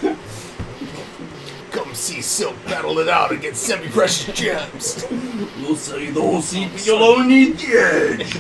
A: Come see Silk battle it out against semi-precious gems.
B: We'll sell you the whole seat, but you'll only need the edge.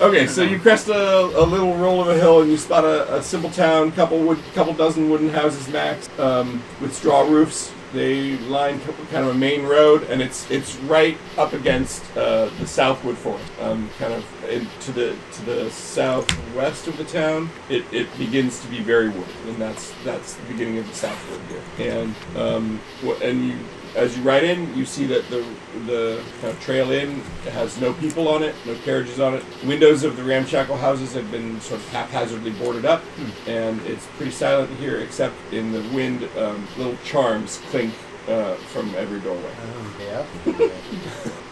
B: okay, so you crest a, a little roll of a hill and you spot a, a simple town, couple wood, couple dozen wooden houses max, um, with straw roofs. They line k- kind of a main road, and it's it's right up against uh, the Southwood Forest, um, kind of in, to the to the southwest of the town. It, it begins to be very wooded, and that's that's the beginning of the Southwood here. And um, wh- and you as you ride in, you see that the the kind of trail in has no people on it, no carriages on it. Windows of the ramshackle houses have been sort of haphazardly boarded up, and it's pretty silent here, except in the wind, um, little charms clink uh, from every doorway.
A: Uh-huh. yeah.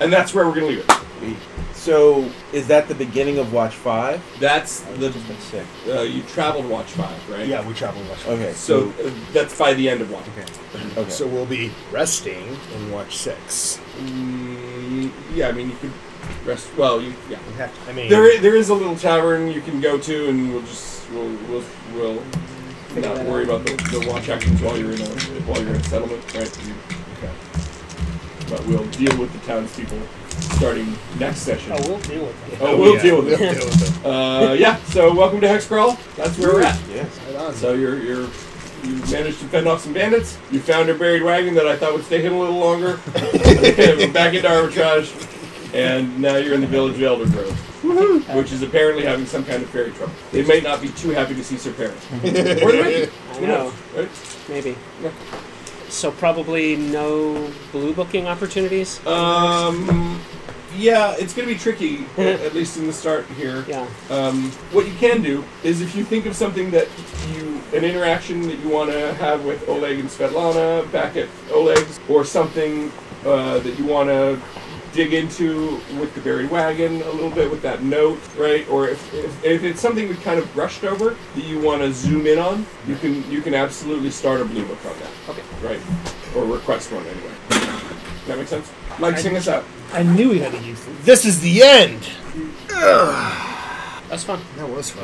B: And that's where we're gonna leave it.
C: So is that the beginning of Watch Five?
B: That's
C: I was
B: the
C: just at six.
B: uh, you traveled Watch Five, right?
A: Yeah, we travel much.
C: Okay.
B: So uh, that's by the end of Watch.
C: okay.
A: So we'll be resting in watch six.
B: Mm, yeah, I mean you could rest. Well, you yeah.
A: I mean,
B: There, i- there is a little tavern you can go to, and we'll just we'll we'll, we'll not worry about the, the watch actions while you're in a while you're in a settlement, right? You- But we'll deal with the townspeople starting next session.
E: Oh, we'll deal with it.
B: Oh, we'll deal with it.
A: Deal with it.
B: Uh, yeah. So welcome to Hexcrawl. That's where we're at.
C: yes.
A: Right on.
B: So you're you're you managed to fend off some bandits. You found a buried wagon that I thought would stay hidden a little longer. [LAUGHS] Back into arbitrage, and now you're in the village of Elder Grove, which is apparently having some kind of fairy trouble. They may not be too happy to see Sir Perrin. or they may be.
F: I
B: Who
F: know,
B: knows, right?
F: maybe.
B: Yeah.
F: So probably no blue booking opportunities.
B: Um, yeah, it's going to be tricky, at at least in the start here.
F: Yeah.
B: Um, what you can do is if you think of something that you, an interaction that you want to have with Oleg and Svetlana back at Oleg's, or something uh, that you want to dig into with the buried wagon a little bit with that note, right? Or if, if, if it's something we kind of brushed over that you want to zoom in on, you can you can absolutely start a blue book on that.
F: Okay.
B: Right. Or request one anyway. That makes sense. Mike, sing us out.
E: I knew we had to use it.
A: This is the end.
F: That's fun.
A: That was fun.